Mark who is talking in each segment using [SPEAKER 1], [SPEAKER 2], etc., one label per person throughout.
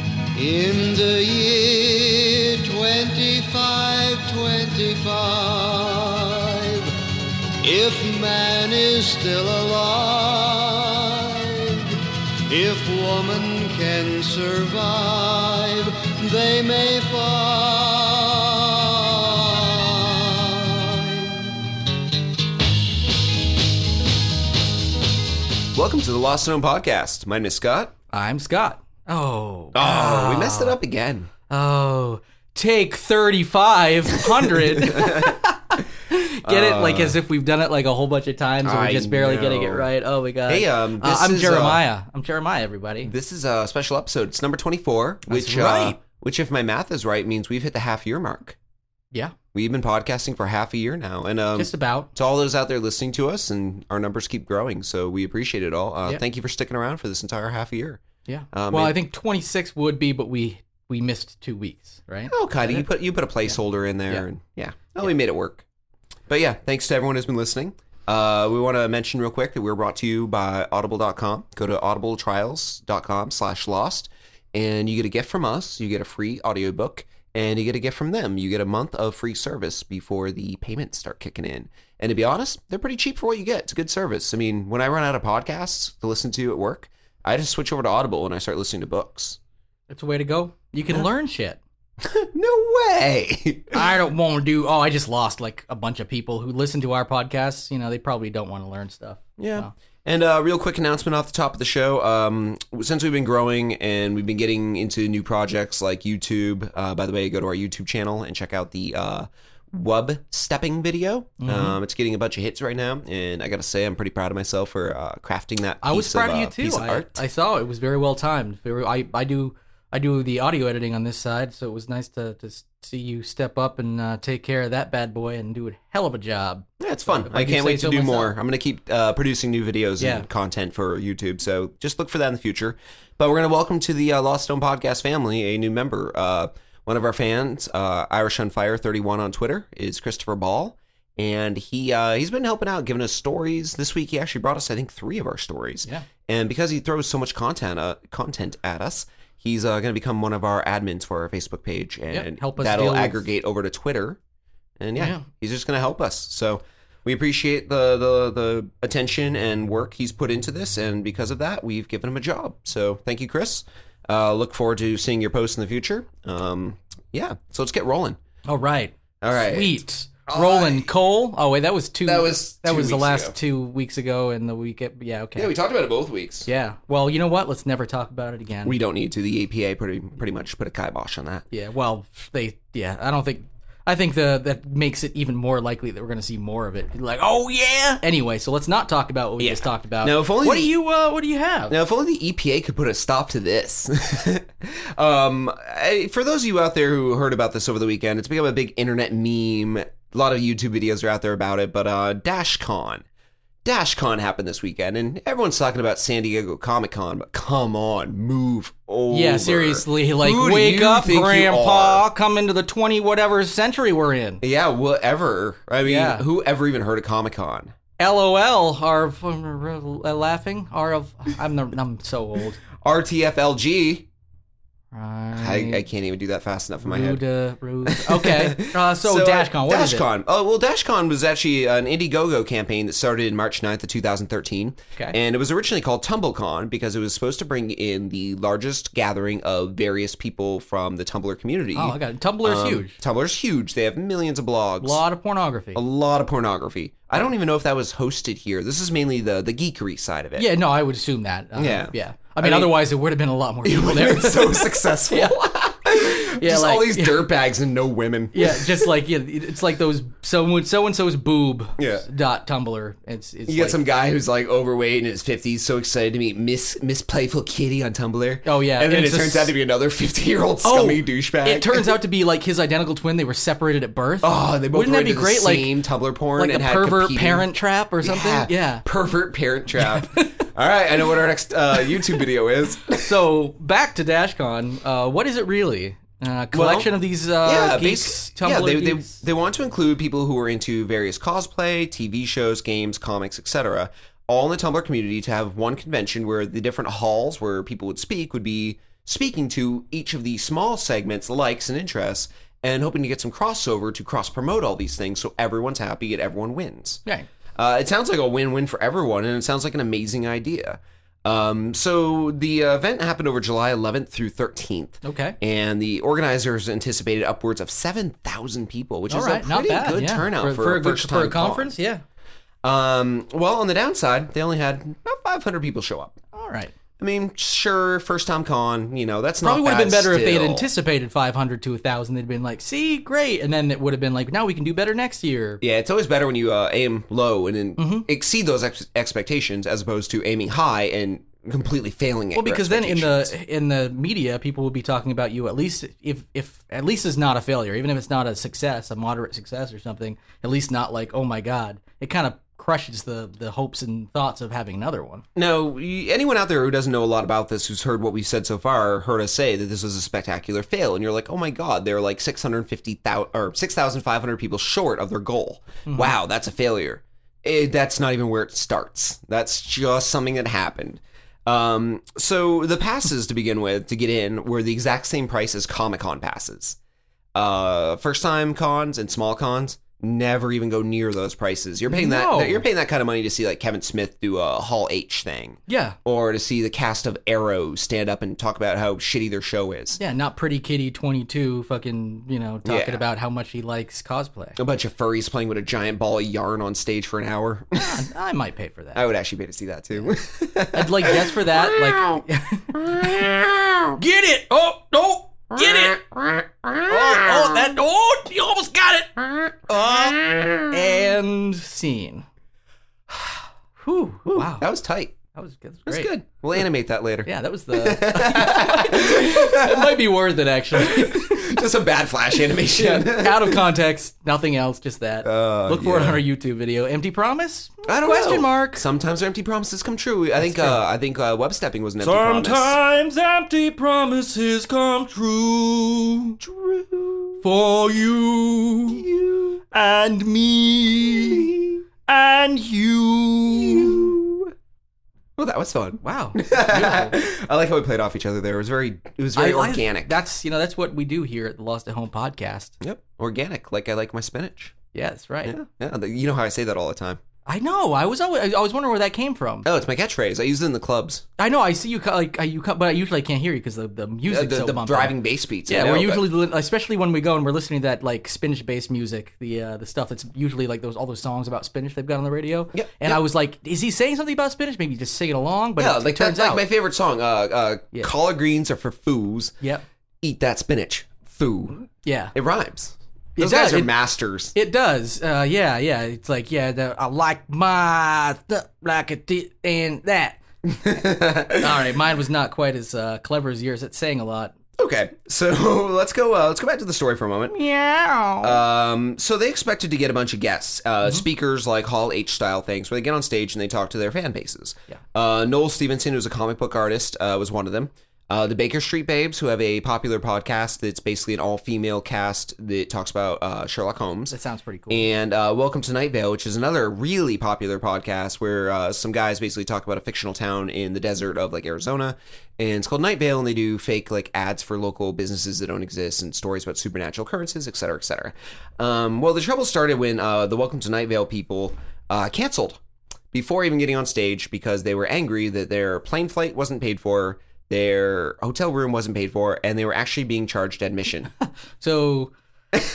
[SPEAKER 1] In the year 2525, if man is still alive, if woman can survive, they may find.
[SPEAKER 2] Welcome to the Lost Zone podcast. My name is Scott.
[SPEAKER 3] I'm Scott. Oh.
[SPEAKER 2] Oh, we messed it up again.
[SPEAKER 3] Oh. Take 3,500. Get it? Like as if we've done it like a whole bunch of times and
[SPEAKER 2] Uh, I
[SPEAKER 3] we're just barely getting it
[SPEAKER 2] know.
[SPEAKER 3] right. Oh my God.
[SPEAKER 2] Hey, um,
[SPEAKER 3] Uh,
[SPEAKER 2] this
[SPEAKER 3] I'm
[SPEAKER 2] is, uh,
[SPEAKER 3] Jeremiah. I'm Jeremiah, everybody.
[SPEAKER 2] This is a special episode. It's number 24, which uh,
[SPEAKER 3] right.
[SPEAKER 2] which if my math is right means we've hit the half year mark.
[SPEAKER 3] yeah.
[SPEAKER 2] We've been podcasting for half a year now and um
[SPEAKER 3] Just about.
[SPEAKER 2] to all those out there listening to us and our numbers keep growing, so we appreciate it all. Uh,
[SPEAKER 3] Yeah.
[SPEAKER 2] thank you for sticking around for this entire half a year.
[SPEAKER 3] Yeah.
[SPEAKER 2] um,
[SPEAKER 3] well,
[SPEAKER 2] it-
[SPEAKER 3] I think 26 would be, but we we missed two weeks, right?
[SPEAKER 2] Oh, kind of. You put you put a placeholder in there,
[SPEAKER 3] Yeah.
[SPEAKER 2] and yeah. Oh, we made it work. But yeah, thanks to everyone who's been listening. Uh, we want to mention real quick that we're brought to you by Audible.com. Go to audibletrials.com slash lost, and you get a gift from us. You get a free audiobook, and you get a gift from them. You get a month of free service before the payments start kicking in. And to be honest, they're pretty cheap for what you get. It's a good service. I mean, when I run out of podcasts to listen to at work, I just switch over to Audible and I start listening to books.
[SPEAKER 3] That's a way to go. You can learn shit.
[SPEAKER 2] No way!
[SPEAKER 3] I don't want to do. Oh, I just lost like a bunch of people who listen to our podcasts. You know, they probably don't want to learn stuff.
[SPEAKER 2] Yeah.
[SPEAKER 3] So,
[SPEAKER 2] And uh, real quick announcement off the top of the show. Um, since we've been growing and we've been getting into new projects like YouTube, uh, by the way, go to our YouTube channel and check out the uh, Wub stepping video.
[SPEAKER 3] Mm-hmm.
[SPEAKER 2] Um, it's getting a bunch of hits right now, and I gotta say, I'm pretty proud of myself for uh, crafting that.
[SPEAKER 3] I was
[SPEAKER 2] piece
[SPEAKER 3] proud of,
[SPEAKER 2] uh,
[SPEAKER 3] you too.
[SPEAKER 2] Piece of
[SPEAKER 3] I,
[SPEAKER 2] art.
[SPEAKER 3] I saw it was very well timed. Very, I I do I do the audio editing on this side, so it was nice to to s- see you step up and uh, take care of that bad boy and do a hell of a job.
[SPEAKER 2] Yeah, it's fun.
[SPEAKER 3] if I
[SPEAKER 2] I
[SPEAKER 3] do
[SPEAKER 2] can't
[SPEAKER 3] say
[SPEAKER 2] wait to
[SPEAKER 3] so
[SPEAKER 2] do
[SPEAKER 3] myself.
[SPEAKER 2] more. I'm going to keep uh, producing new videos
[SPEAKER 3] Yeah.
[SPEAKER 2] and content for YouTube. So just look for that in the future. But we're going to welcome to the uh, Lost Stone Podcast family a new member. Uh, one of our fans, uh, Irish on Fire 31 on Twitter, is Christopher Ball. And he uh, he's been helping out, giving us stories. This week he actually brought us, I think, three of our stories.
[SPEAKER 3] Yeah.
[SPEAKER 2] And because he throws so much content uh, content at us, he's uh, going to become one of our admins for our Facebook page, and
[SPEAKER 3] help us
[SPEAKER 2] that'll
[SPEAKER 3] deal with-
[SPEAKER 2] aggregate over to Twitter and yeah,
[SPEAKER 3] Yeah.
[SPEAKER 2] he's just going to help us. So we appreciate the, the the attention and work he's put into this, and because of that, we've given him a job. So thank you, Chris. Uh, look forward to seeing your posts in the future. Um, yeah, so let's get rolling.
[SPEAKER 3] All right,
[SPEAKER 2] All right.
[SPEAKER 3] sweet. Roland Cole. Oh wait, that was two.
[SPEAKER 2] That was
[SPEAKER 3] that
[SPEAKER 2] two
[SPEAKER 3] was the
[SPEAKER 2] weeks
[SPEAKER 3] last
[SPEAKER 2] ago.
[SPEAKER 3] two weeks ago and the week. Yeah, okay. Yeah,
[SPEAKER 2] we talked about it both weeks.
[SPEAKER 3] Well, you know what? Let's never talk about it again.
[SPEAKER 2] We don't need to. The APA pretty pretty much put a kibosh on that.
[SPEAKER 3] Yeah, well, they yeah, I don't think I think the that makes it even more likely that we're going to see more of it. Like, oh yeah. Anyway, so let's not talk about what we just talked about.
[SPEAKER 2] Now, if only
[SPEAKER 3] What do
[SPEAKER 2] the-
[SPEAKER 3] you uh what do you have?
[SPEAKER 2] Now, if only the EPA could put a stop to this. um, I, for those of you out there who heard about this over the weekend, it's become a big internet meme. A lot of YouTube videos are out there about it, but uh, DashCon. DashCon happened this weekend, and everyone's talking about San Diego Comic Con, but come on, move over.
[SPEAKER 3] yeah, seriously, like
[SPEAKER 2] Who do
[SPEAKER 3] wake
[SPEAKER 2] you
[SPEAKER 3] up
[SPEAKER 2] think you
[SPEAKER 3] grandpa,
[SPEAKER 2] are?
[SPEAKER 3] come into the 20 whatever century we're in.
[SPEAKER 2] Yeah, whatever. I mean,
[SPEAKER 3] Yeah.
[SPEAKER 2] who ever even heard of Comic Con?
[SPEAKER 3] LOL are f- r- laughing are of I'm the, I'm so old.
[SPEAKER 2] RTFLG. I, I
[SPEAKER 3] Right.
[SPEAKER 2] can't even do that fast enough in my head.
[SPEAKER 3] Rude, uh, rude. Okay. Uh, so, Dashcon, what is it?
[SPEAKER 2] Dashcon. Oh, well, Dashcon was actually an Indiegogo campaign that started in March 9th of 2013.
[SPEAKER 3] Okay.
[SPEAKER 2] And it was originally called TumbleCon because it was supposed to bring in the largest gathering of various people from the Tumblr community.
[SPEAKER 3] Oh, I got it. Tumblr's
[SPEAKER 2] Um,
[SPEAKER 3] huge.
[SPEAKER 2] Tumblr's huge. They have millions of blogs.
[SPEAKER 3] A lot of pornography.
[SPEAKER 2] a lot of pornography. I don't even know if that was hosted here. This is mainly the the geekery side of it.
[SPEAKER 3] Yeah, no, I would assume that. Uh,
[SPEAKER 2] Yeah.
[SPEAKER 3] yeah. I
[SPEAKER 2] mean-
[SPEAKER 3] mean, otherwise, it would have been a lot more people there.
[SPEAKER 2] It's so successful.
[SPEAKER 3] Yeah,
[SPEAKER 2] Just all
[SPEAKER 3] like-
[SPEAKER 2] these dirtbags and no women.
[SPEAKER 3] yeah, just like yeah, it's like those so so and so's boob
[SPEAKER 2] Yeah.
[SPEAKER 3] dot Tumblr. It's it's
[SPEAKER 2] You get
[SPEAKER 3] like-
[SPEAKER 2] some guy who's like overweight in his fifties, so excited to meet Miss Miss Playful Kitty on Tumblr.
[SPEAKER 3] Oh, yeah,
[SPEAKER 2] and then
[SPEAKER 3] and
[SPEAKER 2] it
[SPEAKER 3] it's a
[SPEAKER 2] turns
[SPEAKER 3] s-
[SPEAKER 2] out to be another fifty-year-old
[SPEAKER 3] Oh,
[SPEAKER 2] scummy douchebag.
[SPEAKER 3] It turns out to be like his identical twin. They were separated at birth.
[SPEAKER 2] Oh, they both
[SPEAKER 3] wouldn't
[SPEAKER 2] were
[SPEAKER 3] that be
[SPEAKER 2] into
[SPEAKER 3] great?
[SPEAKER 2] The same
[SPEAKER 3] Like
[SPEAKER 2] Tumblr porn
[SPEAKER 3] like
[SPEAKER 2] and
[SPEAKER 3] the
[SPEAKER 2] had
[SPEAKER 3] pervert
[SPEAKER 2] competing-
[SPEAKER 3] parent trap or something. Yeah.
[SPEAKER 2] pervert parent trap. All right, I know what our next uh, YouTube video is.
[SPEAKER 3] So back to DashCon. Uh, what is it really? Uh, collection of these uh, geeks,
[SPEAKER 2] basi-
[SPEAKER 3] Tumblr
[SPEAKER 2] yeah, they,
[SPEAKER 3] geeks?
[SPEAKER 2] They, they want to include people who are into various cosplay, TV shows, games, comics, etc., all in the Tumblr community to have one convention where the different halls where people would speak would be speaking to each of the small segments, likes, and interests, and hoping to get some crossover to cross promote all these things so everyone's happy and everyone wins.
[SPEAKER 3] Yeah.
[SPEAKER 2] Uh, it sounds like a win-win for everyone, and it sounds like an amazing idea. Um, so the uh, event happened over July 11th through 13th,
[SPEAKER 3] Okay.
[SPEAKER 2] and the organizers anticipated upwards of 7,000 people, which
[SPEAKER 3] All
[SPEAKER 2] is
[SPEAKER 3] right.
[SPEAKER 2] a
[SPEAKER 3] Not
[SPEAKER 2] pretty
[SPEAKER 3] bad.
[SPEAKER 2] good
[SPEAKER 3] yeah.
[SPEAKER 2] turnout for,
[SPEAKER 3] for,
[SPEAKER 2] a
[SPEAKER 3] good-
[SPEAKER 2] first
[SPEAKER 3] for
[SPEAKER 2] time
[SPEAKER 3] a conference. Yeah.
[SPEAKER 2] Um, well, on the downside, they only had about 500 people show up.
[SPEAKER 3] All right.
[SPEAKER 2] I mean, sure, first time con, you know, that's
[SPEAKER 3] Probably
[SPEAKER 2] not
[SPEAKER 3] would have been
[SPEAKER 2] bad
[SPEAKER 3] better if they had
[SPEAKER 2] still.
[SPEAKER 3] anticipated 500 to 1,000. They'd been like, see, great. And then it would have been like, now we can do better next year.
[SPEAKER 2] Yeah, it's always better when you uh, aim low and then
[SPEAKER 3] Mm-hmm.
[SPEAKER 2] exceed those ex- expectations as opposed to aiming high and completely failing at
[SPEAKER 3] Well, because then in the in the media, people will be talking about you at least if if at least it's not a failure, even if it's not a success, a moderate success or something. At least not like oh my god, it kind of crushes the the hopes and thoughts of having another one.
[SPEAKER 2] No, y- anyone out there who doesn't know a lot about this, who's heard what we've said so far, or heard us say that this was a spectacular fail, and you're like, oh my god, they're like six hundred fifty thousand or six thousand five hundred people short of their goal. Wow, that's a failure. Eh, that's not even where it starts. That's just something that happened. Um, so the passes to begin with to get in were the exact same price as Comic Con passes. Uh, first time cons and small cons never even go near those prices. You're paying
[SPEAKER 3] No.
[SPEAKER 2] that you're paying that kind of money to see like Kevin Smith do a Hall H thing
[SPEAKER 3] Yeah,
[SPEAKER 2] or to see the cast of Arrow stand up and talk about how shitty their show is.
[SPEAKER 3] yeah, not pretty kitty twenty two, fucking you know talking
[SPEAKER 2] Yeah.
[SPEAKER 3] about how much he likes cosplay.
[SPEAKER 2] A bunch of furries playing with a giant ball of yarn on stage for an hour.
[SPEAKER 3] I might pay for that.
[SPEAKER 2] I would actually pay to see that too.
[SPEAKER 3] I'd like just for that, like get it. Oh no. Get it! Oh, oh, that! Oh, you almost got it! Uh, and scene. Whew, wow,
[SPEAKER 2] that was tight.
[SPEAKER 3] that was good. That
[SPEAKER 2] That's
[SPEAKER 3] was
[SPEAKER 2] good. We'll animate that later.
[SPEAKER 3] Yeah, that was the. it might be worth it actually.
[SPEAKER 2] Just a bad flash animation.
[SPEAKER 3] Out of context, nothing else, just that.
[SPEAKER 2] Uh,
[SPEAKER 3] Look for it
[SPEAKER 2] yeah.
[SPEAKER 3] on our YouTube video. Empty promise?
[SPEAKER 2] I don't
[SPEAKER 3] Question
[SPEAKER 2] know.
[SPEAKER 3] mark.
[SPEAKER 2] Sometimes our empty promises come true. I think uh, I think uh, web stepping was an empty promise.
[SPEAKER 3] Sometimes empty promises come true. True. For you. And me. And you.
[SPEAKER 2] Well, Oh, that was fun.
[SPEAKER 3] Wow.
[SPEAKER 2] I like how we played off each other there. It was very it was very
[SPEAKER 3] I- I-
[SPEAKER 2] organic.
[SPEAKER 3] that's you know that's what we do here at the Lost at Home podcast.
[SPEAKER 2] yep, organic. Like I like my spinach.
[SPEAKER 3] Yeah, that's right.
[SPEAKER 2] Yeah, yeah. th- You know how I say that all the time.
[SPEAKER 3] I know. I was always I always wondering where that came from.
[SPEAKER 2] Oh, it's my catchphrase. I use it in the clubs.
[SPEAKER 3] I know. I see you co- like I- you co- but I usually can't hear you because the the
[SPEAKER 2] Uh,
[SPEAKER 3] music
[SPEAKER 2] the
[SPEAKER 3] so
[SPEAKER 2] the
[SPEAKER 3] bumpy.
[SPEAKER 2] driving bass beats. I
[SPEAKER 3] Yeah,
[SPEAKER 2] know,
[SPEAKER 3] we're
[SPEAKER 2] but-
[SPEAKER 3] usually li- especially when we go and we're listening to that like Spanish based music, the uh, the stuff that's usually like those all those songs about Spanish they've got on the radio.
[SPEAKER 2] Yep,
[SPEAKER 3] And
[SPEAKER 2] yep.
[SPEAKER 3] I was like, is he saying something about Spanish? Maybe just singing along. But
[SPEAKER 2] yeah,
[SPEAKER 3] it,
[SPEAKER 2] like
[SPEAKER 3] turns
[SPEAKER 2] that's like
[SPEAKER 3] out,
[SPEAKER 2] my favorite song. Uh, uh,
[SPEAKER 3] Yeah.
[SPEAKER 2] collard greens are for fools.
[SPEAKER 3] yep,
[SPEAKER 2] Eat that spinach, foo.
[SPEAKER 3] yeah,
[SPEAKER 2] It rhymes. Those
[SPEAKER 3] does.
[SPEAKER 2] guys are
[SPEAKER 3] It-
[SPEAKER 2] masters.
[SPEAKER 3] It does. Uh, yeah, yeah. It's like yeah. The, I like my th- like it th- and that. All right, mine was not quite as uh, clever as yours. It's saying a lot.
[SPEAKER 2] Okay, so let's go. Uh, let's go back to the story for a moment.
[SPEAKER 3] Yeah.
[SPEAKER 2] Um, so they expected to get a bunch of guests, uh,
[SPEAKER 3] Mm-hmm.
[SPEAKER 2] speakers like Hall H style things, where they get on stage and they talk to their fan bases.
[SPEAKER 3] Yeah.
[SPEAKER 2] Uh, Noel Stevenson, who's a comic book artist, uh, was one of them. Uh, the Baker Street Babes, who have a popular podcast that's basically an all female cast that talks about uh, Sherlock Holmes.
[SPEAKER 3] that sounds pretty cool.
[SPEAKER 2] And uh, Welcome to Night Vale, which is another really popular podcast where uh, some guys basically talk about a fictional town in the desert of like Arizona. And it's called Night Vale, and they do fake like ads for local businesses that don't exist and stories about supernatural occurrences, et cetera, et cetera. Um, well, the trouble started when uh, the Welcome to Night Vale people uh, canceled before even getting on stage because they were angry that their plane flight wasn't paid for. Their hotel room wasn't paid for, and they were actually being charged admission.
[SPEAKER 3] So,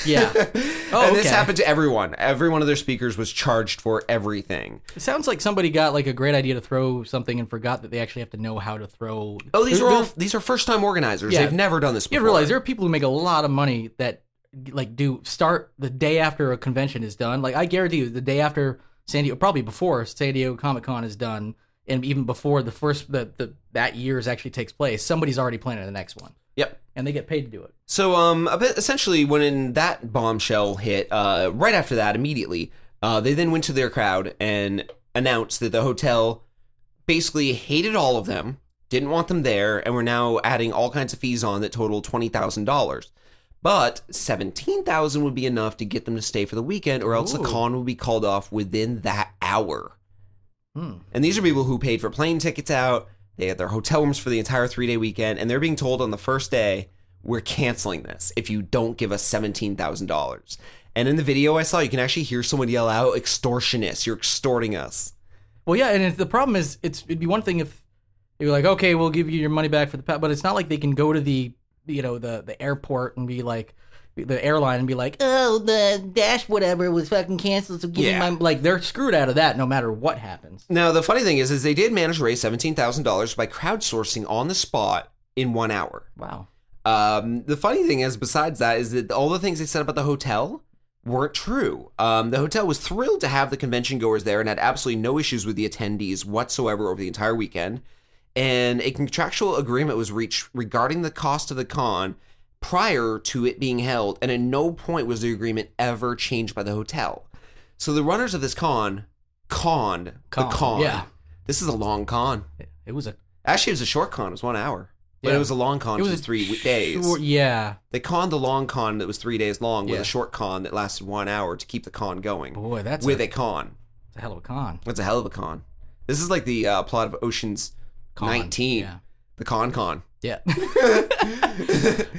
[SPEAKER 3] yeah. Oh,
[SPEAKER 2] and this
[SPEAKER 3] okay.
[SPEAKER 2] happened to everyone. Every one of their speakers was charged for everything.
[SPEAKER 3] It sounds like somebody got like a great idea to throw something and forgot that they actually have to know how to throw.
[SPEAKER 2] Oh, these
[SPEAKER 3] There-
[SPEAKER 2] are
[SPEAKER 3] there-
[SPEAKER 2] all these are first time organizers.
[SPEAKER 3] Yeah.
[SPEAKER 2] They've never done this
[SPEAKER 3] You
[SPEAKER 2] before.
[SPEAKER 3] realize there are people who make a lot of money that like do start the day after a convention is done. Like I guarantee you, the day after San Diego, probably before San Diego Comic Con is done, and even before the first the, the that year's actually takes place, somebody's already planning the next one,
[SPEAKER 2] Yep.
[SPEAKER 3] and they get paid to do it.
[SPEAKER 2] So um a bit- essentially when in that bombshell hit, uh right after that immediately, uh they then went to their crowd and announced that the hotel basically hated all of them, didn't want them there, and were now adding all kinds of fees on that total twenty thousand dollars. But seventeen thousand would be enough to get them to stay for the weekend, or else
[SPEAKER 3] Ooh.
[SPEAKER 2] the con would be called off within that hour.
[SPEAKER 3] Hmm.
[SPEAKER 2] And these are people who paid for plane tickets out, They had their hotel rooms for the entire three day weekend, and they're being told on the first day, we're canceling this if you don't give us $17,000. And in the video I saw, you can actually hear someone yell out, extortionist, you're extorting us.
[SPEAKER 3] Well, yeah, and it's, the problem is, it's it'd be one thing if you're like, okay, we'll give you your money back for the pet, but it's not like they can go to the you know the the airport and be like the airline and be like, oh, the dash whatever was fucking canceled, so give
[SPEAKER 2] Yeah.
[SPEAKER 3] me my like they're screwed out of that no matter what happens.
[SPEAKER 2] Now, the funny thing is, is they did manage to raise $17,000 by crowdsourcing on the spot in one hour.
[SPEAKER 3] Wow.
[SPEAKER 2] Um, the funny thing is, besides that, is that all the things they said about the hotel weren't true. Um, the hotel was thrilled to have the convention goers there and had absolutely no issues with the attendees whatsoever over the entire weekend. And a contractual agreement was reached regarding the cost of the con prior to it being held, and at no point was the agreement ever changed by the hotel. So the runners of this con, con,
[SPEAKER 3] Con,
[SPEAKER 2] the con.
[SPEAKER 3] yeah.
[SPEAKER 2] This is a long con.
[SPEAKER 3] It was a
[SPEAKER 2] Actually, it was a short con. It was one hour. But
[SPEAKER 3] Yeah.
[SPEAKER 2] it was a long con.
[SPEAKER 3] it
[SPEAKER 2] It
[SPEAKER 3] was a
[SPEAKER 2] was three w- days.
[SPEAKER 3] short- yeah,
[SPEAKER 2] They conned the long con that was three days long with
[SPEAKER 3] Yeah.
[SPEAKER 2] a short con that lasted one hour to keep the con going.
[SPEAKER 3] boy, that's
[SPEAKER 2] with
[SPEAKER 3] a,
[SPEAKER 2] a con.
[SPEAKER 3] that's a hell of a con.
[SPEAKER 2] That's a hell of a con. This is like the uh, plot of Ocean's
[SPEAKER 3] Con,
[SPEAKER 2] 19.
[SPEAKER 3] yeah.
[SPEAKER 2] The con con.
[SPEAKER 3] Yeah.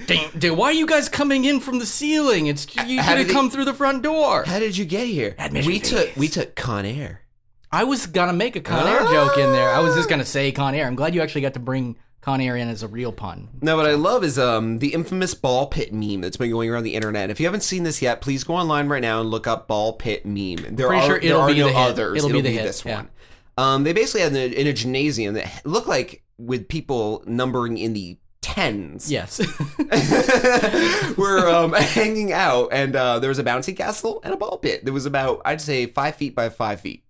[SPEAKER 3] Dang, dude, why are you guys coming in from the ceiling? It's you
[SPEAKER 2] How
[SPEAKER 3] gotta
[SPEAKER 2] did they-
[SPEAKER 3] come through the front door.
[SPEAKER 2] How did you get here?
[SPEAKER 3] Admission
[SPEAKER 2] we
[SPEAKER 3] fees.
[SPEAKER 2] took we took Con Air.
[SPEAKER 3] I was gonna make a Con Air
[SPEAKER 2] Ah.
[SPEAKER 3] joke in there. I was just gonna say Con Air. I'm glad you actually got to bring Con Air in as a real pun.
[SPEAKER 2] Now, what I love is um the infamous ball pit meme that's been going around the internet. If you haven't seen this yet, please go online right now and look up ball pit meme. There
[SPEAKER 3] Pretty
[SPEAKER 2] are
[SPEAKER 3] sure
[SPEAKER 2] there
[SPEAKER 3] it'll
[SPEAKER 2] are
[SPEAKER 3] be
[SPEAKER 2] no
[SPEAKER 3] the hit.
[SPEAKER 2] others.
[SPEAKER 3] It'll be the hit,
[SPEAKER 2] this
[SPEAKER 3] yeah.
[SPEAKER 2] one. Um, they basically had in a, in a gymnasium that looked like with people numbering in the tens.
[SPEAKER 3] Yes.
[SPEAKER 2] were um, hanging out, and uh, there was a bouncy castle and a ball pit that was about, I'd say, five feet by five feet,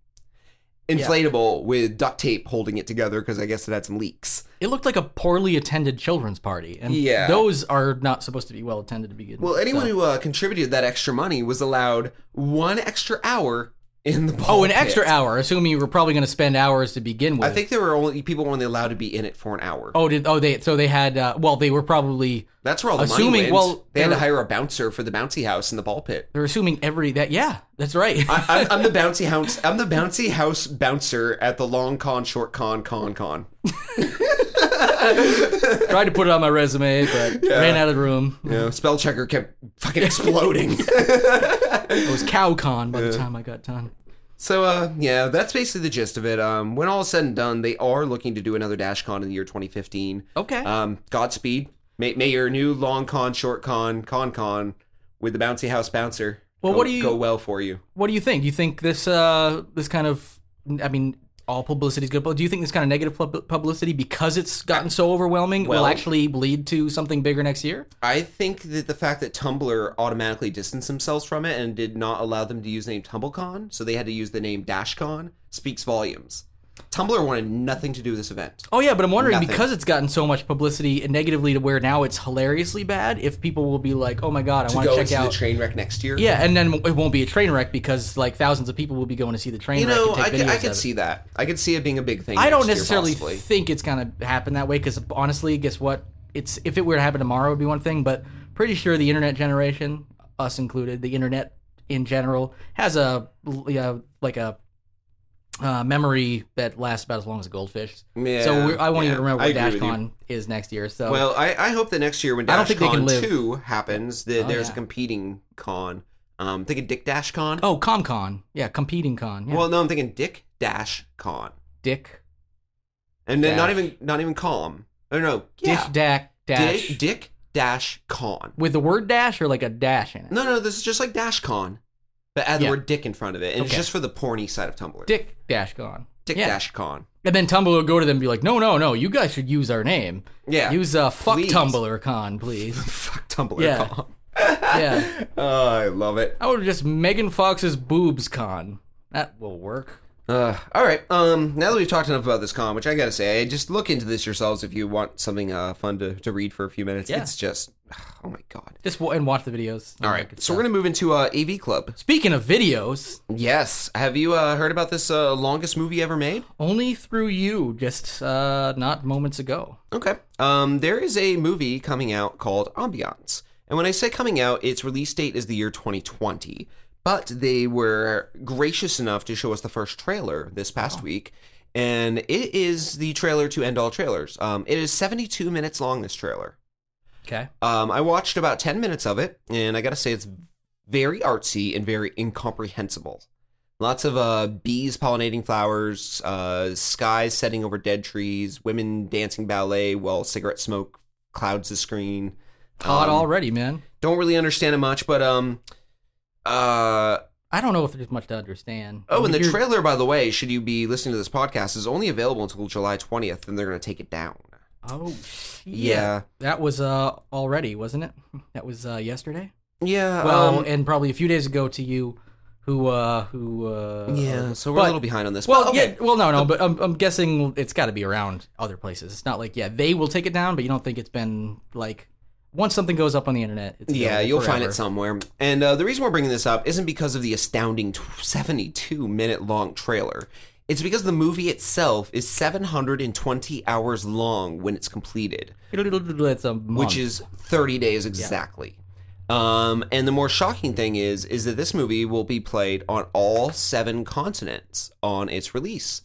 [SPEAKER 2] inflatable with duct tape holding it together because I guess it had some leaks.
[SPEAKER 3] it looked like a poorly attended children's party, and
[SPEAKER 2] Yeah.
[SPEAKER 3] those are not supposed to be well attended to begin with.
[SPEAKER 2] Well, anyone
[SPEAKER 3] so-
[SPEAKER 2] who uh, contributed that extra money was allowed one extra hour in the ball.
[SPEAKER 3] oh, an
[SPEAKER 2] pit.
[SPEAKER 3] extra hour. Assuming you were probably gonna spend hours to begin with.
[SPEAKER 2] I think there were only people were only allowed to be in it for an hour.
[SPEAKER 3] Oh, did oh they so they had uh, well they were probably
[SPEAKER 2] That's where all the
[SPEAKER 3] assuming-
[SPEAKER 2] money went.
[SPEAKER 3] well,
[SPEAKER 2] they had to
[SPEAKER 3] there-
[SPEAKER 2] hire a bouncer for the bouncy house and the ball pit.
[SPEAKER 3] they're assuming every that yeah that's right.
[SPEAKER 2] I, I'm, I'm the bouncy house. I'm the bouncy house bouncer at the long con, short con, con con.
[SPEAKER 3] Tried to put it on my resume, but ran out of room.
[SPEAKER 2] You know, spell checker kept fucking exploding.
[SPEAKER 3] It was CowCon by the time I got done.
[SPEAKER 2] so uh, yeah, that's basically the gist of it. Um, when all is said and done, they are looking to do another Dash Con in the year 2015.
[SPEAKER 3] Okay.
[SPEAKER 2] Um, Godspeed. May, may your new long con, short con, con con with the bouncy house bouncer.
[SPEAKER 3] Well,
[SPEAKER 2] go-
[SPEAKER 3] what do you-
[SPEAKER 2] go well for you?
[SPEAKER 3] what do you think? Do you think this uh this kind of I mean all publicity is good, but do you think this kind of negative pub- publicity because it's gotten so overwhelming will
[SPEAKER 2] Well-
[SPEAKER 3] actually lead to something bigger next year?
[SPEAKER 2] I think that the fact that Tumblr automatically distanced themselves from it and did not allow them to use the name TumbleCon, so they had to use the name DashCon, speaks volumes. Tumblr wanted nothing to do with this event.
[SPEAKER 3] Oh yeah, but I'm wondering
[SPEAKER 2] Nothing.
[SPEAKER 3] because it's gotten so much publicity and negatively to where now it's hilariously bad. If people will be like, "Oh my god, I want
[SPEAKER 2] Go
[SPEAKER 3] to check
[SPEAKER 2] into the
[SPEAKER 3] out,"
[SPEAKER 2] train wreck next year.
[SPEAKER 3] yeah, and then it won't be a train wreck because like thousands of people will be going to see the train
[SPEAKER 2] You
[SPEAKER 3] wreck
[SPEAKER 2] know,
[SPEAKER 3] and take
[SPEAKER 2] I could,
[SPEAKER 3] videos
[SPEAKER 2] I
[SPEAKER 3] of
[SPEAKER 2] could
[SPEAKER 3] it.
[SPEAKER 2] see that. I could see it being a big thing.
[SPEAKER 3] I don't
[SPEAKER 2] next year,
[SPEAKER 3] necessarily
[SPEAKER 2] possibly.
[SPEAKER 3] think it's gonna happen that way because honestly, guess what? It's if it were to happen tomorrow, it would be one thing. But pretty sure the internet generation, us included, the internet in general has a yeah, like a uh, memory that lasts about as long as a goldfish.
[SPEAKER 2] Yeah,
[SPEAKER 3] so we I won't
[SPEAKER 2] yeah.
[SPEAKER 3] even remember
[SPEAKER 2] I
[SPEAKER 3] what
[SPEAKER 2] agree with you.
[SPEAKER 3] DashCon is next year. So
[SPEAKER 2] Well, I, I hope that next year when
[SPEAKER 3] I don't think they can
[SPEAKER 2] DashCon
[SPEAKER 3] live.
[SPEAKER 2] 2 happens, that
[SPEAKER 3] Oh,
[SPEAKER 2] there's
[SPEAKER 3] yeah.
[SPEAKER 2] a competing con. Um, I'm thinking Dick Dash Con.
[SPEAKER 3] oh, ComCon, yeah, competing con. Yeah.
[SPEAKER 2] Well, no, I'm thinking Dick Dash Con.
[SPEAKER 3] Dick,
[SPEAKER 2] And then not
[SPEAKER 3] Dash.
[SPEAKER 2] even not even calm. Oh no, yeah.
[SPEAKER 3] Dick, Dac, Dash,
[SPEAKER 2] Dick, Dick Dash Con.
[SPEAKER 3] with the word dash or like a dash in it.
[SPEAKER 2] No, no, this is just like Dash Con, but add
[SPEAKER 3] Yeah.
[SPEAKER 2] the word Dick in front of it, and it's
[SPEAKER 3] Okay.
[SPEAKER 2] just for the porny side of Tumblr.
[SPEAKER 3] Dick Dash Con.
[SPEAKER 2] Dick
[SPEAKER 3] yeah.
[SPEAKER 2] Dash Con.
[SPEAKER 3] And then Tumblr will go to them and be like, no, no, no, you guys should use our name.
[SPEAKER 2] Yeah.
[SPEAKER 3] Use uh, fuck
[SPEAKER 2] Please.
[SPEAKER 3] Tumblr con, please.
[SPEAKER 2] Fuck Tumblr
[SPEAKER 3] Yeah.
[SPEAKER 2] Con.
[SPEAKER 3] yeah.
[SPEAKER 2] Oh, I love it.
[SPEAKER 3] I would just Megan Fox's boobs con. That will work.
[SPEAKER 2] Uh, all right. Um, now that we've talked enough about this con, which I gotta say, just look into this yourselves if you want something uh, fun to, to read for a few minutes.
[SPEAKER 3] Yeah.
[SPEAKER 2] It's just, oh my god.
[SPEAKER 3] Just w- and watch the videos.
[SPEAKER 2] All right. So we're gonna move into uh, AV Club.
[SPEAKER 3] Speaking of videos,
[SPEAKER 2] Yes. Have you uh, heard about this uh, longest movie ever made?
[SPEAKER 3] only through you, just uh, not moments ago.
[SPEAKER 2] Okay. Um, there is a movie coming out called Ambiance. And when I say coming out, its release date is the year 2020. But they were gracious enough to show us the first trailer this past week. and it is the trailer to end all trailers. Um, it is 72 minutes long. This trailer.
[SPEAKER 3] Okay.
[SPEAKER 2] Um, I watched about 10 minutes of it, and I gotta say it's very artsy and very incomprehensible. Lots of uh, bees pollinating flowers, uh, skies setting over dead trees, women dancing ballet while cigarette smoke clouds the screen.
[SPEAKER 3] Todd
[SPEAKER 2] Um,
[SPEAKER 3] already, man.
[SPEAKER 2] Don't really understand it much, but um, uh,
[SPEAKER 3] I don't know if there's much to understand.
[SPEAKER 2] oh,
[SPEAKER 3] I
[SPEAKER 2] and
[SPEAKER 3] mean,
[SPEAKER 2] the
[SPEAKER 3] you're-
[SPEAKER 2] trailer, by the way, should you be listening to this podcast, is only available until July 20th, and they're gonna take it down.
[SPEAKER 3] Oh, shit.
[SPEAKER 2] Yeah,
[SPEAKER 3] That was uh already, wasn't it? That was uh yesterday.
[SPEAKER 2] yeah.
[SPEAKER 3] Well,
[SPEAKER 2] um,
[SPEAKER 3] Oh, and probably a few days ago to you, who uh who uh
[SPEAKER 2] yeah. So we're
[SPEAKER 3] but-
[SPEAKER 2] a little behind on this.
[SPEAKER 3] Well,
[SPEAKER 2] but okay.
[SPEAKER 3] yeah. Well, no, no, but I'm, I'm guessing it's got to be around other places. It's not like yeah, they will take it down, but you don't think it's been like once something goes up on the internet. It's
[SPEAKER 2] Yeah,
[SPEAKER 3] available
[SPEAKER 2] you'll find
[SPEAKER 3] forever.
[SPEAKER 2] it somewhere. And uh, the reason we're bringing this up isn't because of the astounding t- 72 minute long trailer. It's because the movie itself is 720 hours long when it's completed,
[SPEAKER 3] It's a month.
[SPEAKER 2] which is 30 days exactly. Um, and the more shocking thing is, is that this movie will be played on all seven continents on its release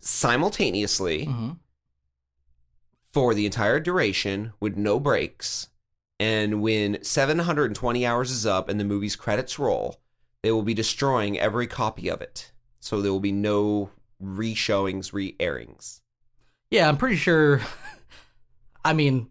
[SPEAKER 2] simultaneously
[SPEAKER 3] Mhm.
[SPEAKER 2] for the entire duration with no breaks. And when 720 hours is up and the movie's credits roll, they will be destroying every copy of it. So there will be no re showings, re airings.
[SPEAKER 3] Yeah, I'm pretty sure. I mean,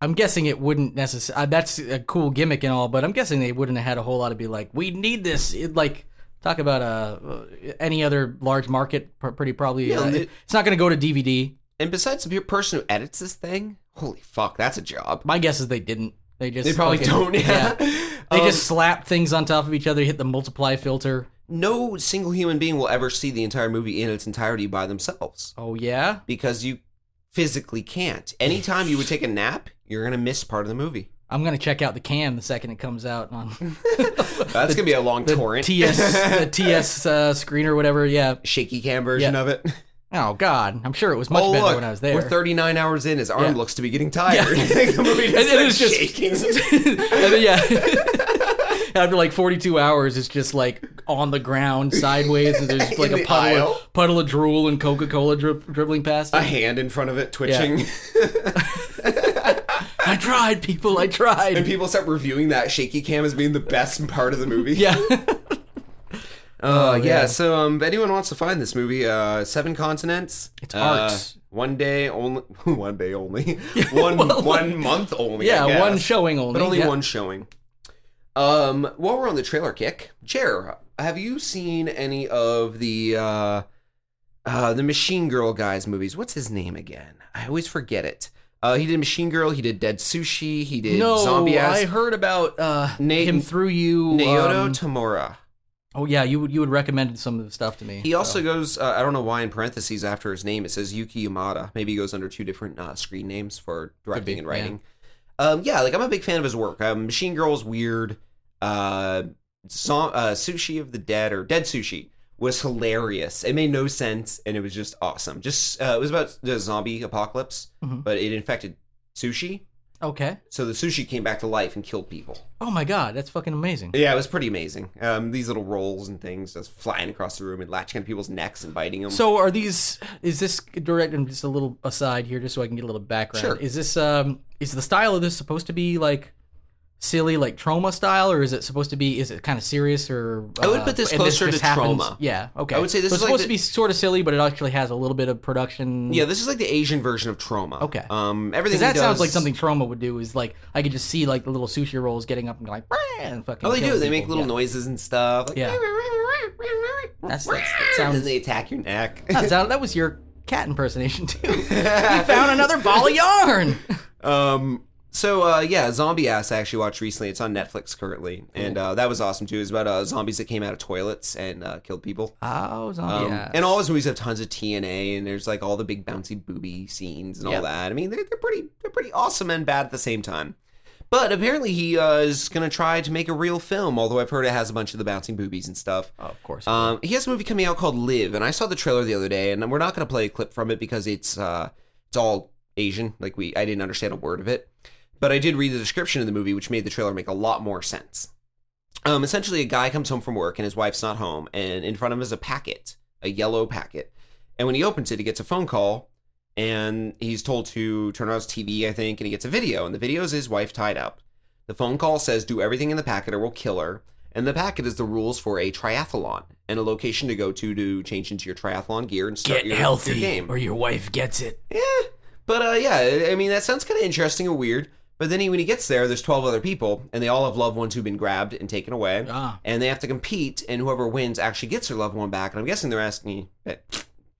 [SPEAKER 3] I'm guessing it wouldn't necessarily. Uh, that's a cool gimmick and all, but I'm guessing they wouldn't have had a whole lot of be like, we need this. It, like, talk about uh, any other large market, pr- pretty probably.
[SPEAKER 2] Yeah,
[SPEAKER 3] uh,
[SPEAKER 2] it-
[SPEAKER 3] it's not going to go to DVD.
[SPEAKER 2] And besides the person who edits this thing, holy fuck, that's a job.
[SPEAKER 3] My guess is they didn't. They just
[SPEAKER 2] They probably
[SPEAKER 3] fucking-
[SPEAKER 2] don't. Yeah.
[SPEAKER 3] They
[SPEAKER 2] Um,
[SPEAKER 3] just slapped things on top of each other, hit the multiply filter.
[SPEAKER 2] Um, no single human being will ever see the entire movie in its entirety by themselves
[SPEAKER 3] Oh yeah,
[SPEAKER 2] because you physically can't. Anytime you would take a nap, you're going to miss part of the movie.
[SPEAKER 3] I'm gonna check out the cam the second it comes out on
[SPEAKER 2] That's going to be a long torrent.
[SPEAKER 3] TS the TS uh, screen or whatever. Yeah.
[SPEAKER 2] shaky cam version
[SPEAKER 3] Yeah.
[SPEAKER 2] of it. Oh,
[SPEAKER 3] Oh God, I'm sure it was much better when I was there.
[SPEAKER 2] We're 39 hours in. His arm
[SPEAKER 3] Yeah.
[SPEAKER 2] looks to be getting tired.
[SPEAKER 3] Yeah.
[SPEAKER 2] the movie
[SPEAKER 3] and
[SPEAKER 2] just
[SPEAKER 3] it was
[SPEAKER 2] starts
[SPEAKER 3] just
[SPEAKER 2] shaking.
[SPEAKER 3] and then, yeah. After like 42 hours, it's just like on the ground sideways, and there's
[SPEAKER 2] In
[SPEAKER 3] like a
[SPEAKER 2] the
[SPEAKER 3] puddle
[SPEAKER 2] aisle.
[SPEAKER 3] of, puddle of drool and Coca Cola drip, dribbling past.
[SPEAKER 2] a
[SPEAKER 3] It.
[SPEAKER 2] hand in front of it twitching.
[SPEAKER 3] I tried, people. I
[SPEAKER 2] and
[SPEAKER 3] tried.
[SPEAKER 2] people start reviewing that shaky cam as being the best part of the movie.
[SPEAKER 3] Yeah. Oh,
[SPEAKER 2] Uh, yeah.
[SPEAKER 3] yeah.
[SPEAKER 2] So um, if anyone wants to find this movie, uh, seven continents. It's
[SPEAKER 3] art.
[SPEAKER 2] One day only. One day only. one
[SPEAKER 3] well,
[SPEAKER 2] one month only. I
[SPEAKER 3] yeah, one
[SPEAKER 2] guess.
[SPEAKER 3] showing only.
[SPEAKER 2] But only
[SPEAKER 3] yeah.
[SPEAKER 2] one showing. Um, while we're on the trailer kick, Jer, have you seen any of the uh, uh, the Machine Girl guys movies? What's his name again? I always forget it. Uh, he did Machine Girl. He did Dead Sushi. He did
[SPEAKER 3] No,
[SPEAKER 2] Zombie Ass.
[SPEAKER 3] I heard about uh,
[SPEAKER 2] Na-
[SPEAKER 3] him through you.
[SPEAKER 2] Naoto
[SPEAKER 3] um,
[SPEAKER 2] Tamura.
[SPEAKER 3] oh yeah, you would you would recommended some of the stuff to me.
[SPEAKER 2] He
[SPEAKER 3] so.
[SPEAKER 2] also goes. Uh, I don't know why in parentheses after his name it says Yuki Yamada. Maybe he goes under two different uh, screen names for directing
[SPEAKER 3] be,
[SPEAKER 2] and writing. Um, yeah, like I'm a big fan of his work. Um, Machine Girl's weird. Uh, song, uh, Sushi of the Dead or Dead Sushi was hilarious. It made no sense and it was just awesome. Just uh, it was about the zombie apocalypse,
[SPEAKER 3] Mhm.
[SPEAKER 2] but it infected sushi,
[SPEAKER 3] okay.
[SPEAKER 2] so the sushi came back to life and killed people.
[SPEAKER 3] Oh my god, that's fucking amazing.
[SPEAKER 2] Yeah, it was pretty amazing. Um, these little rolls and things just flying across the room and latching on people's necks and biting them.
[SPEAKER 3] So are these? Is this direct? And just a little aside here, just so I can get a little background.
[SPEAKER 2] Sure.
[SPEAKER 3] Is this um? Is the style of this supposed to be like silly, like trauma style, or is it supposed to be? Is it kind of serious or?
[SPEAKER 2] I would
[SPEAKER 3] uh,
[SPEAKER 2] put this
[SPEAKER 3] and
[SPEAKER 2] closer
[SPEAKER 3] just
[SPEAKER 2] to Trauma.
[SPEAKER 3] Yeah. Okay.
[SPEAKER 2] I would say this
[SPEAKER 3] So
[SPEAKER 2] is
[SPEAKER 3] it's
[SPEAKER 2] like
[SPEAKER 3] supposed
[SPEAKER 2] the-
[SPEAKER 3] to be sort of silly, but it actually has a little bit of production.
[SPEAKER 2] Yeah, this is like the Asian version of trauma.
[SPEAKER 3] Okay.
[SPEAKER 2] Um, everything
[SPEAKER 3] Because that
[SPEAKER 2] he does,
[SPEAKER 3] sounds like something trauma would do. Is like I could just see like the little sushi rolls getting up and like "Brah," and fucking.
[SPEAKER 2] Oh, they
[SPEAKER 3] kill
[SPEAKER 2] do. They
[SPEAKER 3] people.
[SPEAKER 2] make little
[SPEAKER 3] yeah.
[SPEAKER 2] noises and stuff. Like,
[SPEAKER 3] Yeah. That's, that's that
[SPEAKER 2] And
[SPEAKER 3] sounds.
[SPEAKER 2] then they attack your neck.
[SPEAKER 3] that sound- that was your cat impersonation too. you found another ball of yarn.
[SPEAKER 2] um. So uh, yeah, Zombie Ass I actually watched recently. It's on Netflix currently, and uh, that was awesome too. It's about uh, zombies that came out of toilets and uh, killed people.
[SPEAKER 3] Oh, zombie
[SPEAKER 2] Um,
[SPEAKER 3] ass.
[SPEAKER 2] And all his movies have tons of TNA, and there's like all the big bouncy booby scenes and
[SPEAKER 3] Yeah.
[SPEAKER 2] all that. I mean, they're, they're pretty they're pretty awesome and bad at the same time. But apparently, he uh, is going to try to make a real film. Although I've heard it has a bunch of the bouncing boobies and stuff.
[SPEAKER 3] Oh, of course.
[SPEAKER 2] Um, he has a movie coming out called Live, and I saw the trailer the other day, and we're not going to play a clip from it because it's uh, it's all Asian. Like we, I didn't understand a word of it, but I did read the description of the movie, which made the trailer make a lot more sense. Um, essentially, a guy comes home from work, and his wife's not home, and in front of him is a packet, a yellow packet, And when he opens it, he gets a phone call and he's told to turn on his TV, I think, and he gets a video. And the video is his wife tied up. The phone call says, Do everything in the packet or we'll kill her. And the packet is the rules for a triathlon and a location to go to to change into your triathlon gear and start
[SPEAKER 3] Get
[SPEAKER 2] your, your
[SPEAKER 3] healthy,
[SPEAKER 2] game.
[SPEAKER 3] or your wife gets it.
[SPEAKER 2] Yeah. But uh, yeah, I- I mean that sounds kind of interesting and weird. But then he, when he gets there, there's 12 other people, and they all have loved ones who've been grabbed and taken away,
[SPEAKER 3] Ah.
[SPEAKER 2] and they have to compete, and whoever wins actually gets their loved one back. And I'm guessing they're asking eh,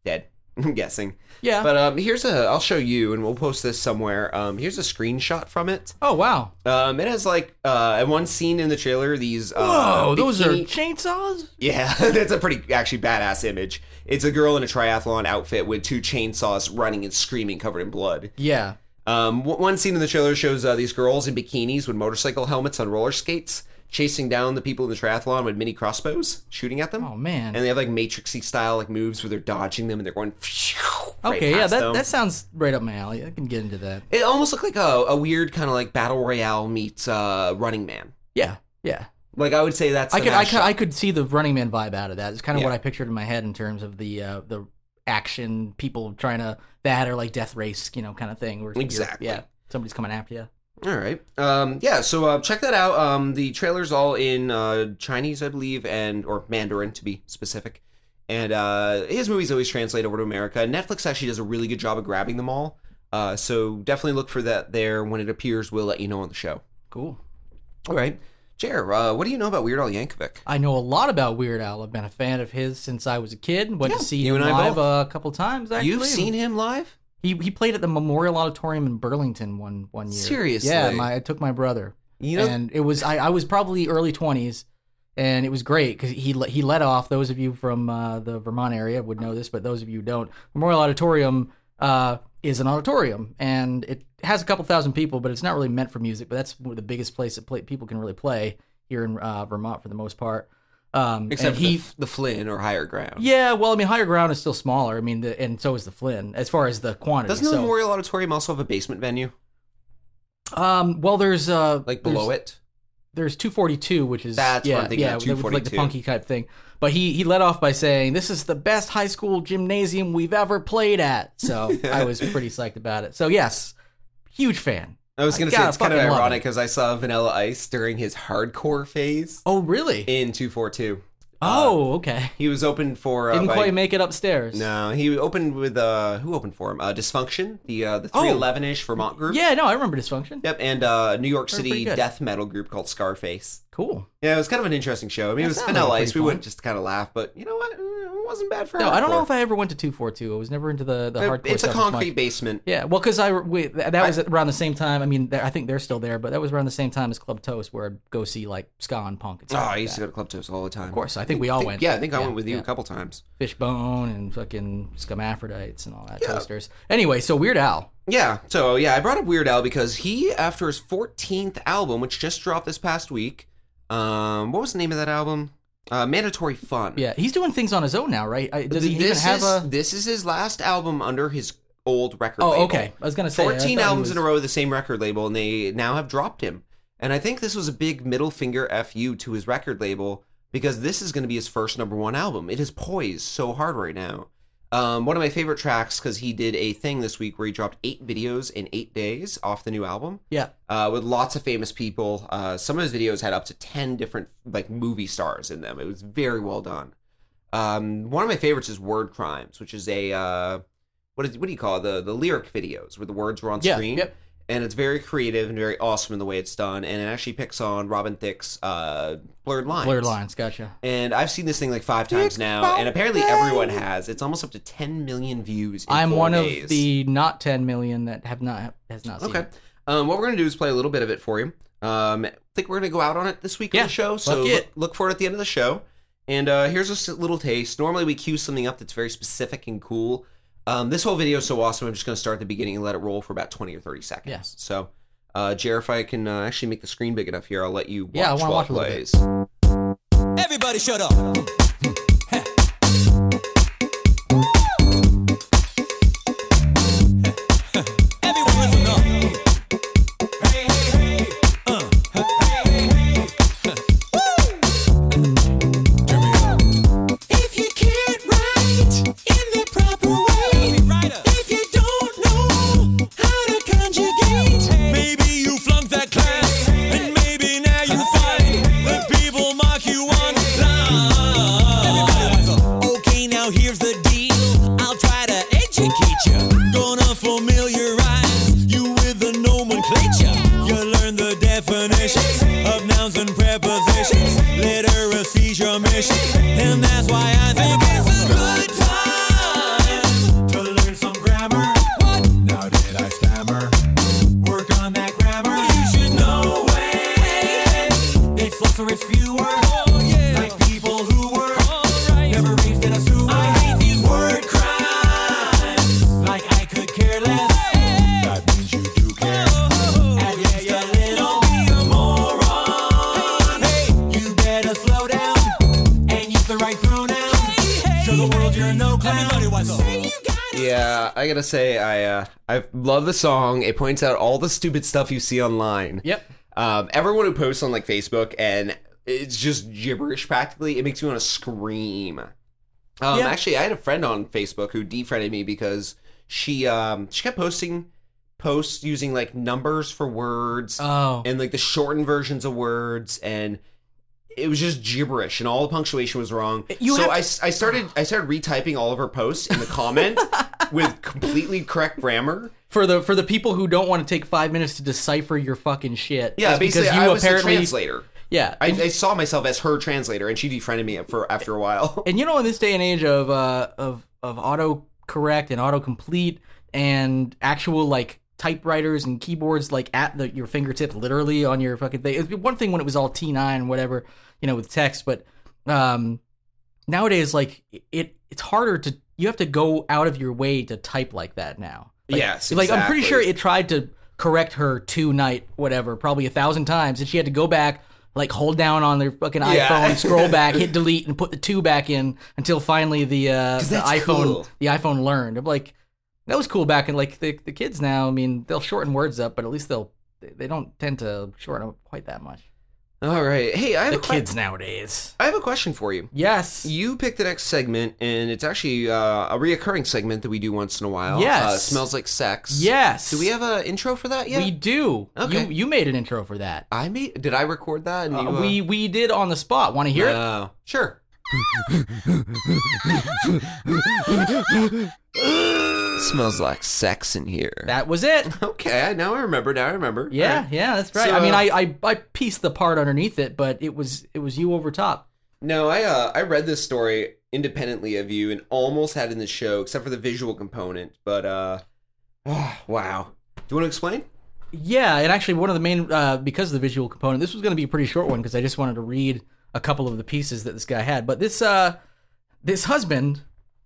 [SPEAKER 2] dead. I'm guessing.
[SPEAKER 3] Yeah.
[SPEAKER 2] But um, here's a I'll show you, and we'll post this somewhere. Um, here's a screenshot from it.
[SPEAKER 3] oh wow!
[SPEAKER 2] Um, it has like uh, at one scene in the trailer, these uh,
[SPEAKER 3] Whoa, Oh, those are
[SPEAKER 2] bikini-
[SPEAKER 3] chainsaws.
[SPEAKER 2] yeah, that's a pretty actually badass image. It's a girl in a triathlon outfit with two chainsaws running and screaming, covered in blood.
[SPEAKER 3] Yeah.
[SPEAKER 2] Um, w- one scene in the trailer shows uh, these girls in bikinis with motorcycle helmets on roller skates chasing down the people in the triathlon with mini crossbows, shooting at them.
[SPEAKER 3] Oh man.
[SPEAKER 2] And they have like matrixy style like moves where they're dodging them and they're going. right
[SPEAKER 3] okay, yeah,
[SPEAKER 2] past
[SPEAKER 3] that
[SPEAKER 2] them.
[SPEAKER 3] that sounds right up my alley. I can get into that.
[SPEAKER 2] It almost looked like a, a weird kind of like battle royale meets uh, Running Man.
[SPEAKER 3] Yeah. Yeah.
[SPEAKER 2] Like I would say that's
[SPEAKER 3] I
[SPEAKER 2] the
[SPEAKER 3] could I
[SPEAKER 2] mashup.
[SPEAKER 3] could, I could see the Running Man vibe out of that. It's kind of what
[SPEAKER 2] Yeah.
[SPEAKER 3] I pictured in my head in terms of the uh, the action people trying to that or like death race, you know, kind of thing. Where you're-
[SPEAKER 2] Exactly.
[SPEAKER 3] Yeah. Somebody's coming after you.
[SPEAKER 2] All right. Um, yeah. So uh, check that out. Um, the trailer's all in uh, Chinese, I believe, and or Mandarin to be specific. And uh, his movies always translate over to America. Netflix actually does a really good job of grabbing them all. Uh, so definitely look for that there when it appears. We'll let you know on the show.
[SPEAKER 3] Cool.
[SPEAKER 2] All right, Jer, uh, what do you know about Weird Al Yankovic?
[SPEAKER 3] I know a lot about Weird Al. I've been a fan of his since I was a kid. Went
[SPEAKER 2] Yeah,
[SPEAKER 3] to see
[SPEAKER 2] you
[SPEAKER 3] him
[SPEAKER 2] and I
[SPEAKER 3] live
[SPEAKER 2] both.
[SPEAKER 3] uh, a couple times. Actually.
[SPEAKER 2] You've seen him live?
[SPEAKER 3] He he played at the Memorial Auditorium in Burlington one one year.
[SPEAKER 2] Seriously?
[SPEAKER 3] Yeah, my, I took my brother.
[SPEAKER 2] You know,
[SPEAKER 3] and it was I, I was probably early 20s and it was great because he le- he let off those of you from uh, the Vermont area would know this but those of you who don't Memorial Auditorium uh, is an auditorium and it has a couple thousand people but it's not really meant for music but that's one of the biggest place that play, people can really play here in uh, Vermont for the most part um,
[SPEAKER 2] except
[SPEAKER 3] and
[SPEAKER 2] for
[SPEAKER 3] he
[SPEAKER 2] the, the Flynn or Higher Ground.
[SPEAKER 3] yeah well I mean higher ground is still smaller I mean the, and so is the Flynn as far as the quantity
[SPEAKER 2] Doesn't the
[SPEAKER 3] so,
[SPEAKER 2] Memorial Auditorium also have a basement venue,
[SPEAKER 3] um well there's uh
[SPEAKER 2] like
[SPEAKER 3] there's-
[SPEAKER 2] below it?
[SPEAKER 3] there's 242 which is
[SPEAKER 2] That's what
[SPEAKER 3] yeah,
[SPEAKER 2] I'm thinking
[SPEAKER 3] yeah
[SPEAKER 2] of,
[SPEAKER 3] that was like the
[SPEAKER 2] 242.
[SPEAKER 3] punky type thing but he he led off by saying this is the best high school gymnasium we've ever played at so i was pretty psyched about it so yes huge fan
[SPEAKER 2] I was
[SPEAKER 3] I
[SPEAKER 2] gonna say
[SPEAKER 3] gotta
[SPEAKER 2] it's kind of
[SPEAKER 3] fucking love
[SPEAKER 2] ironic because I saw Vanilla Ice during his hardcore phase
[SPEAKER 3] oh really
[SPEAKER 2] in two four two.
[SPEAKER 3] oh okay
[SPEAKER 2] He was open for uh,
[SPEAKER 3] didn't
[SPEAKER 2] by-
[SPEAKER 3] quite make it upstairs
[SPEAKER 2] no, he opened with uh, who opened for him? Uh, Dysfunction, the uh, the three eleven ish Vermont group.
[SPEAKER 3] Oh! yeah no i remember dysfunction
[SPEAKER 2] Yep, and uh, New York
[SPEAKER 3] They're pretty
[SPEAKER 2] City
[SPEAKER 3] good.
[SPEAKER 2] death metal group called Scarface.
[SPEAKER 3] cool
[SPEAKER 2] Yeah, it was kind of an interesting show. I mean,
[SPEAKER 3] That
[SPEAKER 2] it was
[SPEAKER 3] sounds
[SPEAKER 2] Vanilla
[SPEAKER 3] pretty
[SPEAKER 2] Ice. We
[SPEAKER 3] fun.
[SPEAKER 2] went just to kind of laugh, but you know what? Mm, It wasn't bad for.
[SPEAKER 3] no i don't know
[SPEAKER 2] hardcore.
[SPEAKER 3] if i ever went to 242 i was never into the the hardcore
[SPEAKER 2] It's a
[SPEAKER 3] stuff as much.
[SPEAKER 2] concrete basement.
[SPEAKER 3] Yeah, well, because I we, that that was around the same time. I mean, there- I think they're still there, but that was around the same time as Club Toast, where I'd go see like ska and punk. And
[SPEAKER 2] Oh,
[SPEAKER 3] stuff
[SPEAKER 2] I
[SPEAKER 3] like
[SPEAKER 2] used
[SPEAKER 3] that.
[SPEAKER 2] to go to Club Toast all the time.
[SPEAKER 3] Of course, I think we all went.
[SPEAKER 2] Yeah, I think I went with you
[SPEAKER 3] yeah.
[SPEAKER 2] a couple times.
[SPEAKER 3] Fishbone and fucking Skamaphrodites and all that toasters. Anyway, so Weird Al.
[SPEAKER 2] Yeah. So yeah, I brought up Weird Al because he, after his 14th album, which just dropped this past week, um, what was the name of that album? Uh, Mandatory Fun.
[SPEAKER 3] Yeah, he's doing things on his own now, right? I- Does he even
[SPEAKER 2] this
[SPEAKER 3] have
[SPEAKER 2] is
[SPEAKER 3] a?
[SPEAKER 2] this is his last album under his old record.
[SPEAKER 3] Oh,
[SPEAKER 2] label.
[SPEAKER 3] okay. I was gonna say I
[SPEAKER 2] 14
[SPEAKER 3] thought he
[SPEAKER 2] albums
[SPEAKER 3] was-
[SPEAKER 2] in a row with the same record label, and they now have dropped him. And I think this was a big middle finger fu to his record label because this is going to be his first number one album. It is poised so hard right now. Um, one of my favorite tracks because he did a thing this week where he dropped eight videos in eight days off the new album
[SPEAKER 3] Yeah.
[SPEAKER 2] uh, with lots of famous people. Uh, some of his videos had up to ten different like movie stars in them. It was very well done. Um, one of my favorites is Word Crimes, which is a uh, what is what do you call it? the the lyric videos where the words were on
[SPEAKER 3] Yeah,
[SPEAKER 2] screen.
[SPEAKER 3] yep.
[SPEAKER 2] And it's very creative and very awesome in the way it's done. And it actually picks on Robin Thicke's uh, Blurred Lines.
[SPEAKER 3] Blurred lines. Gotcha.
[SPEAKER 2] And I've seen this thing like five times now, and apparently everyone has. It's almost up to 10 million views. In
[SPEAKER 3] I'm
[SPEAKER 2] four
[SPEAKER 3] one
[SPEAKER 2] days.
[SPEAKER 3] of the not 10 million that have not has not seen.
[SPEAKER 2] Okay.
[SPEAKER 3] it.
[SPEAKER 2] Um, what we're gonna do is play a little bit of it for you. Um, I think we're gonna go out on it this week
[SPEAKER 3] Yeah,
[SPEAKER 2] on the show. So
[SPEAKER 3] fuck
[SPEAKER 2] look,
[SPEAKER 3] it.
[SPEAKER 2] look for it at the end of the show. And uh, here's a s- little taste. Normally we cue something up that's very specific and cool. Um, this whole video is so awesome. I'm just gonna start at the beginning and let it roll for about 20 or 30 seconds.
[SPEAKER 3] Yeah.
[SPEAKER 2] So, uh, Jer, if I can uh, actually make the screen big enough here, I'll let you. Watch
[SPEAKER 3] Yeah, I wanna
[SPEAKER 2] while
[SPEAKER 3] watch
[SPEAKER 2] it
[SPEAKER 3] a little bit.
[SPEAKER 2] plays.
[SPEAKER 4] Everybody shut up. Heh. Everyone listen up. Hey, hey, hey. Uh, huh, hey, hey, hey. Huh. Woo! Turn me up. If you can't write in the proper definitions of nouns and prepositions. Literacy's your mission, and that's why I think it's a good time to learn some grammar. Now did I stammer? Work on that grammar. You should know it. It's less or it's fewer. Oh, Like people who were never raised in a sewer. I hate these word crimes. Like I could care less. That means you do care. At least a little. Be a moron. Hey, you better slow down and use the right pronoun. Show the world you're no clown. Say you got it.
[SPEAKER 2] Yeah, I gotta say, I uh, I love the song. It points out all the stupid stuff you see online.
[SPEAKER 3] Yep.
[SPEAKER 2] Um, everyone who posts on like Facebook and it's just gibberish practically. It makes me want to scream. Um,
[SPEAKER 3] Yeah.
[SPEAKER 2] Actually, I had a friend on Facebook who defriended me because she um, she kept posting posts using like numbers for words
[SPEAKER 3] Oh.
[SPEAKER 2] and like the shortened versions of words and it was just gibberish and all the punctuation was wrong
[SPEAKER 3] You
[SPEAKER 2] so
[SPEAKER 3] have
[SPEAKER 2] I, s- I started i started retyping all of her posts in the comment with completely correct grammar
[SPEAKER 3] for the for the people who don't want to take five minutes to decipher your fucking shit.
[SPEAKER 2] yeah
[SPEAKER 3] just
[SPEAKER 2] Uh, basically
[SPEAKER 3] because you
[SPEAKER 2] i was
[SPEAKER 3] apparently
[SPEAKER 2] the translator
[SPEAKER 3] yeah.
[SPEAKER 2] I, I saw myself as her translator and she defriended me for after a while
[SPEAKER 3] and you know, in this day and age of uh of of auto correct and autocomplete and actual like typewriters and keyboards like at the, your fingertips, literally on your fucking thing. It's one thing when it was all T nine whatever you know with text, but um nowadays like it it's harder to you have to go out of your way to type like that now. Like,
[SPEAKER 2] Yes,
[SPEAKER 3] like I'm pretty sure
[SPEAKER 2] exactly.
[SPEAKER 3] it tried to correct her two night whatever probably a thousand times, and she had to go back like hold down on their fucking
[SPEAKER 2] Yeah.
[SPEAKER 3] iPhone, scroll back, hit delete, and put the two back in until finally the uh, the
[SPEAKER 2] that's
[SPEAKER 3] iPhone
[SPEAKER 2] cool.
[SPEAKER 3] the iPhone learned. I'm like that was cool back in like the the kids now. I mean they'll shorten words up, but at least they'll they- they don't tend to shorten up quite that much.
[SPEAKER 2] all right hey i have,
[SPEAKER 3] The
[SPEAKER 2] a que-
[SPEAKER 3] kids nowadays.
[SPEAKER 2] I have a question for you
[SPEAKER 3] Yes.
[SPEAKER 2] you picked the next segment and it's actually uh, a reoccurring segment that we do once in a while
[SPEAKER 3] Yes.
[SPEAKER 2] uh, smells like sex
[SPEAKER 3] Yes.
[SPEAKER 2] do we have an intro for that yet
[SPEAKER 3] We do.
[SPEAKER 2] Okay.
[SPEAKER 3] You you made an intro for that.
[SPEAKER 2] I made. Did I record that? And you,
[SPEAKER 3] Uh, we we did on the spot. Want to hear it?
[SPEAKER 2] Uh, sure. smells like sex in here.
[SPEAKER 3] That was it.
[SPEAKER 2] okay, I now I remember. Now I remember.
[SPEAKER 3] Yeah,
[SPEAKER 2] Alright.
[SPEAKER 3] yeah, that's right.
[SPEAKER 2] So-
[SPEAKER 3] I mean, I, I I pieced the part underneath it, but it was it was you over top.
[SPEAKER 2] No, I uh, I read this story independently of you and almost had it in the show except for the visual component. But uh, wow. Do you want to explain?
[SPEAKER 3] Yeah, and actually, one of the main uh, because of the visual component, this was going to be a pretty short one because I just wanted to read a couple of the pieces that this guy had. But this uh this husband,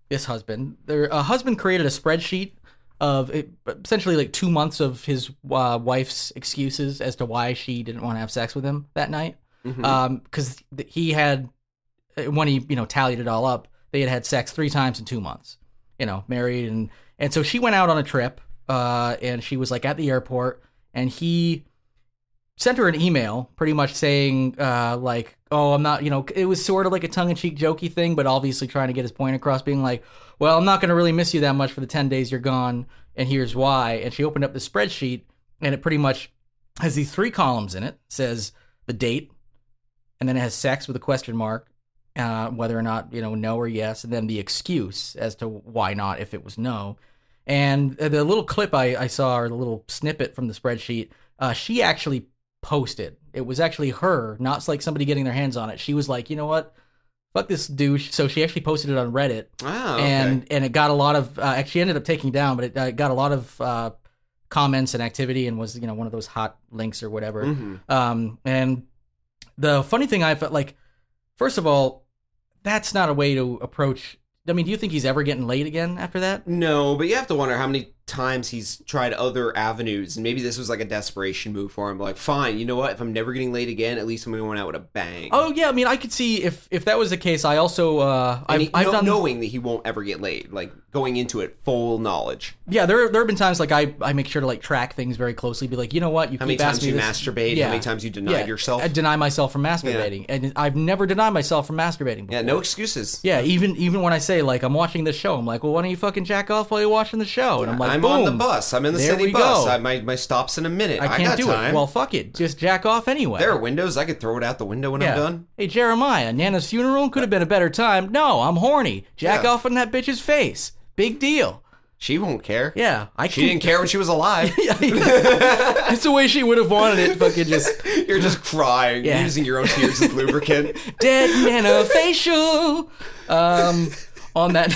[SPEAKER 3] this husband, their uh, husband created a spreadsheet of it, essentially like two months of his uh, wife's excuses as to why she didn't want to have sex with him that night. Um, 'cause because he had uh, when he you know tallied it all up, they had had sex three times in two months. You know, married and and so she went out on a trip, uh, and she was like at the airport, and he sent her an email pretty much saying uh, like oh i'm not you know it was sort of like a tongue-in-cheek jokey thing but obviously trying to get his point across being like well i'm not going to really miss you that much for the 10 days you're gone and here's why and she opened up the spreadsheet and it pretty much has these three columns in it says the date and then it has sex with a question mark uh, whether or not you know no or yes and then the excuse as to why not if it was no and uh, the little clip I, I saw, or the little snippet from the spreadsheet, uh, she actually posted. It was actually her, not like somebody getting their hands on it. She was like, you know what? Fuck this douche. So she actually posted it on Reddit,
[SPEAKER 2] Wow.
[SPEAKER 3] and and it got a lot of. Uh, actually, ended up taking down, but it uh, got a lot of uh, comments and activity, and was you know one of those hot links or whatever.
[SPEAKER 2] hmm
[SPEAKER 3] Um, and the funny thing I felt like, first of all, that's not a way to approach. I mean, do you think he's ever getting laid again after that?
[SPEAKER 2] No, but you have to wonder how many times he's tried other avenues, and maybe this was like a desperation move for him. Like, fine, you know what? If I'm never getting laid again, at least I'm going out with a bang.
[SPEAKER 3] Oh yeah, I mean, I could see if if that was the case. I also uh,
[SPEAKER 2] I
[SPEAKER 3] I've,
[SPEAKER 2] mean,
[SPEAKER 3] I've
[SPEAKER 2] kno-
[SPEAKER 3] done
[SPEAKER 2] knowing that he won't ever get laid, like going into it full knowledge.
[SPEAKER 3] yeah. There there have been times like I I make sure to like track things very closely. Be like, you know what, you
[SPEAKER 2] How many
[SPEAKER 3] keep
[SPEAKER 2] times
[SPEAKER 3] asking
[SPEAKER 2] you
[SPEAKER 3] me this-
[SPEAKER 2] masturbate?
[SPEAKER 3] Yeah.
[SPEAKER 2] How many times you denied
[SPEAKER 3] Yeah,
[SPEAKER 2] yourself?
[SPEAKER 3] I deny myself from masturbating, and I've never denied myself from masturbating. Before.
[SPEAKER 2] yeah, no excuses.
[SPEAKER 3] Yeah, even even when I say like I'm watching this show, I'm like, well, why don't you fucking jack off while you're watching the show? And I'm like,
[SPEAKER 2] I'm
[SPEAKER 3] boom,
[SPEAKER 2] on the bus. I'm in the
[SPEAKER 3] There
[SPEAKER 2] city
[SPEAKER 3] we
[SPEAKER 2] bus.
[SPEAKER 3] go.
[SPEAKER 2] I, my my stop's in a minute.
[SPEAKER 3] I
[SPEAKER 2] I,
[SPEAKER 3] can't
[SPEAKER 2] got
[SPEAKER 3] do
[SPEAKER 2] time.
[SPEAKER 3] it. Well, fuck it, just jack off anyway.
[SPEAKER 2] there are windows. I could throw it out the window when I'm done.
[SPEAKER 3] Hey Jeremiah, Nana's funeral could have been a better time. No, I'm horny. Jack
[SPEAKER 2] Yeah.
[SPEAKER 3] off in that bitch's face. Big deal.
[SPEAKER 2] She won't care.
[SPEAKER 3] Yeah, I
[SPEAKER 2] She didn't care when she was alive.
[SPEAKER 3] That's the way she would have wanted it. Fucking just
[SPEAKER 2] You're just crying,
[SPEAKER 3] Yeah.
[SPEAKER 2] using your own tears as lubricant.
[SPEAKER 3] dead nanofacial. Um, on that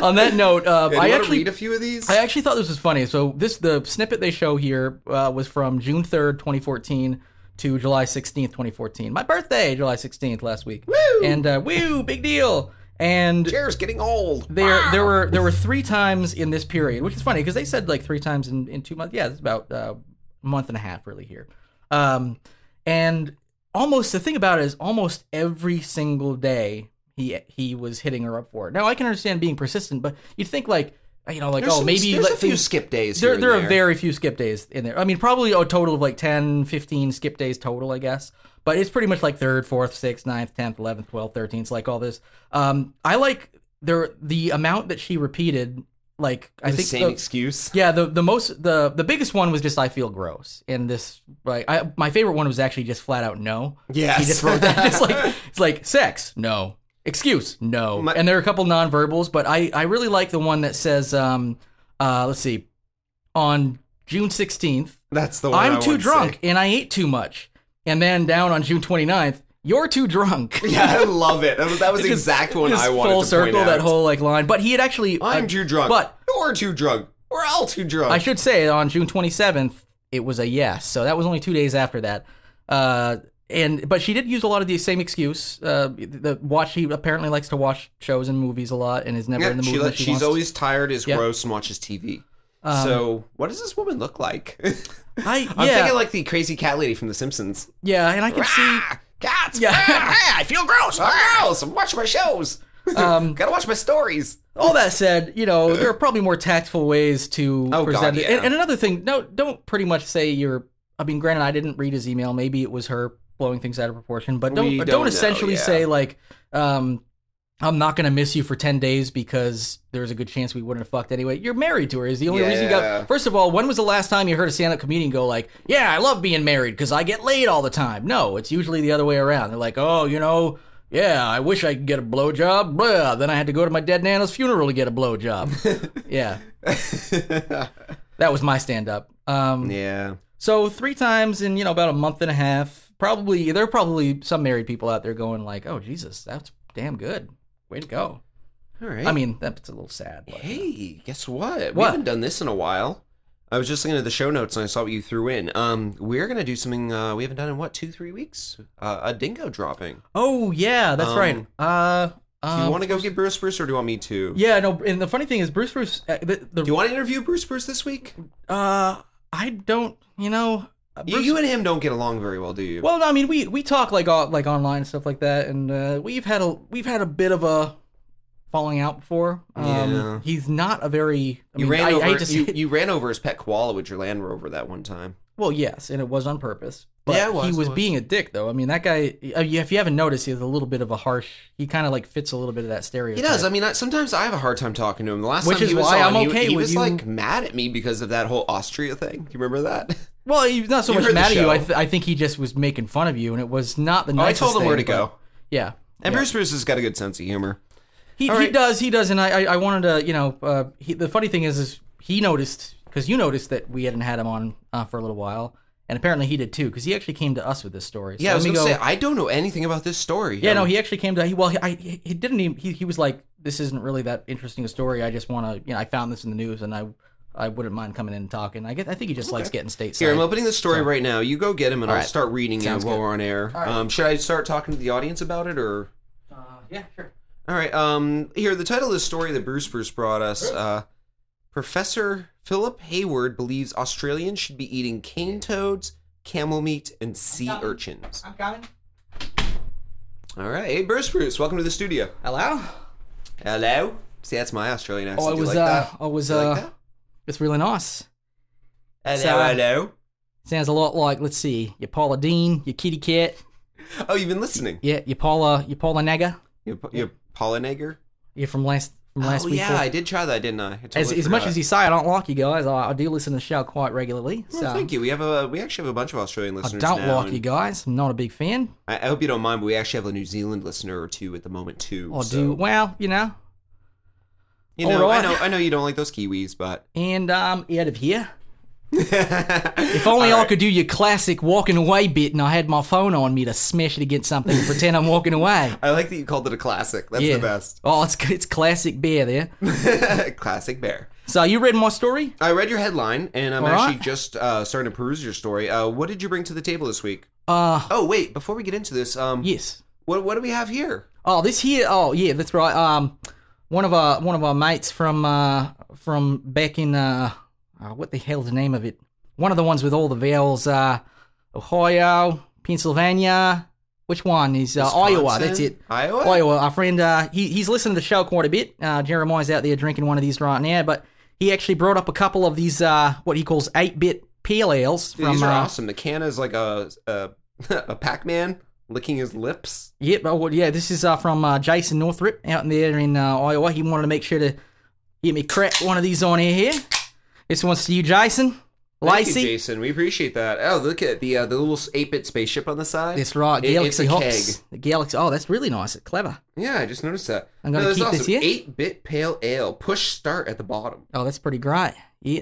[SPEAKER 3] on that note, uh,
[SPEAKER 2] I
[SPEAKER 3] I actually
[SPEAKER 2] read a few of these.
[SPEAKER 3] I actually thought this was funny. So this the snippet they show here uh, was from June third, twenty fourteen, to July sixteenth, twenty fourteen. My birthday, July sixteenth, last week. Woo! And uh, woo, big deal. And
[SPEAKER 2] Chair's getting old.
[SPEAKER 3] there there were there were three times in this period, which is funny because they said like three times in, in two months. Yeah, it's about uh, a month and a half really here. Um, and almost the thing about it is almost every single day he he was hitting her up for it. Now I can understand being persistent, but you'd think like you know like
[SPEAKER 2] There's
[SPEAKER 3] oh
[SPEAKER 2] some-
[SPEAKER 3] maybe
[SPEAKER 2] there's
[SPEAKER 3] like,
[SPEAKER 2] a few
[SPEAKER 3] things-
[SPEAKER 2] skip days.
[SPEAKER 3] there,
[SPEAKER 2] here and
[SPEAKER 3] there are very few skip days in there. I mean, probably a total of like 10, 15 skip days total, I guess. But it's pretty much like third, fourth, sixth, ninth, tenth, eleventh, twelfth, thirteenth. It's like all this. Um, I like there the amount that she repeated. Like I
[SPEAKER 2] the
[SPEAKER 3] think
[SPEAKER 2] same
[SPEAKER 3] the-
[SPEAKER 2] excuse.
[SPEAKER 3] yeah, the the most the the biggest one was just I feel gross, and this like I my favorite one was actually just flat out no.
[SPEAKER 2] Yes.
[SPEAKER 3] he just wrote that just like it's like sex no excuse no,
[SPEAKER 2] My-
[SPEAKER 3] and there are a couple nonverbals, but I I really like the one that says um uh let's see on June sixteenth
[SPEAKER 2] That's the one. I
[SPEAKER 3] I'm too
[SPEAKER 2] would
[SPEAKER 3] drunk
[SPEAKER 2] say.
[SPEAKER 3] and I ate too much, and then down on June 29th you're too drunk.
[SPEAKER 2] Yeah, I love it. That was, that was the
[SPEAKER 3] Just-
[SPEAKER 2] exact one
[SPEAKER 3] just
[SPEAKER 2] I wanted
[SPEAKER 3] full
[SPEAKER 2] to
[SPEAKER 3] circle
[SPEAKER 2] point out.
[SPEAKER 3] that whole like line, but he had actually
[SPEAKER 2] I'm
[SPEAKER 3] uh,
[SPEAKER 2] too drunk.
[SPEAKER 3] but
[SPEAKER 2] you're too drunk. We're all too drunk.
[SPEAKER 3] I should say on June 27th, it was a yes. So that was only two days after that. Uh, and but she did use a lot of the same excuse. Uh, the watch she apparently likes to watch shows and movies a lot, and is never
[SPEAKER 2] Yeah,
[SPEAKER 3] in the
[SPEAKER 2] she
[SPEAKER 3] mood.
[SPEAKER 2] like-
[SPEAKER 3] when she
[SPEAKER 2] she's
[SPEAKER 3] wants to.
[SPEAKER 2] always tired, is gross, and watches TV. so what does this woman look like?
[SPEAKER 3] I,
[SPEAKER 2] I'm
[SPEAKER 3] yeah,
[SPEAKER 2] thinking like the crazy cat lady from The Simpsons.
[SPEAKER 3] yeah, and I can see.
[SPEAKER 2] Ah, cats.
[SPEAKER 3] Yeah.
[SPEAKER 2] Ah, ah, I feel gross. I'm gross. I'm watching my shows.
[SPEAKER 3] Um,
[SPEAKER 2] Gotta watch my stories.
[SPEAKER 3] all that said, you know there are probably more tactful ways to
[SPEAKER 2] Oh, God,
[SPEAKER 3] present it. And,
[SPEAKER 2] yeah.
[SPEAKER 3] and another thing, no, don't pretty much say you're. I mean, granted, I didn't read his email. Maybe it was her blowing things out of proportion, but don't
[SPEAKER 2] We
[SPEAKER 3] don't,
[SPEAKER 2] don't know,
[SPEAKER 3] essentially
[SPEAKER 2] yeah.
[SPEAKER 3] say like, um, "I'm not gonna miss you for ten days because there's a good chance we wouldn't have fucked anyway." You're married to her. Is the only reason you
[SPEAKER 2] Yeah.
[SPEAKER 3] got. First of all, when was the last time you heard a stand-up comedian go like, "Yeah, I love being married because I get laid all the time"? No, it's usually the other way around. They're like, "Oh, you know." Yeah, I wish I could get a blowjob. Blah. Then I had to go to my dead nana's funeral to get a blowjob. yeah, that was my stand-up. Um,
[SPEAKER 2] Yeah.
[SPEAKER 3] so three times in you know about a month and a half. Probably there are probably some married people out there going like, "Oh Jesus, that's damn good. Way to go."
[SPEAKER 2] All right.
[SPEAKER 3] I mean, that's a little sad. but-
[SPEAKER 2] Hey, guess what? We
[SPEAKER 3] What?
[SPEAKER 2] haven't done this in a while. I was just looking at the show notes and I saw what you threw in. Um, we're gonna do something uh, we haven't done in what two, three weeks? Uh, a dingo dropping.
[SPEAKER 3] Oh yeah, that's
[SPEAKER 2] Um,
[SPEAKER 3] right. Uh,
[SPEAKER 2] Do
[SPEAKER 3] um,
[SPEAKER 2] you want to go get Bruce Bruce, or do you want me to?
[SPEAKER 3] yeah, no. And the funny thing is, Bruce Bruce. Uh, the, the
[SPEAKER 2] Do you want to interview Bruce Bruce this week?
[SPEAKER 3] uh, I don't. You know, uh,
[SPEAKER 2] You,
[SPEAKER 3] Bruce,
[SPEAKER 2] you and him don't get along very well, do you?
[SPEAKER 3] Well, no, I mean, we we talk like all, like online and stuff like that, and uh, we've had a we've had a bit of a falling out before. Um,
[SPEAKER 2] Yeah.
[SPEAKER 3] He's not a very. I
[SPEAKER 2] you
[SPEAKER 3] mean,
[SPEAKER 2] ran
[SPEAKER 3] I, I
[SPEAKER 2] over.
[SPEAKER 3] hate to say
[SPEAKER 2] you,
[SPEAKER 3] it.
[SPEAKER 2] you ran over his pet koala with your Land Rover that one time.
[SPEAKER 3] Well, yes, and it was on purpose. But
[SPEAKER 2] Yeah, it was,
[SPEAKER 3] he
[SPEAKER 2] it
[SPEAKER 3] was,
[SPEAKER 2] was.
[SPEAKER 3] being a dick, though. I mean, that guy. uh, you- If you haven't noticed, he has a little bit of a harsh. He kind of like fits a little bit of that stereotype.
[SPEAKER 2] He does. I mean, I, sometimes I have a hard time talking to him. The last
[SPEAKER 3] Which
[SPEAKER 2] time
[SPEAKER 3] is
[SPEAKER 2] he was
[SPEAKER 3] why
[SPEAKER 2] on,
[SPEAKER 3] I'm
[SPEAKER 2] he-
[SPEAKER 3] okay
[SPEAKER 2] he
[SPEAKER 3] with
[SPEAKER 2] was
[SPEAKER 3] you-
[SPEAKER 2] like mad at me because of that whole Austria thing. Do you remember that?
[SPEAKER 3] Well, he's not so
[SPEAKER 2] You
[SPEAKER 3] much
[SPEAKER 2] heard the
[SPEAKER 3] mad at you. I,
[SPEAKER 2] show.
[SPEAKER 3] th- I think he just was making fun of you, and it was not the
[SPEAKER 2] Oh, I
[SPEAKER 3] nicest
[SPEAKER 2] told him where to
[SPEAKER 3] thing, but-
[SPEAKER 2] go.
[SPEAKER 3] Yeah,
[SPEAKER 2] And
[SPEAKER 3] yeah.
[SPEAKER 2] Bruce Bruce has got a good sense of humor.
[SPEAKER 3] He, he
[SPEAKER 2] right.
[SPEAKER 3] does he does and I I, I wanted to you know uh, he, the funny thing is is he noticed because you noticed that we hadn't had him on uh, for a little while and apparently he did too because he actually came to us with this story. So
[SPEAKER 2] Yeah, I was
[SPEAKER 3] let me
[SPEAKER 2] gonna say
[SPEAKER 3] go-
[SPEAKER 2] I don't know anything about this story.
[SPEAKER 3] yeah,
[SPEAKER 2] Um,
[SPEAKER 3] no, he actually came to. He, well, he, I, he he didn't even. He, he was like, "This isn't really that interesting a story. I just want to, you know, I found this in the news, and I, I wouldn't mind coming in and talking. I guess I think he just likes getting stateside.
[SPEAKER 2] Here, I'm opening the story right now. You go get him, and I'll
[SPEAKER 3] right.
[SPEAKER 2] start reading
[SPEAKER 3] Sounds
[SPEAKER 2] it while
[SPEAKER 3] good.
[SPEAKER 2] we're on air. Um, should I start talking to the audience about it, or?
[SPEAKER 3] Uh, yeah, sure.
[SPEAKER 2] All right. Um, here, the title of the story that Bruce Bruce brought us. Uh, Professor Philip Hayward believes Australians should be eating cane toads, camel meat, and sea urchins.
[SPEAKER 3] I'm coming.
[SPEAKER 2] All right. Hey, Bruce Bruce, welcome to the studio.
[SPEAKER 3] Hello.
[SPEAKER 2] Hello. See, that's my Australian accent.
[SPEAKER 3] Oh, I
[SPEAKER 2] You
[SPEAKER 3] was.
[SPEAKER 2] like
[SPEAKER 3] uh,
[SPEAKER 2] that?
[SPEAKER 3] I was.
[SPEAKER 2] You
[SPEAKER 3] Uh,
[SPEAKER 2] like that?
[SPEAKER 3] it's really nice.
[SPEAKER 2] Hello,
[SPEAKER 3] so, uh,
[SPEAKER 2] hello.
[SPEAKER 3] Sounds a lot like, let's see, your Paula Dean, your Kitty Cat,
[SPEAKER 2] Oh, you've been listening.
[SPEAKER 3] yeah, your Paula, your Paula Naga,
[SPEAKER 2] You, you Pollinager.
[SPEAKER 3] you're from last from last
[SPEAKER 2] oh
[SPEAKER 3] week.
[SPEAKER 2] yeah, I did try that, didn't I? I totally
[SPEAKER 3] as, as much
[SPEAKER 2] forgot.
[SPEAKER 3] as you say, I don't like you guys. I, I do listen to the show quite regularly. So
[SPEAKER 2] Oh, Well, thank you. We have a we actually have a bunch of Australian
[SPEAKER 3] I
[SPEAKER 2] listeners.
[SPEAKER 3] Oh, don't
[SPEAKER 2] now,
[SPEAKER 3] like
[SPEAKER 2] and
[SPEAKER 3] you guys. I'm not a big fan.
[SPEAKER 2] I, I hope you don't
[SPEAKER 3] Oh,
[SPEAKER 2] mind, but we actually have a New Zealand listener or two at the moment too.
[SPEAKER 3] I
[SPEAKER 2] so
[SPEAKER 3] do. Well, you know,
[SPEAKER 2] You know,
[SPEAKER 3] Alright.
[SPEAKER 2] I know, I know you don't like those Kiwis, but
[SPEAKER 3] And um, I'm out of here. if only I could do your classic walking away bit and I had my phone on me to smash it against something and pretend I'm walking away.
[SPEAKER 2] I like that you called it a classic. That's the best.
[SPEAKER 3] Oh, it's it's classic beer there.
[SPEAKER 2] classic bear.
[SPEAKER 3] So you read my story?
[SPEAKER 2] I read your headline, and I'm
[SPEAKER 3] Alright.
[SPEAKER 2] actually just uh, starting to peruse your story. Uh, what did you bring to the table this week?
[SPEAKER 3] Uh
[SPEAKER 2] Oh, wait, before we get into this, um,
[SPEAKER 3] yes.
[SPEAKER 2] what, what do we have here?
[SPEAKER 3] Oh, this here. Oh, yeah, that's right. Um, one of our one of our mates from uh from back in uh, uh what the hell's the name of it? One of the ones with all the vowels. Uh, Ohio, Pennsylvania. Which one is uh, Iowa?
[SPEAKER 2] Wisconsin?
[SPEAKER 3] That's it.
[SPEAKER 2] Iowa?
[SPEAKER 3] Iowa. Our friend. Uh, he he's listened to the show quite a bit. Uh, Jeremiah's out there drinking one of these right now, but he actually brought up a couple of these uh what he calls eight bit pale ales from
[SPEAKER 2] These are
[SPEAKER 3] uh,
[SPEAKER 2] awesome. The can is like a, a, a Pac Man licking his lips.
[SPEAKER 3] Yep. Oh, well, yeah. This is uh, from uh, Jason Northrup out in there in uh, Iowa. He wanted to make sure to get me crack one of these on air here. This one's to you, Jason.
[SPEAKER 2] Thank you,
[SPEAKER 3] Lacey.
[SPEAKER 2] Jason. We appreciate that. Oh, look at the uh, the little eight bit spaceship on the side.
[SPEAKER 3] That's right.
[SPEAKER 2] It-
[SPEAKER 3] Galaxy
[SPEAKER 2] it's a
[SPEAKER 3] hops.
[SPEAKER 2] keg.
[SPEAKER 3] The Galaxy. Oh, that's really nice. Clever.
[SPEAKER 2] Yeah, I just noticed that.
[SPEAKER 3] I'm gonna
[SPEAKER 2] no, that's
[SPEAKER 3] keep
[SPEAKER 2] awesome.
[SPEAKER 3] this here.
[SPEAKER 2] Eight bit pale ale. Push start at the bottom.
[SPEAKER 3] Oh, that's pretty great. Yeah.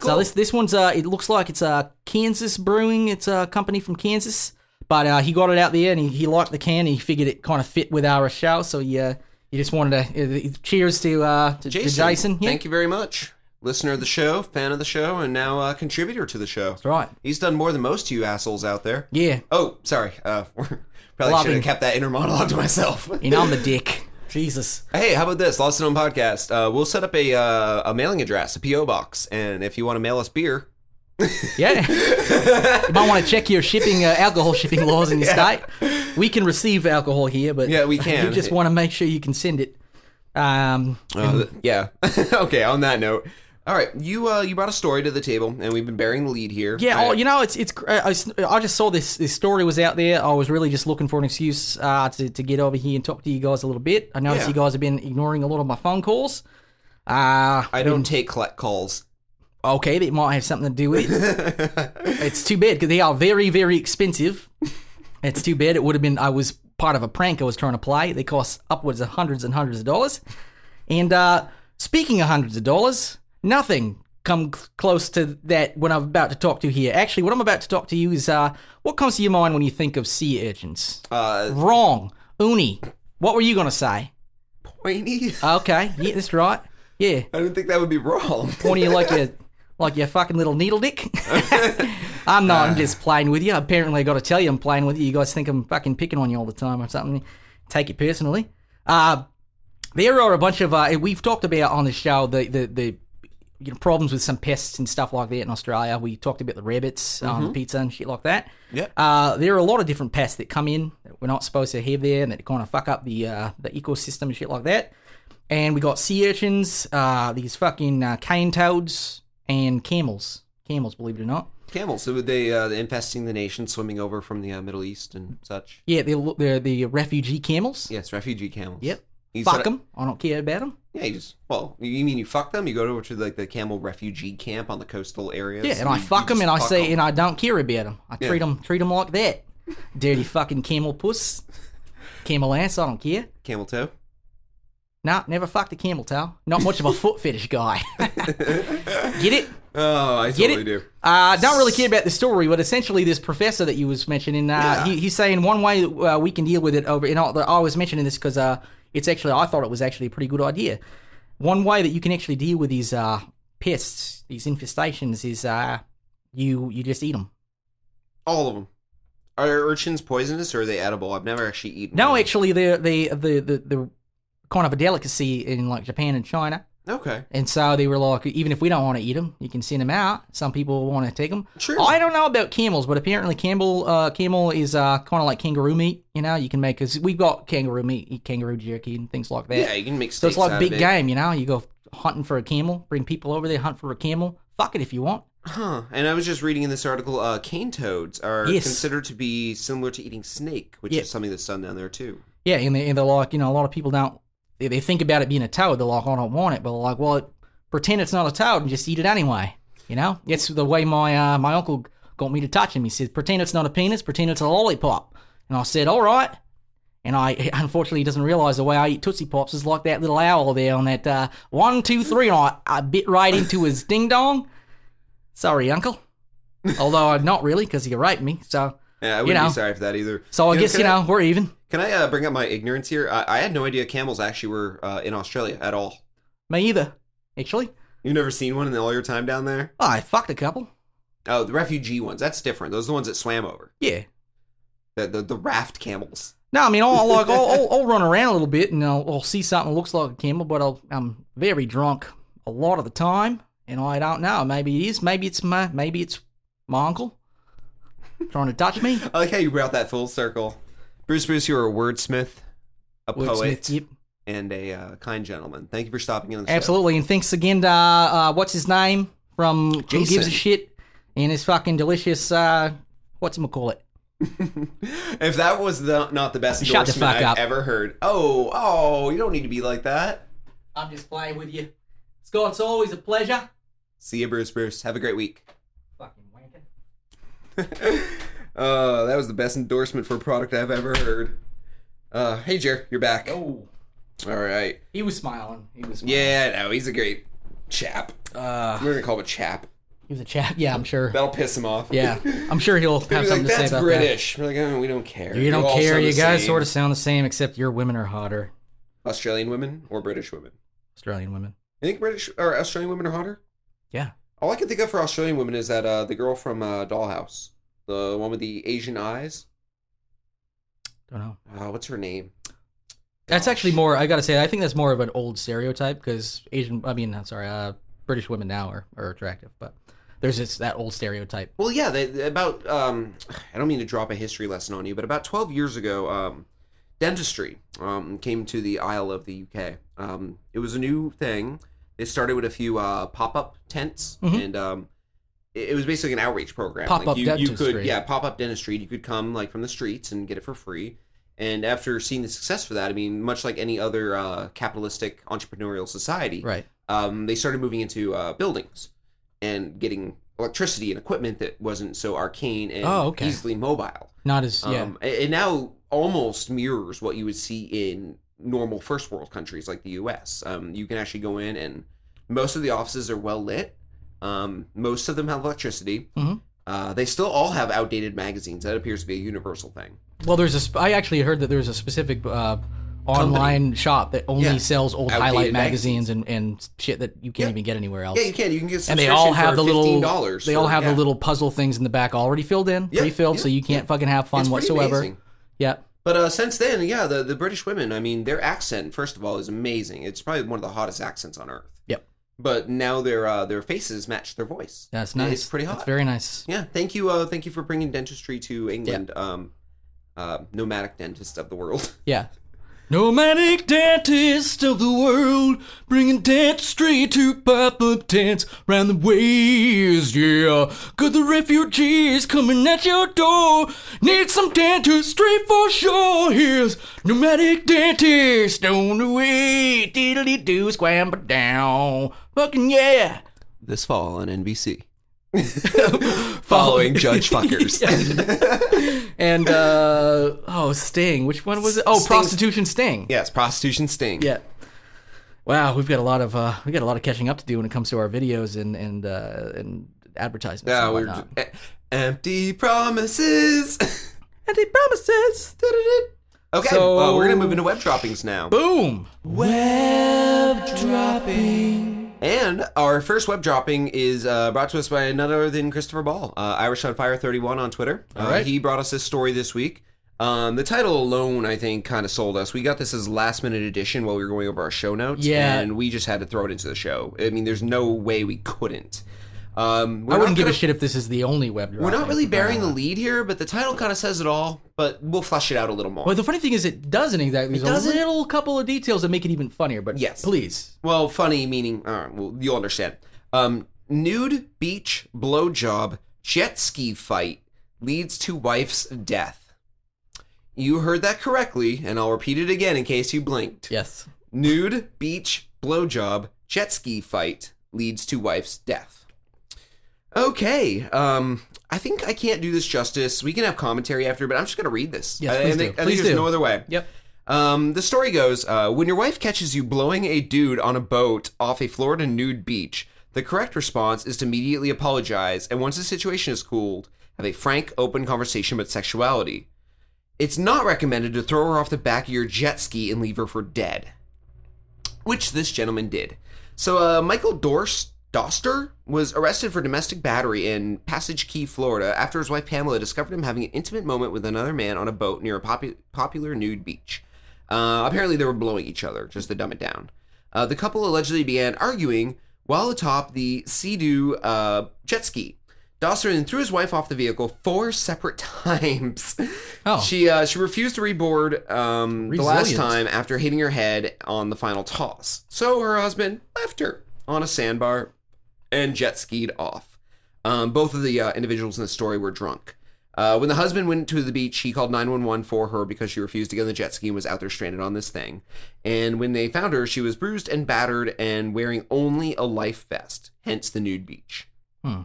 [SPEAKER 3] So
[SPEAKER 2] Cool.
[SPEAKER 3] this this one's uh, it looks like it's uh, Kansas Brewing. It's a company from Kansas, but uh, he got it out there and he, he liked the can. and He figured it kind of fit with our show, so he uh, he just wanted to uh, cheers to uh, to to Jason. Yeah.
[SPEAKER 2] Thank you very much. Listener of the show, fan of the show, and now uh, contributor to the show. That's
[SPEAKER 3] right.
[SPEAKER 2] He's done more than most of you assholes out there.
[SPEAKER 3] Yeah.
[SPEAKER 2] Oh, sorry. Uh, probably should
[SPEAKER 3] Loving.
[SPEAKER 2] have kept that inner monologue to myself.
[SPEAKER 3] And I'm the dick. Jesus.
[SPEAKER 2] hey, how about this? Lost and Own podcast. Uh, we'll set up a uh, a mailing address, a PO box, and if you want to mail us beer,
[SPEAKER 3] Yeah. you might want to check your shipping, uh, alcohol shipping laws in your state. We can receive alcohol here, but
[SPEAKER 2] Yeah, we can.
[SPEAKER 3] You just want to make sure you can send it. Um,
[SPEAKER 2] Uh, yeah. okay. On that note, all right. You uh, you brought a story to the table, and we've been bearing the lead here.
[SPEAKER 3] yeah,
[SPEAKER 2] I-
[SPEAKER 3] oh, you know, it's it's. cr- uh, I, s- I just saw this this story was out there. I was really just looking for an excuse uh, to to get over here and talk to you guys a little bit. I noticed
[SPEAKER 2] Yeah.
[SPEAKER 3] you guys have been ignoring a lot of my phone calls. Uh,
[SPEAKER 2] I don't take collect calls.
[SPEAKER 3] okay, it might have something to do with it. it's too bad because they are very, very expensive. It's too bad. It would have been. I was part of a prank I was trying to play. They cost upwards of hundreds and hundreds of dollars. And uh, speaking of hundreds of dollars, nothing come c- close to that when I'm about to talk to here. Actually, what I'm about to talk to you is uh, what comes to your mind when you think of sea urchins?
[SPEAKER 2] Uh,
[SPEAKER 3] Wrong, Uni. What were you gonna say?
[SPEAKER 2] pointy.
[SPEAKER 3] Okay, yeah, that's right. Yeah,
[SPEAKER 2] I don't think that would be wrong.
[SPEAKER 3] one of you like your like your fucking little needle dick. I'm not. I'm just playing with you. Apparently, I got to tell you, I'm playing with you. You guys think I'm fucking picking on you all the time or something. Take it personally. Uh, there are a bunch of uh, we've talked about on the show the the, the you know, problems with some pests and stuff like that in Australia. We talked about the rabbits on the pizza and shit like that.
[SPEAKER 2] Yep.
[SPEAKER 3] Uh, there are a lot of different pests that come in that we're not supposed to have there and that kind of fuck up the uh, the ecosystem and shit like that. And we got sea urchins, uh, these fucking uh, cane toads, and camels. Camels, believe it or not.
[SPEAKER 2] Camels. So would they uh, infesting the nation, swimming over from the uh, Middle East and such?
[SPEAKER 3] Yeah, they're, lo- they're the refugee camels.
[SPEAKER 2] Yes, refugee camels.
[SPEAKER 3] Yep.
[SPEAKER 2] You
[SPEAKER 3] Fuck
[SPEAKER 2] said-
[SPEAKER 3] them. I don't care about them.
[SPEAKER 2] Yeah, you just well, you you mean you fuck them? You go over to like the camel refugee camp on the coastal areas.
[SPEAKER 3] Yeah, and I
[SPEAKER 2] you-
[SPEAKER 3] fuck
[SPEAKER 2] you
[SPEAKER 3] them
[SPEAKER 2] just
[SPEAKER 3] and I
[SPEAKER 2] fuck
[SPEAKER 3] say,
[SPEAKER 2] 'em.
[SPEAKER 3] and I don't care about them. I treat 'em treat them like that. Dirty fucking camel puss. Camel ass, I don't care.
[SPEAKER 2] camel toe.
[SPEAKER 3] Nah, never fucked a camel toe. Not much of a foot fetish guy. Get it?
[SPEAKER 2] Oh, I
[SPEAKER 3] Get
[SPEAKER 2] totally
[SPEAKER 3] it?
[SPEAKER 2] do.
[SPEAKER 3] Uh, don't really care about the story, but essentially, this professor that you was mentioning, uh, he, he's saying one way uh, we can deal with it over. And I, I was mentioning this because uh, it's actually I thought it was actually a pretty good idea. One way that you can actually deal with these uh, pests, these infestations, is uh, you you just eat them.
[SPEAKER 2] All of them. Are urchins poisonous or are they edible? I've never actually eaten.
[SPEAKER 3] No,
[SPEAKER 2] one.
[SPEAKER 3] actually, they're they the the the kind of a delicacy in like Japan and China.
[SPEAKER 2] Okay.
[SPEAKER 3] And so they were like, even if we don't want to eat them, you can send them out. Some people want to take them.
[SPEAKER 2] Sure.
[SPEAKER 3] I don't know about camels, but apparently camel uh, camel is uh, kind of like kangaroo meat. You know, you can make because we've got kangaroo meat, eat kangaroo jerky, and things like that.
[SPEAKER 2] Yeah, you can make.
[SPEAKER 3] so
[SPEAKER 2] steaks
[SPEAKER 3] it's
[SPEAKER 2] out
[SPEAKER 3] like
[SPEAKER 2] of
[SPEAKER 3] big
[SPEAKER 2] it.
[SPEAKER 3] game. You know, you go hunting for a camel, bring people over there, hunt for a camel. Fuck it if you want.
[SPEAKER 2] Huh. And I was just reading in this article, uh, cane toads are
[SPEAKER 3] Yes.
[SPEAKER 2] considered to be similar to eating snake, which
[SPEAKER 3] Yeah.
[SPEAKER 2] is something that's done down there too.
[SPEAKER 3] Yeah, and, they, and they're like, you know, a lot of people don't. They, they think about it being a toad. They're like, I don't want it, but they're like, well, it, pretend it's not a toad and just eat it anyway. You know, it's the way my uh, my uncle got me to touch him. He said, pretend it's not a penis, pretend it's a lollipop. And I said, all right, And I unfortunately he doesn't realize the way I eat Tootsie Pops is like that little owl there on that uh, one, two, three, and I, I bit right into his ding dong. Sorry, Uncle. Although I'm not really because he raped me. So,
[SPEAKER 2] Yeah, I
[SPEAKER 3] You
[SPEAKER 2] wouldn't
[SPEAKER 3] know.
[SPEAKER 2] be sorry for that either.
[SPEAKER 3] so I guess
[SPEAKER 2] can
[SPEAKER 3] you know we're even.
[SPEAKER 2] Can I uh, bring up my ignorance here? I, I had no idea camels actually were uh, in Australia at all.
[SPEAKER 3] Me either, actually.
[SPEAKER 2] You've never seen one in all your time down there?
[SPEAKER 3] I fucked a couple.
[SPEAKER 2] Oh, the refugee ones. That's different. Those are the ones that swam over.
[SPEAKER 3] Yeah.
[SPEAKER 2] The the, the raft camels.
[SPEAKER 3] No, I mean, I'll like I'll, I'll, I'll run around a little bit and I'll, I'll see something that looks like a camel, but I'll, I'm very drunk a lot of the time, and I don't know. Maybe it is. Maybe it's my. Maybe it's my uncle trying to touch me.
[SPEAKER 2] I like how you brought that full circle. Bruce Bruce, you're a wordsmith, a poet,
[SPEAKER 3] Wordsmith, yep.
[SPEAKER 2] and a uh, kind gentleman. Thank you for stopping in on the show.
[SPEAKER 3] Absolutely, and thanks again to uh, uh, what's his name from Who Gives a
[SPEAKER 2] Jason.
[SPEAKER 3] Shit and his fucking delicious uh, what's him call it?
[SPEAKER 2] If that was the, not the best
[SPEAKER 3] Shut the
[SPEAKER 2] endorsement
[SPEAKER 3] fuck
[SPEAKER 2] I've
[SPEAKER 3] up.
[SPEAKER 2] ever heard. Oh, oh, you don't need to be like that.
[SPEAKER 3] I'm just playing with you, Scott. It's always a pleasure.
[SPEAKER 2] See you, Bruce Bruce. Have a great week.
[SPEAKER 3] Fucking wanker.
[SPEAKER 2] Uh, that was the best endorsement for a product I've ever heard. Uh, hey, Jer, you're back.
[SPEAKER 3] Oh,
[SPEAKER 2] All right.
[SPEAKER 3] he was smiling. He was. Smiling.
[SPEAKER 2] Yeah, no, he's a great chap.
[SPEAKER 3] Uh,
[SPEAKER 2] We're gonna call him a chap.
[SPEAKER 3] he was a chap. Yeah, I'm sure.
[SPEAKER 2] That'll piss him off.
[SPEAKER 3] Yeah, I'm sure he'll
[SPEAKER 2] He'll
[SPEAKER 3] have
[SPEAKER 2] be
[SPEAKER 3] something
[SPEAKER 2] like,
[SPEAKER 3] to say
[SPEAKER 2] that's
[SPEAKER 3] about
[SPEAKER 2] British. We're like, oh, we don't care.
[SPEAKER 3] that. You don't
[SPEAKER 2] all
[SPEAKER 3] care.
[SPEAKER 2] sound
[SPEAKER 3] You
[SPEAKER 2] the
[SPEAKER 3] guys
[SPEAKER 2] same.
[SPEAKER 3] sort of sound the same, except your women are hotter.
[SPEAKER 2] Australian women or British women.
[SPEAKER 3] Australian women.
[SPEAKER 2] You think British or Australian women are hotter?
[SPEAKER 3] Yeah.
[SPEAKER 2] All I can think of for Australian women is that uh, the girl from uh, Dollhouse, the one with the Asian eyes.
[SPEAKER 3] Don't know.
[SPEAKER 2] Uh, what's her name?
[SPEAKER 3] That's actually more. I gotta say, I think that's more of an old stereotype because Asian. I mean, I'm sorry. Uh, British women now are, are attractive, but there's this that old stereotype.
[SPEAKER 2] Well, yeah, they, they- about um, I don't mean to drop a history lesson on you, but about twelve years ago, um, dentistry um, came to the Isle of the UK. Um, it was a new thing. They started with a few uh, pop-up tents,
[SPEAKER 3] Mhm.
[SPEAKER 2] and um, it, it was basically an outreach program.
[SPEAKER 3] Pop-up
[SPEAKER 2] you, you could,
[SPEAKER 3] dentistry.
[SPEAKER 2] yeah, pop-up dentistry. You could come like from the streets and get it for free. And after seeing the success for that, I mean, much like any other uh, capitalistic entrepreneurial society,
[SPEAKER 3] Right.
[SPEAKER 2] um, they started moving into uh, buildings and getting electricity and equipment that wasn't so arcane and
[SPEAKER 3] Oh, okay.
[SPEAKER 2] easily mobile.
[SPEAKER 3] Not as yeah.
[SPEAKER 2] Um, a- and now almost mirrors what you would see in normal first world countries like the U.S. Um, you can actually go in and most of the offices are well lit. Um, most of them have electricity.
[SPEAKER 3] Mhm.
[SPEAKER 2] Uh, they still all have outdated magazines. That appears to be a universal thing.
[SPEAKER 3] Well, there's a. Sp- I actually heard that there's a specific uh, online shop that only
[SPEAKER 2] Yeah.
[SPEAKER 3] sells old
[SPEAKER 2] Outdated
[SPEAKER 3] highlight magazines, and, and shit that you can't
[SPEAKER 2] Yeah.
[SPEAKER 3] even get anywhere else.
[SPEAKER 2] Yeah, you can. You can get a
[SPEAKER 3] and they all
[SPEAKER 2] subscription
[SPEAKER 3] have
[SPEAKER 2] for
[SPEAKER 3] the little
[SPEAKER 2] $15
[SPEAKER 3] they all
[SPEAKER 2] for-
[SPEAKER 3] have
[SPEAKER 2] yeah.
[SPEAKER 3] the little puzzle things in the back already filled in
[SPEAKER 2] Yeah,
[SPEAKER 3] pre-filled
[SPEAKER 2] yeah,
[SPEAKER 3] so you can't fucking have fun
[SPEAKER 2] It's pretty
[SPEAKER 3] whatsoever
[SPEAKER 2] amazing.
[SPEAKER 3] yep
[SPEAKER 2] But uh, since then, yeah, the, the British women, I mean, their accent, first of all, is amazing. It's probably one of the hottest accents on earth.
[SPEAKER 3] Yep.
[SPEAKER 2] But now their uh, their faces match their voice.
[SPEAKER 3] that's nice
[SPEAKER 2] It's pretty hot.
[SPEAKER 3] that's very nice
[SPEAKER 2] yeah. Thank you. Uh, thank you for bringing dentistry to England. Um, uh, nomadic dentist of the world.
[SPEAKER 3] yeah nomadic dentist of the world bringing dentistry to pop-up tents round the ways yeah got the refugees coming at your door need some dentistry for sure here's nomadic dentist on the way diddly-doo scramble down fucking yeah
[SPEAKER 2] this fall on NBC. Following Judge Fuckers.
[SPEAKER 3] and uh oh sting which one was it oh
[SPEAKER 2] Sting's-
[SPEAKER 3] prostitution sting
[SPEAKER 2] yes, prostitution sting.
[SPEAKER 3] yeah wow we've got a lot of uh we got a lot of catching up to do when it comes to our videos and and uh and advertisements
[SPEAKER 2] Yeah,
[SPEAKER 3] and
[SPEAKER 2] we're
[SPEAKER 3] whatnot.
[SPEAKER 2] eh, empty promises.
[SPEAKER 3] and they promises
[SPEAKER 2] okay,
[SPEAKER 3] So-
[SPEAKER 2] well, we're gonna move into web droppings now.
[SPEAKER 3] boom
[SPEAKER 2] Web dropping. And our first web dropping is uh, brought to us by none other than Christopher Ball, uh, Irish on Fire 31 on Twitter. Uh,
[SPEAKER 3] right.
[SPEAKER 2] He brought us this story this week. Um, the title alone, I think, kind of sold us. We got this as last minute edition while we were going over our show notes.
[SPEAKER 3] Yeah.
[SPEAKER 2] And we just had to throw it into the show. I mean, there's no way we couldn't. Um,
[SPEAKER 3] i wouldn't give a shit if this is the only web
[SPEAKER 2] We're not
[SPEAKER 3] dropping. uh,
[SPEAKER 2] really bearing the lead here, but the title kind of says it all. But we'll flesh it out a little more.
[SPEAKER 3] well the funny thing is it doesn't exactly there's
[SPEAKER 2] doesn't?
[SPEAKER 3] a little couple of details that make it even funnier but
[SPEAKER 2] Yes.
[SPEAKER 3] please
[SPEAKER 2] Well, funny meaning. Uh, well, you'll understand. Um, nude beach blowjob jet ski fight leads to wife's death. You heard that correctly, and I'll repeat it again in case you blinked.
[SPEAKER 3] yes
[SPEAKER 2] Nude beach blowjob jet ski fight leads to wife's death. Okay. Um, I think I can't do this justice. We can have commentary after, but I'm just going to read this.
[SPEAKER 3] Yes,
[SPEAKER 2] I, I
[SPEAKER 3] please
[SPEAKER 2] think,
[SPEAKER 3] do.
[SPEAKER 2] I
[SPEAKER 3] Please
[SPEAKER 2] think there's
[SPEAKER 3] do.
[SPEAKER 2] no other way.
[SPEAKER 3] Yep.
[SPEAKER 2] Um, the story goes uh, when your wife catches you blowing a dude on a boat off a Florida nude beach, the correct response is to immediately apologize. And once the situation is cooled, have a frank, open conversation about sexuality. It's not recommended to throw her off the back of your jet ski and leave her for dead, which this gentleman did. So, uh, Michael Dorst. Doster was arrested for domestic battery in Passage Key, Florida, after his wife Pamela discovered him having an intimate moment with another man on a boat near a popu- popular nude beach. Uh, apparently, they were blowing each other, just to dumb it down. Uh, the couple allegedly began arguing while atop the Sea-Doo uh, jet ski. Doster then threw his wife off the vehicle four separate times.
[SPEAKER 3] Oh.
[SPEAKER 2] She uh, she refused to reboard um, the last
[SPEAKER 3] Resilient.
[SPEAKER 2] time after hitting her head on the final toss. So her husband left her on a sandbar and jet skied off. Um, both of the uh, individuals in the story were drunk. Uh, when the husband went to the beach, he called 911 for her because she refused to get on the jet ski and was out there stranded on this thing. And when they found her, she was bruised and battered and wearing only a life vest, hence the nude beach.
[SPEAKER 3] Hmm.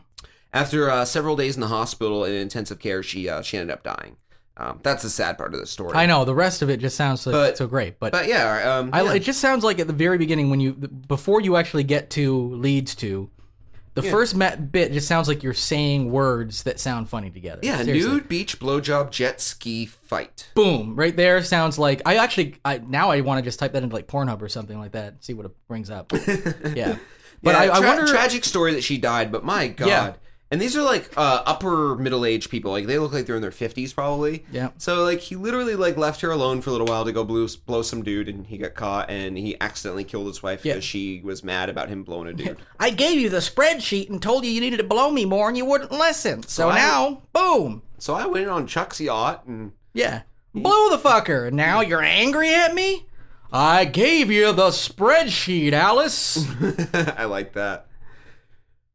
[SPEAKER 2] After uh, several days in the hospital and in intensive care, she uh, she ended up dying. Um, that's the sad part of the story.
[SPEAKER 3] I know the rest of it just sounds so,
[SPEAKER 2] But-
[SPEAKER 3] so great, but,
[SPEAKER 2] but yeah, um,
[SPEAKER 3] I,
[SPEAKER 2] yeah.
[SPEAKER 3] it just sounds like at the very beginning when you before you actually get to leads to the first met bit just sounds like you're saying words that sound funny together.
[SPEAKER 2] yeah,
[SPEAKER 3] Seriously.
[SPEAKER 2] nude beach blowjob jet ski fight.
[SPEAKER 3] boom right there sounds like I actually I now I want to just type that into like Pornhub or something like that and see what it brings up. yeah, but
[SPEAKER 2] Yeah,
[SPEAKER 3] I, I
[SPEAKER 2] tra-
[SPEAKER 3] wonder.
[SPEAKER 2] tragic story that she died, but my god.
[SPEAKER 3] Yeah.
[SPEAKER 2] And these are like uh, upper middle aged people. Like they look like they're in their fifties probably.
[SPEAKER 3] Yeah.
[SPEAKER 2] So like he literally like left her alone for a little while to go blow, blow some dude, and he got caught, and he accidentally killed his wife
[SPEAKER 3] Yeah.
[SPEAKER 2] because she was mad about him blowing a dude.
[SPEAKER 3] I gave you the spreadsheet and told you you needed to blow me more, and you wouldn't listen. So
[SPEAKER 2] I-
[SPEAKER 3] now, boom.
[SPEAKER 2] so I went on Chuck's yacht and
[SPEAKER 3] Yeah. Blow the fucker. and Now you're angry at me? I gave you the spreadsheet, Alice.
[SPEAKER 2] I like that.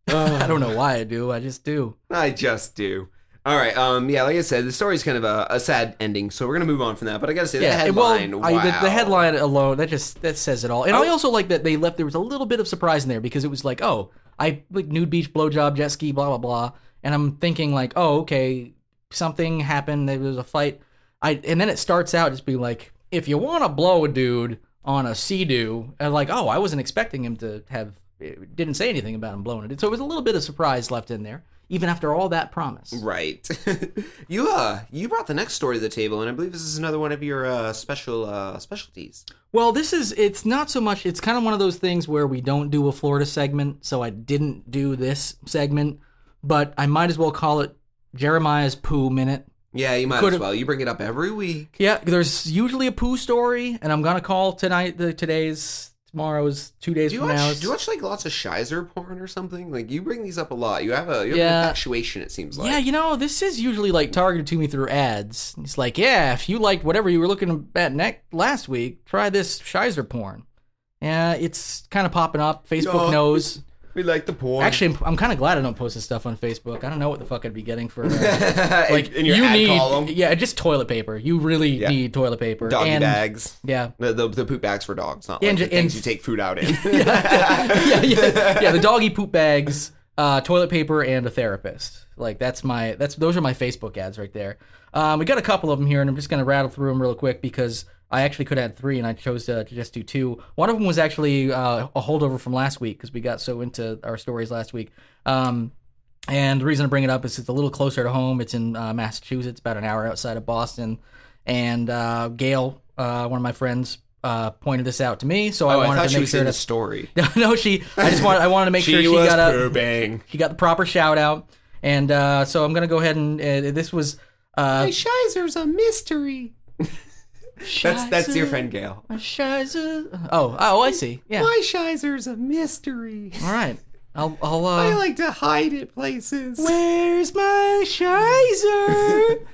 [SPEAKER 3] I don't know why I do. I just do.
[SPEAKER 2] I just do. All right. Um. Yeah. Like I said, the story's kind of a, a sad ending, so we're gonna move on from that. But I gotta say, the
[SPEAKER 3] Yeah. and
[SPEAKER 2] headline.
[SPEAKER 3] well, I, the,
[SPEAKER 2] wow. Oh.
[SPEAKER 3] the headline alone that just that says it all. And I also like that they left. There was a little bit of surprise in there because it was like, oh, I like nude beach blowjob jet ski, blah blah blah. And I'm thinking like, oh, okay, something happened. There was a fight. I and then it starts out just being like, if you want to blow a dude on a sea doo, and like, oh, I wasn't expecting him to have. It didn't say anything about him blowing it. So it was a little bit of surprise left in there, even after all that promise.
[SPEAKER 2] Right. you uh you brought the next story to the table and I believe this is another one of your uh special uh specialties.
[SPEAKER 3] Well, this is it's not so much it's kind of one of those things where we don't do a Florida segment, so I didn't do this segment, but I might as well call it Jeremiah's poo minute.
[SPEAKER 2] Yeah, you might as
[SPEAKER 3] Could've-
[SPEAKER 2] well. You bring it up every week.
[SPEAKER 3] Yeah, there's usually a poo story and I'm going to call tonight the today's tomorrow's 2 days
[SPEAKER 2] Do you
[SPEAKER 3] from now.
[SPEAKER 2] watch
[SPEAKER 3] is-
[SPEAKER 2] do you watch like lots of Shizer porn or something? Like you bring these up a lot. You have a you have
[SPEAKER 3] Yeah.
[SPEAKER 2] an infatuation it seems like.
[SPEAKER 3] yeah, you know, this is usually like targeted to me through ads. It's like, yeah, if you liked whatever you were looking at next last week, try this Shizer porn. Yeah, it's kind of popping up. Facebook
[SPEAKER 2] No.
[SPEAKER 3] knows.
[SPEAKER 2] We like the porn.
[SPEAKER 3] Actually, I'm, I'm kind of glad I don't post this stuff on Facebook. I don't know what the fuck I'd be getting for uh,
[SPEAKER 2] like
[SPEAKER 3] like
[SPEAKER 2] in your
[SPEAKER 3] you
[SPEAKER 2] ad
[SPEAKER 3] need,
[SPEAKER 2] column.
[SPEAKER 3] yeah, just toilet paper. You really need toilet paper.
[SPEAKER 2] Doggy
[SPEAKER 3] and,
[SPEAKER 2] bags.
[SPEAKER 3] yeah.
[SPEAKER 2] The, the the poop bags for dogs, not
[SPEAKER 3] And
[SPEAKER 2] like
[SPEAKER 3] ju-
[SPEAKER 2] the things
[SPEAKER 3] and-
[SPEAKER 2] you take food out in.
[SPEAKER 3] yeah, yeah, yeah. The doggy poop bags, uh, toilet paper, and a therapist. Like that's my that's those are my Facebook ads right there. Um, we got a couple of them here, and I'm just gonna rattle through them real quick because I actually could add three, and I chose to, to just do two. One of them was actually uh, a holdover from last week because we got so into our stories last week. Um, and the reason I bring it up is it's a little closer to home. It's in uh, Massachusetts, about an hour outside of Boston. And uh, Gail, uh, one of my friends, uh, pointed this out to me, so I
[SPEAKER 2] Oh, I,
[SPEAKER 3] wanted
[SPEAKER 2] thought
[SPEAKER 3] to
[SPEAKER 2] she
[SPEAKER 3] make
[SPEAKER 2] was
[SPEAKER 3] sure
[SPEAKER 2] in
[SPEAKER 3] to
[SPEAKER 2] the story.
[SPEAKER 3] no, no, she. I just wanted. I wanted to make sure she got a.
[SPEAKER 2] pooping.
[SPEAKER 3] She got the proper shout out, and uh, so I'm gonna go ahead and uh, this was. Uh,
[SPEAKER 2] Shizer's a mystery. that's that's your friend Gail.
[SPEAKER 3] Shiza. Oh, oh, I see. Yeah.
[SPEAKER 2] My Shizer's a mystery.
[SPEAKER 3] All right. I'll. I'll uh,
[SPEAKER 2] like to hide it places.
[SPEAKER 3] Where's my Shizer?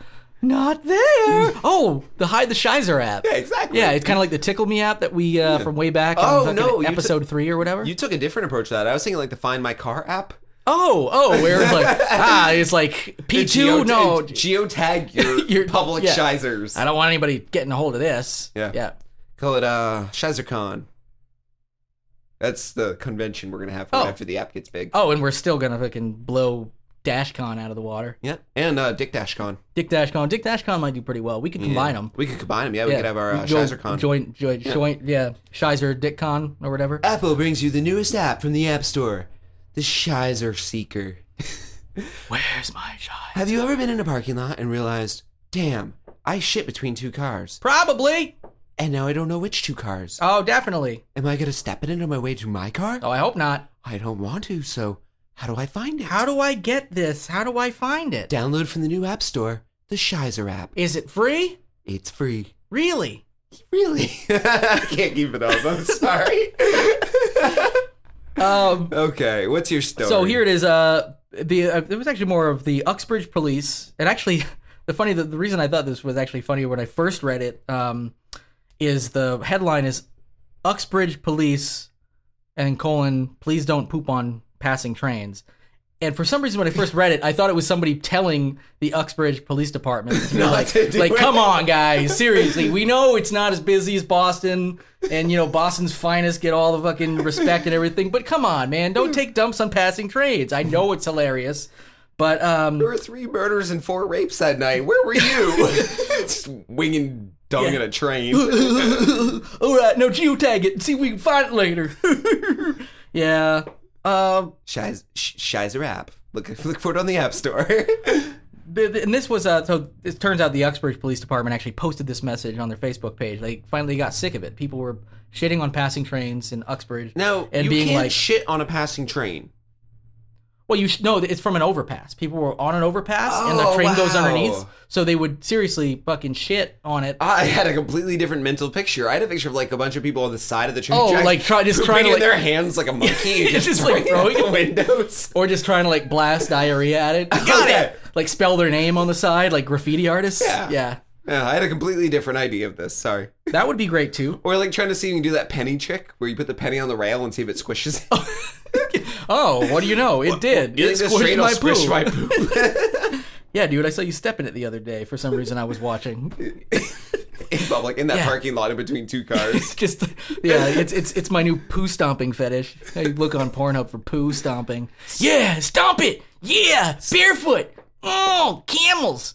[SPEAKER 3] Not there. Oh, the hide the Shizer app.
[SPEAKER 2] Yeah, exactly.
[SPEAKER 3] Yeah, it's kind of like the Tickle Me app that we uh, from way back.
[SPEAKER 2] Oh,
[SPEAKER 3] on fucking
[SPEAKER 2] no, you took-
[SPEAKER 3] episode three or whatever.
[SPEAKER 2] You took a different approach to that. I was thinking like the Find My Car app.
[SPEAKER 3] oh, oh, where it's like ah, it's like P
[SPEAKER 2] Geo-
[SPEAKER 3] two. No,
[SPEAKER 2] uh, geotag your,
[SPEAKER 3] Your-
[SPEAKER 2] public
[SPEAKER 3] yeah.
[SPEAKER 2] Shizers.
[SPEAKER 3] I don't want anybody getting a hold of this.
[SPEAKER 2] Yeah.
[SPEAKER 3] Yeah.
[SPEAKER 2] Call it uh ShizerCon. That's the convention we're gonna have right
[SPEAKER 3] Oh.
[SPEAKER 2] after the app gets big.
[SPEAKER 3] Oh, and we're still gonna fucking blow Dashcon out of the water.
[SPEAKER 2] Yeah, and uh, Dick Dashcon.
[SPEAKER 3] Dick Dashcon, Dick Dashcon might do pretty well. We could combine them.
[SPEAKER 2] We could combine them. Yeah, we could have our uh,
[SPEAKER 3] Join-
[SPEAKER 2] ShizerCon.
[SPEAKER 3] Join, join, join, yeah, Shizer Dickcon or whatever.
[SPEAKER 2] Apple brings you the newest app from the App Store, the Shizer Seeker.
[SPEAKER 3] Where's my Shizer?
[SPEAKER 2] Have you ever been in a parking lot and realized, damn, I shit between two cars,
[SPEAKER 3] Probably.
[SPEAKER 2] and now I don't know which two cars?
[SPEAKER 3] Oh, definitely.
[SPEAKER 2] Am I gonna step in it on my way to my car?
[SPEAKER 3] Oh, I hope not.
[SPEAKER 2] I don't want to, so how do I find it?
[SPEAKER 3] How do I get this? How do I find it? Is
[SPEAKER 2] Download from the new App Store the Shizer app.
[SPEAKER 3] it free?
[SPEAKER 2] It's free.
[SPEAKER 3] Really?
[SPEAKER 2] Really? I can't keep it up. I'm sorry.
[SPEAKER 3] Um,
[SPEAKER 2] okay, what's your story?
[SPEAKER 3] so here it is. Uh, the uh, it was actually more of the Uxbridge Police, and actually, the funny the, the reason I thought this was actually funny when I first read it um, is the headline is Uxbridge Police and colon please don't poop on passing trains. And for some reason, when I first read it, I thought it was somebody telling the Uxbridge Police Department, you know,
[SPEAKER 2] Not
[SPEAKER 3] like,
[SPEAKER 2] to do
[SPEAKER 3] like,
[SPEAKER 2] it.
[SPEAKER 3] come on, guys, seriously, we know it's not as busy as Boston, and you know, Boston's finest get all the fucking respect and everything, but come on, man, don't take dumps on passing trains. I know it's hilarious, but um,
[SPEAKER 2] There were three murders and four rapes that night. Where were you? Just winging dung in a train.
[SPEAKER 3] all right, no, geotag it and see if we can find it later. yeah, um,
[SPEAKER 2] Shiz- sh- Shizer app. Look, look for it on the App Store.
[SPEAKER 3] Th- th- and this was uh, so it turns out the Uxbridge Police Department actually posted this message on their Facebook page. They finally got sick of it. People were shitting on passing trains in Uxbridge.
[SPEAKER 2] now,
[SPEAKER 3] and
[SPEAKER 2] you
[SPEAKER 3] being
[SPEAKER 2] can't
[SPEAKER 3] like,
[SPEAKER 2] shit on a passing train.
[SPEAKER 3] well, you sh- no, it's from an overpass. People were on an overpass, and the
[SPEAKER 2] Oh,
[SPEAKER 3] train goes
[SPEAKER 2] wow.
[SPEAKER 3] underneath. So they would seriously fucking shit on it.
[SPEAKER 2] I had a completely different mental picture. I had a picture of like a bunch of people on the side of the train.
[SPEAKER 3] Oh,
[SPEAKER 2] track
[SPEAKER 3] like, try- just
[SPEAKER 2] pooping
[SPEAKER 3] trying to,
[SPEAKER 2] in
[SPEAKER 3] like-
[SPEAKER 2] their hands like a monkey. and
[SPEAKER 3] It's
[SPEAKER 2] just,
[SPEAKER 3] just, like,
[SPEAKER 2] throwing out the
[SPEAKER 3] throwing-
[SPEAKER 2] windows.
[SPEAKER 3] or just trying to like blast diarrhea at it.
[SPEAKER 2] Got it.
[SPEAKER 3] Like spell their name on the side, like graffiti artists.
[SPEAKER 2] Yeah. Yeah, I had a completely different idea of this. Sorry.
[SPEAKER 3] that would be great too.
[SPEAKER 2] Or like trying to see if you can do that penny trick where you put the penny on the rail and see if it squishes. Oh,
[SPEAKER 3] Oh, what do you know? It did.
[SPEAKER 2] you
[SPEAKER 3] it
[SPEAKER 2] think this
[SPEAKER 3] squished
[SPEAKER 2] train will
[SPEAKER 3] my
[SPEAKER 2] squish
[SPEAKER 3] poo.
[SPEAKER 2] my poop?
[SPEAKER 3] Yeah, dude, I saw you stepping it the other day. For some reason, I was watching.
[SPEAKER 2] in public in that
[SPEAKER 3] Yeah.
[SPEAKER 2] parking lot in between two cars.
[SPEAKER 3] It's just yeah, it's it's it's my new poo stomping fetish. I look on Pornhub for poo stomping. Yeah, stomp it. Yeah, barefoot. Oh, camels.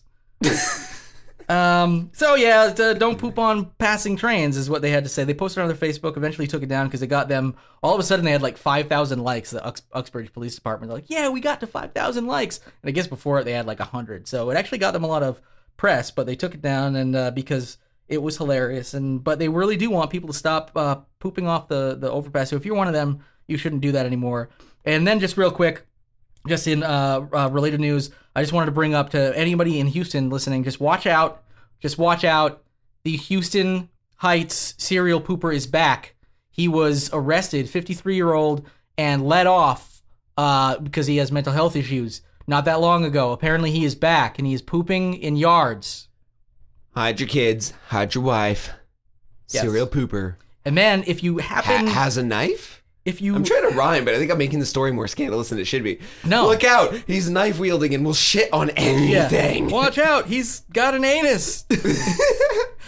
[SPEAKER 3] um. So yeah, d- don't poop on passing trains is what they had to say. They posted on their Facebook. Eventually took it down because it got them. All of a sudden, they had like five thousand likes. The Ux- Uxbridge Police Department. They're like, yeah, we got to five thousand likes. And I guess before it, they had like hundred. So it actually got them a lot of press. But they took it down and uh, because it was hilarious. And but they really do want people to stop uh, pooping off the the overpass. So if you're one of them, you shouldn't do that anymore. And then just real quick, just in uh, uh, related news, I just wanted to bring up to anybody in Houston listening, just watch out. Just watch out. The Houston Heights serial pooper is back. He was arrested, 53 year old, and let off uh, because he has mental health issues not that long ago. Apparently, he is back and he is pooping in yards.
[SPEAKER 2] Hide your kids. Hide your wife.
[SPEAKER 3] Yes.
[SPEAKER 2] Serial pooper.
[SPEAKER 3] And man, if you
[SPEAKER 2] Ha-
[SPEAKER 3] happen,
[SPEAKER 2] has a knife?
[SPEAKER 3] if you
[SPEAKER 2] I'm trying to rhyme, but I think I'm making the story more scandalous than it should be.
[SPEAKER 3] No.
[SPEAKER 2] Look out! He's knife wielding and will shit on anything.
[SPEAKER 3] Watch out, he's got an anus.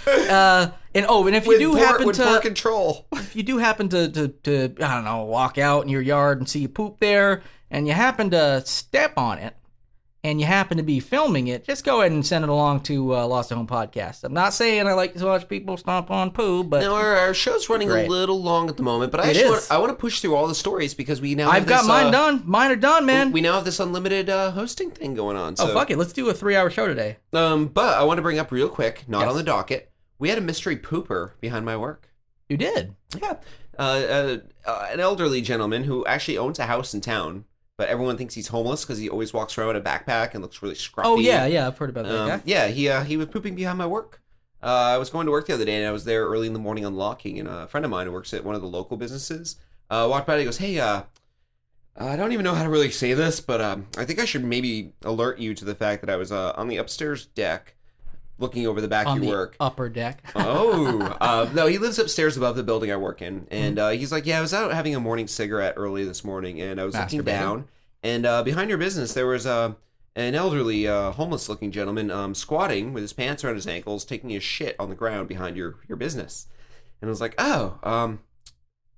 [SPEAKER 3] uh, and oh, and if you
[SPEAKER 2] With
[SPEAKER 3] do
[SPEAKER 2] poor-
[SPEAKER 3] happen
[SPEAKER 2] with poor
[SPEAKER 3] to,
[SPEAKER 2] control.
[SPEAKER 3] if you do happen to, to, to, I don't know, walk out in your yard and see a poop there, and you happen to step on it, and you happen to be filming it, just go ahead and send it along to uh, Lost at Home podcast. I'm not saying I like to watch people stomp on poo, but
[SPEAKER 2] Now our, our show's running
[SPEAKER 3] Great.
[SPEAKER 2] a little long at the moment, but I
[SPEAKER 3] It
[SPEAKER 2] actually
[SPEAKER 3] is.
[SPEAKER 2] want, I want to push through all the stories because we now
[SPEAKER 3] I've
[SPEAKER 2] have this,
[SPEAKER 3] got mine
[SPEAKER 2] uh,
[SPEAKER 3] done. Mine are done, man.
[SPEAKER 2] We now have this unlimited uh, hosting thing going on. So.
[SPEAKER 3] oh fuck it, let's do a three-hour show today.
[SPEAKER 2] Um, but I want to bring up real quick, not
[SPEAKER 3] Yes.
[SPEAKER 2] on the docket. We had a mystery pooper behind my work.
[SPEAKER 3] You did.
[SPEAKER 2] Yeah, uh, uh, uh, an elderly gentleman who actually owns a house in town, but everyone thinks he's homeless because he always walks around in a backpack and looks really scruffy.
[SPEAKER 3] Oh yeah, yeah, I've heard about that
[SPEAKER 2] Um,
[SPEAKER 3] guy.
[SPEAKER 2] Yeah, he uh, he was pooping behind my work. Uh, I was going to work the other day, and I was there early in the morning unlocking, and a friend of mine who works at one of the local businesses uh, walked by. and He goes, "Hey, uh, I don't even know how to really say this, but um, I think I should maybe alert you to the fact that I was uh, on the upstairs deck, looking over the back
[SPEAKER 3] On
[SPEAKER 2] of
[SPEAKER 3] the
[SPEAKER 2] your work."
[SPEAKER 3] upper deck.
[SPEAKER 2] oh, uh, no, he lives upstairs above the building I work in. And uh, he's like, Yeah, I was out having a morning cigarette early this morning, and I was looking
[SPEAKER 3] Masturbating.
[SPEAKER 2] down. And uh, behind your business, there was uh, an elderly, uh, homeless looking gentleman um, squatting with his pants around his ankles, taking his shit on the ground behind your, your business. And I was like, Oh, um,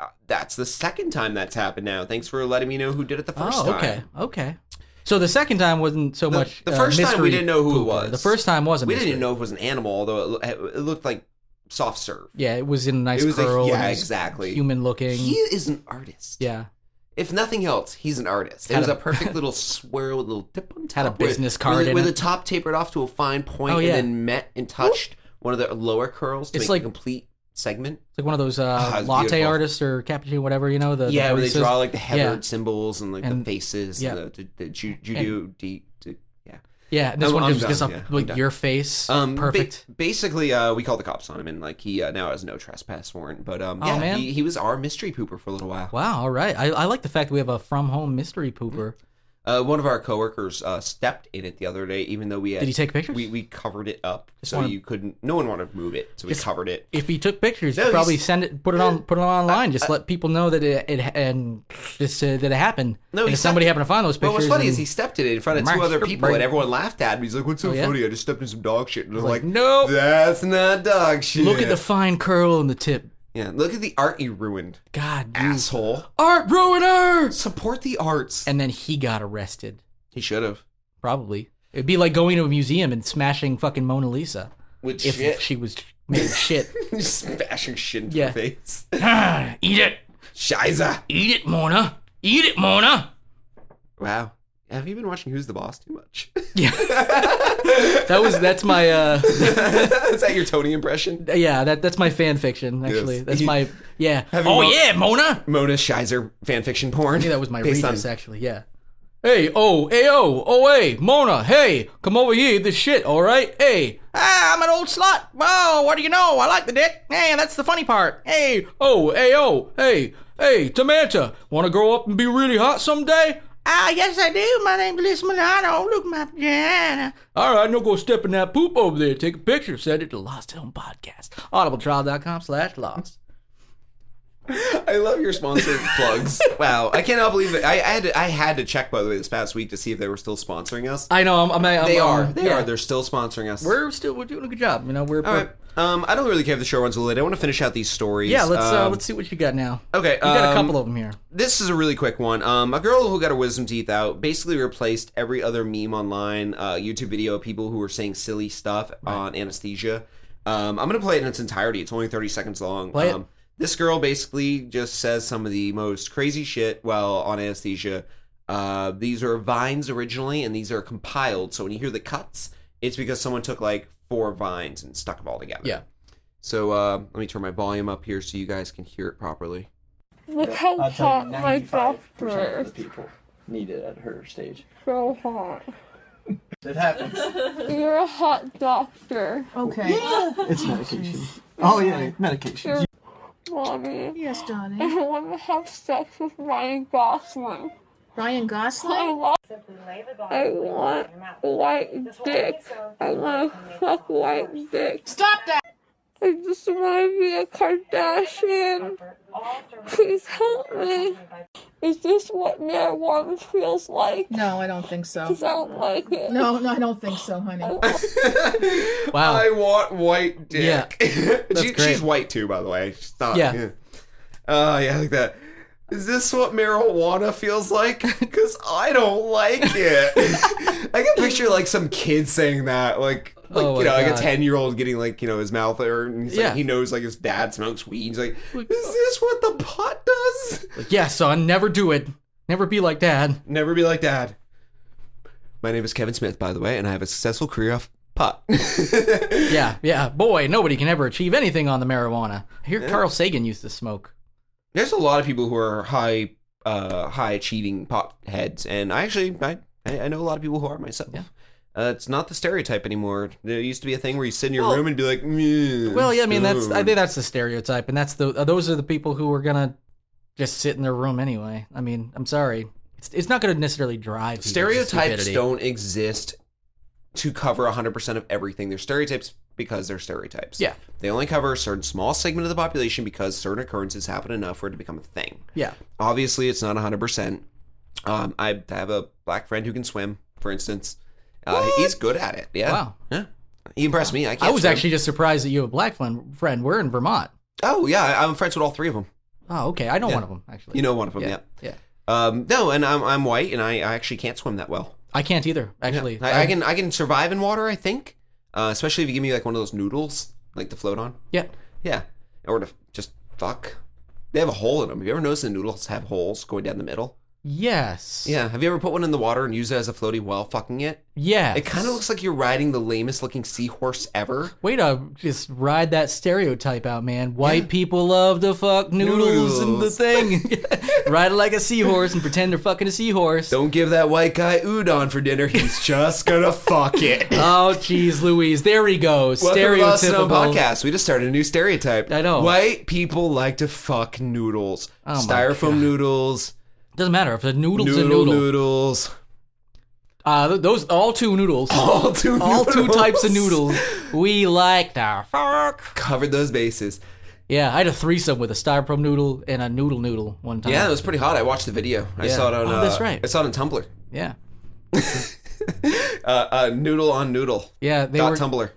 [SPEAKER 2] uh, that's the second time that's happened now. Thanks for letting me know who did it the first
[SPEAKER 3] Oh,
[SPEAKER 2] time.
[SPEAKER 3] okay, okay. So the second time wasn't so
[SPEAKER 2] The-
[SPEAKER 3] much.
[SPEAKER 2] the
[SPEAKER 3] uh,
[SPEAKER 2] first time we
[SPEAKER 3] mystery
[SPEAKER 2] didn't know who it
[SPEAKER 3] pooper.
[SPEAKER 2] was.
[SPEAKER 3] The first time was a
[SPEAKER 2] We
[SPEAKER 3] mystery.
[SPEAKER 2] didn't even know if it was an animal, although it, lo- it looked like soft serve.
[SPEAKER 3] Yeah, it was in a nice
[SPEAKER 2] It was a-
[SPEAKER 3] curl.
[SPEAKER 2] yeah,
[SPEAKER 3] and it was
[SPEAKER 2] exactly.
[SPEAKER 3] Human looking.
[SPEAKER 2] He is an artist.
[SPEAKER 3] yeah,
[SPEAKER 2] If nothing else, he's an artist. It
[SPEAKER 3] Had
[SPEAKER 2] was
[SPEAKER 3] a-
[SPEAKER 2] a perfect little swirl, with a little tip on top.
[SPEAKER 3] Had a
[SPEAKER 2] where-
[SPEAKER 3] business
[SPEAKER 2] where
[SPEAKER 3] card
[SPEAKER 2] the-
[SPEAKER 3] in
[SPEAKER 2] Where
[SPEAKER 3] it.
[SPEAKER 2] the top tapered off to a fine point
[SPEAKER 3] Oh, yeah.
[SPEAKER 2] and then met and touched one of the lower curls to
[SPEAKER 3] It's
[SPEAKER 2] make
[SPEAKER 3] like-
[SPEAKER 2] a complete segment.
[SPEAKER 3] it's like one of those
[SPEAKER 2] Ah,
[SPEAKER 3] uh,
[SPEAKER 2] it's
[SPEAKER 3] latte
[SPEAKER 2] beautiful.
[SPEAKER 3] artists or cappuccino, whatever you know. The the
[SPEAKER 2] yeah, where they
[SPEAKER 3] baristas.
[SPEAKER 2] draw like the
[SPEAKER 3] yeah.
[SPEAKER 2] heathered symbols and like
[SPEAKER 3] And-
[SPEAKER 2] the faces,
[SPEAKER 3] yeah.
[SPEAKER 2] yeah. the, the, the Ju- Judeo, de, de- yeah.
[SPEAKER 3] Yeah, and this
[SPEAKER 2] No,
[SPEAKER 3] one
[SPEAKER 2] I'm
[SPEAKER 3] just gets
[SPEAKER 2] done,
[SPEAKER 3] up
[SPEAKER 2] yeah, I'm
[SPEAKER 3] like
[SPEAKER 2] done.
[SPEAKER 3] your face.
[SPEAKER 2] Um, ba-
[SPEAKER 3] Perfect.
[SPEAKER 2] basically, uh, we called the cops on him, and like he uh, now has no trespass warrant. But um,
[SPEAKER 3] Oh,
[SPEAKER 2] yeah,
[SPEAKER 3] man.
[SPEAKER 2] He, he was our mystery pooper for a little while.
[SPEAKER 3] wow. All right. I, I like the fact we have a from home mystery pooper.
[SPEAKER 2] Uh, one of our coworkers uh, stepped in it the other day, even though we had,
[SPEAKER 3] Did he take pictures?
[SPEAKER 2] We we covered it up, so
[SPEAKER 3] wanna-
[SPEAKER 2] you couldn't. No one wanted to move it, so we covered it.
[SPEAKER 3] If he took pictures,
[SPEAKER 2] No,
[SPEAKER 3] probably
[SPEAKER 2] he's-
[SPEAKER 3] send it, put it on, put it online. just let people know that it, it and just uh, that it happened.
[SPEAKER 2] No,
[SPEAKER 3] and
[SPEAKER 2] he
[SPEAKER 3] if somebody
[SPEAKER 2] said-
[SPEAKER 3] happened to find those
[SPEAKER 2] But
[SPEAKER 3] pictures,
[SPEAKER 2] what's funny is
[SPEAKER 3] and-
[SPEAKER 2] he stepped in it in front of two
[SPEAKER 3] Mark
[SPEAKER 2] other people,
[SPEAKER 3] Zuckerberg.
[SPEAKER 2] and everyone laughed at him. He's like, "What's so
[SPEAKER 3] Oh, yeah?
[SPEAKER 2] funny? I just stepped in some dog shit." And they're
[SPEAKER 3] like,
[SPEAKER 2] like,
[SPEAKER 3] "Nope."
[SPEAKER 2] that's not dog shit."
[SPEAKER 3] look at the fine curl and the tip.
[SPEAKER 2] yeah, look at the art you ruined,
[SPEAKER 3] God,
[SPEAKER 2] Ah.
[SPEAKER 3] you
[SPEAKER 2] asshole.
[SPEAKER 3] art ruiner.
[SPEAKER 2] Support the arts.
[SPEAKER 3] And then he got arrested.
[SPEAKER 2] he should have.
[SPEAKER 3] Probably. It'd be like going to a museum and smashing fucking Mona Lisa
[SPEAKER 2] With
[SPEAKER 3] if
[SPEAKER 2] shit,
[SPEAKER 3] she was made of shit.
[SPEAKER 2] smashing shit in her
[SPEAKER 3] Yeah.
[SPEAKER 2] face.
[SPEAKER 3] Eat it.
[SPEAKER 2] Shiza.
[SPEAKER 3] Eat it, Mona. Eat it, Mona.
[SPEAKER 2] Wow. Have you been watching Who's the Boss too much?
[SPEAKER 3] Yeah. that was that's my uh
[SPEAKER 2] Is that your Tony impression?
[SPEAKER 3] yeah, that that's my fan fiction actually.
[SPEAKER 2] Yes.
[SPEAKER 3] That's my yeah.
[SPEAKER 2] Having
[SPEAKER 3] oh
[SPEAKER 2] Mo-
[SPEAKER 3] yeah, Mona.
[SPEAKER 2] Mona Shizer fanfiction porn.
[SPEAKER 3] Yeah, that was my
[SPEAKER 2] Based
[SPEAKER 3] Regis
[SPEAKER 2] on-
[SPEAKER 3] actually. Yeah. Hey, oh, hey, oh, oh, hey, Mona, hey, come over here, eat this shit, all right? Hey, ah, I'm an old slut. Whoa, what do you know? I like the dick. Hey, that's the funny part. Hey, oh, hey, oh, hey, hey, Tamanta, want to grow up and be really hot someday? Ah, yes, I do. My name's Liz Milano. Look, my vagina. All right, now go step in that poop over there. Take a picture. Send it to Lost Film Podcast. Audibletrial.com slash lost.
[SPEAKER 2] I love your sponsored plugs. Wow, I cannot believe it. I, I had to, I had to check by the way this past week to see if they were still sponsoring us.
[SPEAKER 3] I know, I'm, I'm, I'm
[SPEAKER 2] they are.
[SPEAKER 3] I'm-
[SPEAKER 2] They
[SPEAKER 3] yeah.
[SPEAKER 2] are. They're still sponsoring us.
[SPEAKER 3] We're still, we're doing a good job. You know, we're,
[SPEAKER 2] All
[SPEAKER 3] we're
[SPEAKER 2] right. Um, I don't really care if the show runs a little late. I want to finish out these stories.
[SPEAKER 3] Yeah, let's uh,
[SPEAKER 2] Um,
[SPEAKER 3] let's see what you got now.
[SPEAKER 2] Okay,
[SPEAKER 3] we got a
[SPEAKER 2] um,
[SPEAKER 3] couple of them here.
[SPEAKER 2] this is a really quick one. Um, a girl who got her wisdom teeth out basically replaced every other meme online, uh, YouTube video of people who were saying silly stuff on anesthesia. Um, I'm gonna play it in its entirety. It's only 30 seconds long.
[SPEAKER 3] Play it.
[SPEAKER 2] um, This girl basically just says some of the most crazy shit while on anesthesia. Uh, these are vines originally, and these are compiled. So when you hear the cuts, it's because someone took like four vines and stuck them all together.
[SPEAKER 3] Yeah.
[SPEAKER 2] So uh, let me turn my volume up here so you guys can hear it properly.
[SPEAKER 5] Look how
[SPEAKER 6] I'll tell
[SPEAKER 5] hot
[SPEAKER 6] you,
[SPEAKER 5] my
[SPEAKER 6] 95%
[SPEAKER 5] doctor
[SPEAKER 6] of
[SPEAKER 5] is.
[SPEAKER 6] the people need it at her stage.
[SPEAKER 5] So hot.
[SPEAKER 6] It happens.
[SPEAKER 5] You're a hot doctor,
[SPEAKER 7] Okay.
[SPEAKER 6] It's medication. Oh yeah, medication.
[SPEAKER 5] mommy.
[SPEAKER 7] Yes,
[SPEAKER 5] I
[SPEAKER 7] darling.
[SPEAKER 5] want to have sex with Ryan Gosling.
[SPEAKER 7] Ryan
[SPEAKER 5] I
[SPEAKER 7] Gosling.
[SPEAKER 5] want, I want white dick. I want to fuck white dick.
[SPEAKER 7] Stop that.
[SPEAKER 5] I just want to be a Kardashian. Please help me. Is this what marijuana feels like?
[SPEAKER 7] No, I don't think so.
[SPEAKER 5] 'Cause I don't like it.
[SPEAKER 7] No, no, I don't think so, honey.
[SPEAKER 3] Wow.
[SPEAKER 2] I want white
[SPEAKER 3] Yeah.
[SPEAKER 2] dick. she,
[SPEAKER 3] great.
[SPEAKER 2] She's white too, by the way. She's not,
[SPEAKER 3] Yeah.
[SPEAKER 2] yeah. Oh, yeah, like that. Is this what marijuana feels like? Because I don't like it. I can picture like some kid saying that, like, like
[SPEAKER 3] Oh my
[SPEAKER 2] you know, like
[SPEAKER 3] God.
[SPEAKER 2] a ten year old getting like you know his mouth there, and he's
[SPEAKER 3] Yeah. uh,
[SPEAKER 2] like, he knows like his dad smokes weed. He's like, is this what the pot does?
[SPEAKER 3] Yeah, son, never do it. Never be like dad.
[SPEAKER 2] Never be like dad. My name is Kevin Smith, by the way, and I have a successful career off pot.
[SPEAKER 3] Yeah, yeah. Boy, nobody can ever achieve anything on the marijuana. I hear Carl Sagan used to smoke.
[SPEAKER 2] there's a lot of people who are high uh high achieving pot heads and i actually i i I know a lot of people who are myself uh, it's not the stereotype anymore there used to be a thing where you sit in your room and be like "Mm,
[SPEAKER 3] Well, yeah, I mean that's I
[SPEAKER 2] stoned."
[SPEAKER 3] think that's the stereotype, and that's the uh, those are the people who are gonna just sit in their room anyway. I mean, I'm sorry, it's it's not gonna necessarily drive people to
[SPEAKER 2] stereotypes
[SPEAKER 3] stupidity.
[SPEAKER 2] don't exist to cover 100% of everything they're stereotypes because they're stereotypes
[SPEAKER 3] Yeah.
[SPEAKER 2] they only cover a certain small segment of the population because certain occurrences happen enough for it to become a thing
[SPEAKER 3] Yeah,
[SPEAKER 2] obviously it's not 100% um, I have a black friend who can swim for instance uh, he's good at it yeah
[SPEAKER 3] Wow.
[SPEAKER 2] yeah he impressed me I, can't
[SPEAKER 3] I was
[SPEAKER 2] swim.
[SPEAKER 3] actually just surprised that you have a black friend. Friend, we're in Vermont.
[SPEAKER 2] oh yeah I- I'm friends with all three of them
[SPEAKER 3] Oh, okay. I know
[SPEAKER 2] Yeah.
[SPEAKER 3] one of them actually.
[SPEAKER 2] You know one of them,
[SPEAKER 3] Yeah.
[SPEAKER 2] yeah.
[SPEAKER 3] Yeah.
[SPEAKER 2] Um, no, and I'm I'm white, and I, I actually can't swim that well.
[SPEAKER 3] I can't either. Actually,
[SPEAKER 2] I, I can I can survive in water, I think, uh, especially if you give me like one of those noodles, like to float on.
[SPEAKER 3] Yeah.
[SPEAKER 2] Yeah, or to f- just fuck. They have a hole in them. Have you ever noticed the noodles have holes going down the middle?
[SPEAKER 3] Yes.
[SPEAKER 2] Yeah. Have you ever put one in the water and used it as a floaty while fucking it?
[SPEAKER 3] Yeah.
[SPEAKER 2] It kind of looks like you're riding the lamest looking seahorse ever.
[SPEAKER 3] Way to just ride that stereotype out, man. White people love to fuck noodles, and the
[SPEAKER 2] Noodles.
[SPEAKER 3] thing. ride it like a seahorse and pretend they're fucking a seahorse.
[SPEAKER 2] Don't give that white guy udon for dinner. He's just gonna fuck it.
[SPEAKER 3] Oh, jeez, Louise. There we go.
[SPEAKER 2] Welcome to Lost and Known
[SPEAKER 3] Stereotypical.
[SPEAKER 2] podcast. We just started a new stereotype.
[SPEAKER 3] I know.
[SPEAKER 2] White people like to fuck noodles.
[SPEAKER 3] Oh my
[SPEAKER 2] Styrofoam noodles,
[SPEAKER 3] Doesn't matter if the noodles
[SPEAKER 2] noodle,
[SPEAKER 3] and noodle.
[SPEAKER 2] noodles,
[SPEAKER 3] Uh, th- those all two noodles.
[SPEAKER 2] all two,
[SPEAKER 3] all two
[SPEAKER 2] Oh, noodles.
[SPEAKER 3] types of noodles. We like to fuck.
[SPEAKER 2] Covered those bases.
[SPEAKER 3] Uh-huh. Yeah, I had a threesome with a styrofoam noodle and a noodle noodle one time.
[SPEAKER 2] Yeah, it was pretty hot. I watched the video. I
[SPEAKER 3] Yeah.
[SPEAKER 2] saw it on.
[SPEAKER 3] Oh,
[SPEAKER 2] uh,
[SPEAKER 3] that's right.
[SPEAKER 2] I saw it on Tumblr.
[SPEAKER 3] yeah,
[SPEAKER 2] Uh, uh, noodle on noodle.
[SPEAKER 3] yeah. They
[SPEAKER 2] dot
[SPEAKER 3] were.
[SPEAKER 2] Tumblr.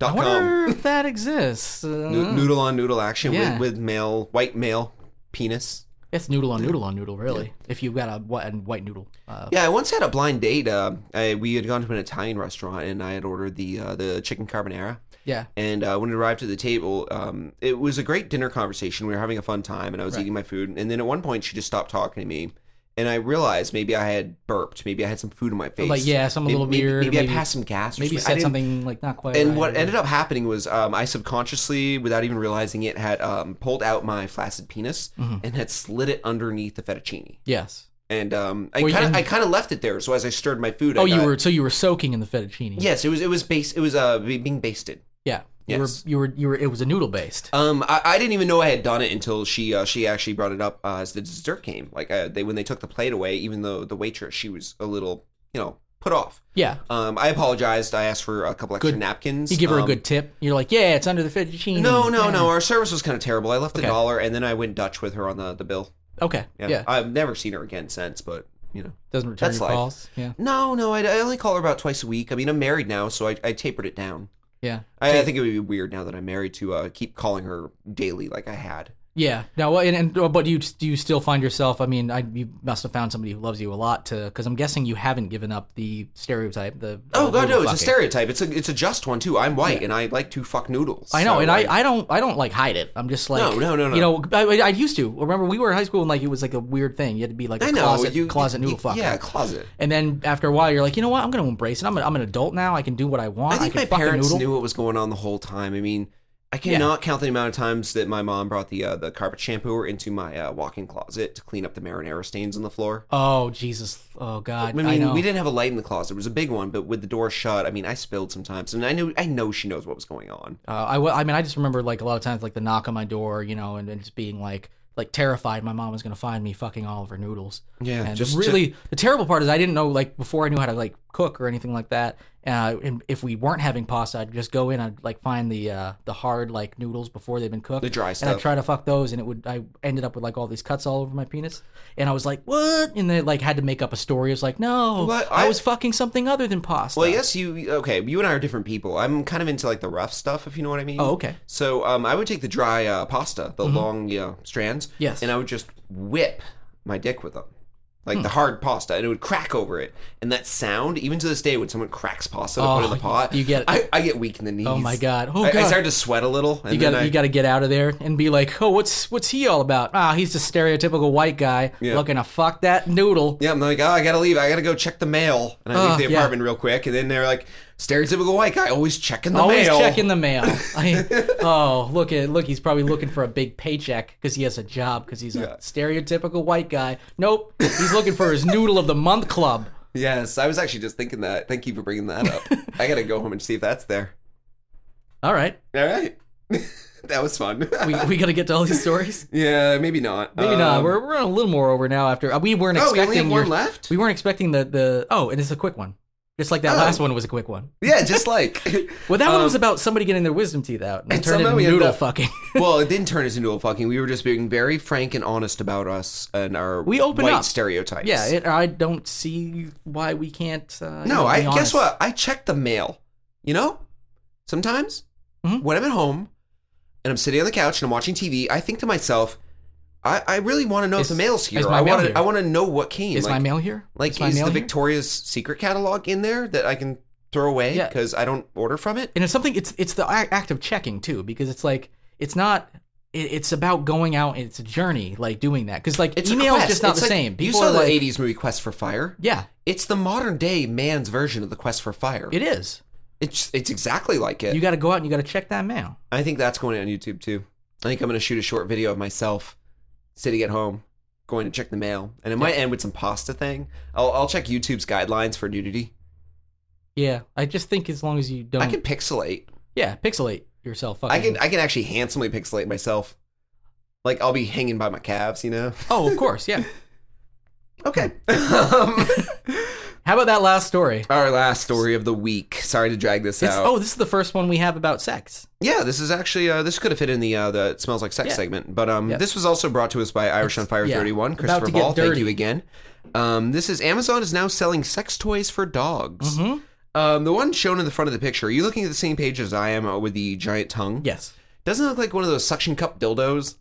[SPEAKER 2] Dot com.
[SPEAKER 3] I wonder if that exists. Uh,
[SPEAKER 2] Noo- noodle on noodle action
[SPEAKER 3] Yeah.
[SPEAKER 2] with, with male white male penis.
[SPEAKER 3] It's noodle on noodle on noodle, really. If you've got a wh- and white noodle. Uh,
[SPEAKER 2] Yeah, I once had a blind date. Uh, I, we had gone to an Italian restaurant and I had ordered the uh, the chicken carbonara.
[SPEAKER 3] yeah.
[SPEAKER 2] And uh, when it arrived at the table, um, it was a great dinner conversation. We were having a fun time, and I was eating my food. And then at one point, she just stopped talking to me, and I realized maybe I had burped, maybe I had some food in my face.
[SPEAKER 3] Like, yeah, some a
[SPEAKER 2] maybe,
[SPEAKER 3] little
[SPEAKER 2] maybe-
[SPEAKER 3] weird.
[SPEAKER 2] Maybe, I passed some gas. Or
[SPEAKER 3] Maybe
[SPEAKER 2] something. I
[SPEAKER 3] said
[SPEAKER 2] didn't-
[SPEAKER 3] something like not quite.
[SPEAKER 2] And
[SPEAKER 3] right,
[SPEAKER 2] what
[SPEAKER 3] or-
[SPEAKER 2] ended up happening was um, I subconsciously, without even realizing it, had um, pulled out my flaccid penis
[SPEAKER 3] Mm-hmm.
[SPEAKER 2] and had slid it underneath the fettuccine.
[SPEAKER 3] Yes.
[SPEAKER 2] And um, I
[SPEAKER 3] Were you
[SPEAKER 2] kind of
[SPEAKER 3] in-
[SPEAKER 2] I kind of left it there. So as I stirred my food,
[SPEAKER 3] Oh,
[SPEAKER 2] I
[SPEAKER 3] you
[SPEAKER 2] got-
[SPEAKER 3] were so you were soaking in the fettuccine.
[SPEAKER 2] yes, it was it was base it was uh be- being basted.
[SPEAKER 3] Yeah.
[SPEAKER 2] Yes.
[SPEAKER 3] You were you were you were. It was a noodle based.
[SPEAKER 2] Um, I, I didn't even know I had done it until she uh, she actually brought it up uh, as the dessert came. Like uh, they when they took the plate away, even though the waitress she was a little you know put off.
[SPEAKER 3] yeah.
[SPEAKER 2] Um, I apologized. I asked for a couple extra
[SPEAKER 3] Good.
[SPEAKER 2] napkins.
[SPEAKER 3] You give her a
[SPEAKER 2] Um,
[SPEAKER 3] good tip. You're like, yeah, it's under the fettuccine.
[SPEAKER 2] No, no,
[SPEAKER 3] Yeah.
[SPEAKER 2] no. Our service was kind of terrible. I left
[SPEAKER 3] Okay.
[SPEAKER 2] a dollar, and then I went Dutch with her on the, the bill.
[SPEAKER 3] Okay. Yeah.
[SPEAKER 2] Yeah. I've never seen her again since. But you know,
[SPEAKER 3] Doesn't return
[SPEAKER 2] That's
[SPEAKER 3] your
[SPEAKER 2] life.
[SPEAKER 3] calls. Yeah.
[SPEAKER 2] no, no. I, I only call her about twice a week. I mean, I'm married now, so I, I tapered it down.
[SPEAKER 3] Yeah.
[SPEAKER 2] I, I think it would be weird now that I'm married to uh, keep calling her daily like I had.
[SPEAKER 3] Yeah. Now, what- and, and but do you do you still find yourself? I mean, I, you must have found somebody who loves you a lot to, because I'm guessing you haven't given up the stereotype. The
[SPEAKER 2] Oh
[SPEAKER 3] uh,
[SPEAKER 2] god, no!
[SPEAKER 3] noodle
[SPEAKER 2] It's a
[SPEAKER 3] fucking.
[SPEAKER 2] stereotype. It's a it's a just one too. I'm white and I like to fuck noodles.
[SPEAKER 3] I know,
[SPEAKER 2] so,
[SPEAKER 3] and
[SPEAKER 2] like,
[SPEAKER 3] I, I don't I don't like hide it. I'm just like
[SPEAKER 2] No, no, no, no.
[SPEAKER 3] You know, I, I used to remember we were in high school and like it was like a weird thing. You had to be like a
[SPEAKER 2] I know
[SPEAKER 3] closet
[SPEAKER 2] you
[SPEAKER 3] closet
[SPEAKER 2] you-
[SPEAKER 3] noodle fucker.
[SPEAKER 2] Yeah, closet.
[SPEAKER 3] And then after a while, you're like, you know what? I'm gonna embrace it. I'm, a, I'm an adult now. I can do what I want.
[SPEAKER 2] I think
[SPEAKER 3] can
[SPEAKER 2] my
[SPEAKER 3] fucking
[SPEAKER 2] parents
[SPEAKER 3] noodle.
[SPEAKER 2] knew what was going on the whole time. I mean, I cannot count the amount of times that my mom brought the uh, the carpet shampooer into my uh, walk-in closet to clean up the marinara stains on the floor.
[SPEAKER 3] Oh Jesus! Oh God!
[SPEAKER 2] I
[SPEAKER 3] I
[SPEAKER 2] mean,
[SPEAKER 3] know.
[SPEAKER 2] we didn't have a light in the closet. It was a big one, but with the door shut, I mean, I spilled sometimes, and I knew I know she knows what was going on.
[SPEAKER 3] Uh, I, wa- I mean, I just remember like a lot of times like the knock on my door, you know, and, and just being like like terrified my mom was gonna find me fucking all of her noodles.
[SPEAKER 2] Yeah,
[SPEAKER 3] and
[SPEAKER 2] just-
[SPEAKER 3] really the terrible part is I didn't know like before I knew how to like cook or anything like that. Uh, and if we weren't having pasta, I'd just go in and like find the uh, the hard like noodles before they've been cooked,
[SPEAKER 2] The dry
[SPEAKER 3] and I
[SPEAKER 2] stuff.
[SPEAKER 3] try to fuck those, and it would I ended up with like all these cuts all over my penis, and I was like, what? And then like had to make up a story. I was like, no,
[SPEAKER 2] What?
[SPEAKER 3] I,
[SPEAKER 2] I-
[SPEAKER 3] was fucking something other than pasta.
[SPEAKER 2] Well, yes, you okay? You and I are different people. I'm kind of into like the rough stuff, if you know what I mean.
[SPEAKER 3] Oh, okay. Mm-hmm.
[SPEAKER 2] So, um, I would take the dry uh, pasta, the long you know, strands.
[SPEAKER 3] Yes.
[SPEAKER 2] And I would just whip my dick with them, like
[SPEAKER 3] Hmm.
[SPEAKER 2] the hard pasta, and it would crack over it. And that sound, even to this day, when someone cracks pasta to put
[SPEAKER 3] Oh,
[SPEAKER 2] in the pot,
[SPEAKER 3] you get-
[SPEAKER 2] I, I get weak in the knees.
[SPEAKER 3] Oh my god! Oh
[SPEAKER 2] I,
[SPEAKER 3] god!
[SPEAKER 2] I started to sweat a little. And
[SPEAKER 3] You
[SPEAKER 2] then
[SPEAKER 3] gotta,
[SPEAKER 2] I,
[SPEAKER 3] you gotta get out of there and be like, oh, what's what's he all about? Ah, he's the stereotypical white guy
[SPEAKER 2] Yeah.
[SPEAKER 3] looking to fuck that noodle.
[SPEAKER 2] Yeah, I'm like, oh, I gotta leave. I gotta go check the mail, and I
[SPEAKER 3] Uh,
[SPEAKER 2] leave the
[SPEAKER 3] yeah.
[SPEAKER 2] apartment real quick. And then they're like, stereotypical white guy, always checking the
[SPEAKER 3] Always
[SPEAKER 2] mail.
[SPEAKER 3] checking the mail. I- oh, look at look, he's probably looking for a big paycheck because he has a job because he's
[SPEAKER 2] Yeah.
[SPEAKER 3] a stereotypical white guy. Nope, he's looking for his noodle of the month club.
[SPEAKER 2] Yes, I was actually just thinking that. Thank you for bringing that up. I gotta go home and see if that's there.
[SPEAKER 3] All right,
[SPEAKER 2] All right, that was fun.
[SPEAKER 3] we we gotta get to all these stories.
[SPEAKER 2] yeah, maybe not.
[SPEAKER 3] Maybe
[SPEAKER 2] Um,
[SPEAKER 3] not. We're we're a little more over now after uh, we weren't
[SPEAKER 2] oh, we
[SPEAKER 3] expecting
[SPEAKER 2] only have
[SPEAKER 3] your-
[SPEAKER 2] one left.
[SPEAKER 3] we weren't expecting the the oh, and it's a quick one. Just like that
[SPEAKER 2] Oh.
[SPEAKER 3] last one was a quick one.
[SPEAKER 2] yeah, just like.
[SPEAKER 3] Well, that one
[SPEAKER 2] Um,
[SPEAKER 3] was about somebody getting their wisdom teeth out and,
[SPEAKER 2] and
[SPEAKER 3] turned it
[SPEAKER 2] somehow
[SPEAKER 3] into
[SPEAKER 2] we ended
[SPEAKER 3] noodle
[SPEAKER 2] up-
[SPEAKER 3] fucking.
[SPEAKER 2] well, it didn't turn us into a fucking. We were just being very frank and honest about us and our
[SPEAKER 3] We opened
[SPEAKER 2] white
[SPEAKER 3] up.
[SPEAKER 2] stereotypes.
[SPEAKER 3] yeah, it, I don't see why we can't. Uh, you
[SPEAKER 2] no,
[SPEAKER 3] know,
[SPEAKER 2] I
[SPEAKER 3] be
[SPEAKER 2] guess
[SPEAKER 3] honest.
[SPEAKER 2] what? I check the mail. You know, sometimes
[SPEAKER 3] Mhm.
[SPEAKER 2] when I'm at home and I'm sitting on the couch and I'm watching TV, I think to myself, I, I really want to know
[SPEAKER 3] Is-
[SPEAKER 2] if the mail's here.
[SPEAKER 3] is my
[SPEAKER 2] I
[SPEAKER 3] mail
[SPEAKER 2] want
[SPEAKER 3] here?
[SPEAKER 2] to I want to know what came.
[SPEAKER 3] Is
[SPEAKER 2] like,
[SPEAKER 3] my mail here?
[SPEAKER 2] Like,
[SPEAKER 3] is my
[SPEAKER 2] is
[SPEAKER 3] mail
[SPEAKER 2] the
[SPEAKER 3] here?
[SPEAKER 2] Victoria's Secret catalog in there that I can throw away
[SPEAKER 3] Yeah.
[SPEAKER 2] because I don't order from it?
[SPEAKER 3] and it's something it's it's the ac- act of checking too because it's like it's not it, it's about going out and it's a journey like doing that because like
[SPEAKER 2] It's a
[SPEAKER 3] email is
[SPEAKER 2] quest.
[SPEAKER 3] just not
[SPEAKER 2] It's
[SPEAKER 3] the
[SPEAKER 2] like-
[SPEAKER 3] same
[SPEAKER 2] You
[SPEAKER 3] people
[SPEAKER 2] saw
[SPEAKER 3] are
[SPEAKER 2] the
[SPEAKER 3] like,
[SPEAKER 2] '80s movie Quest for Fire.
[SPEAKER 3] yeah
[SPEAKER 2] It's the modern day man's version of the Quest for Fire.
[SPEAKER 3] it is
[SPEAKER 2] It's it's exactly like it.
[SPEAKER 3] you got to go out and you got to check that mail
[SPEAKER 2] I think that's going on YouTube too. I think I'm going to shoot a short video of myself sitting at home, going to check the mail, and it might end with some pasta thing. I'll, I'll check YouTube's guidelines for nudity.
[SPEAKER 3] yeah i just think as long as you don't
[SPEAKER 2] I can pixelate.
[SPEAKER 3] yeah pixelate yourself
[SPEAKER 2] I
[SPEAKER 3] fucking-
[SPEAKER 2] can I can actually handsomely pixelate myself. Like I'll be hanging by my calves, you know.
[SPEAKER 3] oh of course yeah
[SPEAKER 2] Okay. um,
[SPEAKER 3] how about that last story
[SPEAKER 2] our last story of the week. Sorry to drag this
[SPEAKER 3] it's,
[SPEAKER 2] out.
[SPEAKER 3] oh this is the first one we have about sex
[SPEAKER 2] Yeah, this is actually uh, this could have fit in the uh, the it smells like sex
[SPEAKER 3] Yeah.
[SPEAKER 2] segment, but um,
[SPEAKER 3] Yeah.
[SPEAKER 2] this was also brought to us by Irish on Fire
[SPEAKER 3] yeah,
[SPEAKER 2] thirty one,
[SPEAKER 3] about
[SPEAKER 2] Christopher
[SPEAKER 3] to get
[SPEAKER 2] Ball. Thank
[SPEAKER 3] dirty.
[SPEAKER 2] you again. Um, this is Amazon is now selling sex toys for dogs.
[SPEAKER 3] Mhm.
[SPEAKER 2] Um, the one shown in the front of the picture. Are you looking at the same page as I am uh, with the giant tongue?
[SPEAKER 3] yes
[SPEAKER 2] Doesn't it look like one of those suction cup dildos.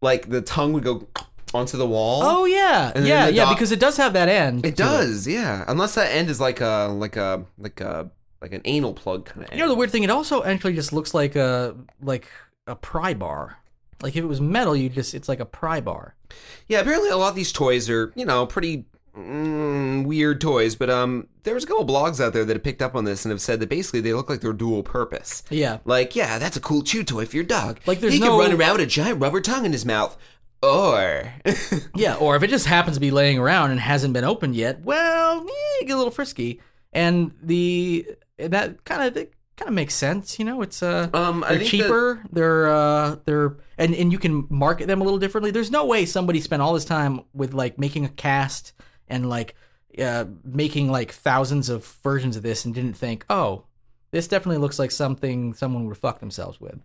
[SPEAKER 2] Like the tongue would go onto the wall.
[SPEAKER 3] oh yeah
[SPEAKER 2] And then
[SPEAKER 3] yeah
[SPEAKER 2] the
[SPEAKER 3] yeah
[SPEAKER 2] dog-
[SPEAKER 3] because it does have that end
[SPEAKER 2] it
[SPEAKER 3] to
[SPEAKER 2] does. Yeah, unless that end is like a like a like a like an anal plug kind of.
[SPEAKER 3] You know the weird thing, it also actually just looks like a like a pry bar. Like if it was metal, you just it's like a pry bar.
[SPEAKER 2] Yeah, apparently a lot of these toys are, you know, pretty mm, weird toys. But um, there was a couple blogs out there that have picked up on this and have said that basically they look like they're dual purpose.
[SPEAKER 3] Yeah.
[SPEAKER 2] Like, yeah, that's a cool chew toy for your dog.
[SPEAKER 3] Like, there's
[SPEAKER 2] he
[SPEAKER 3] no-
[SPEAKER 2] can run around with a giant rubber tongue in his mouth. Or
[SPEAKER 3] Yeah, or if it just happens to be laying around and hasn't been opened yet, well, eh, you get a little frisky. And the that kind of kind of makes sense, you know. It's uh,
[SPEAKER 2] Um, I
[SPEAKER 3] they're
[SPEAKER 2] think
[SPEAKER 3] cheaper. They're uh, they're and and you can market them a little differently. There's no way somebody spent all this time with like making a cast and like uh, making like thousands of versions of this and didn't think, oh, this definitely looks like something someone would fuck themselves with,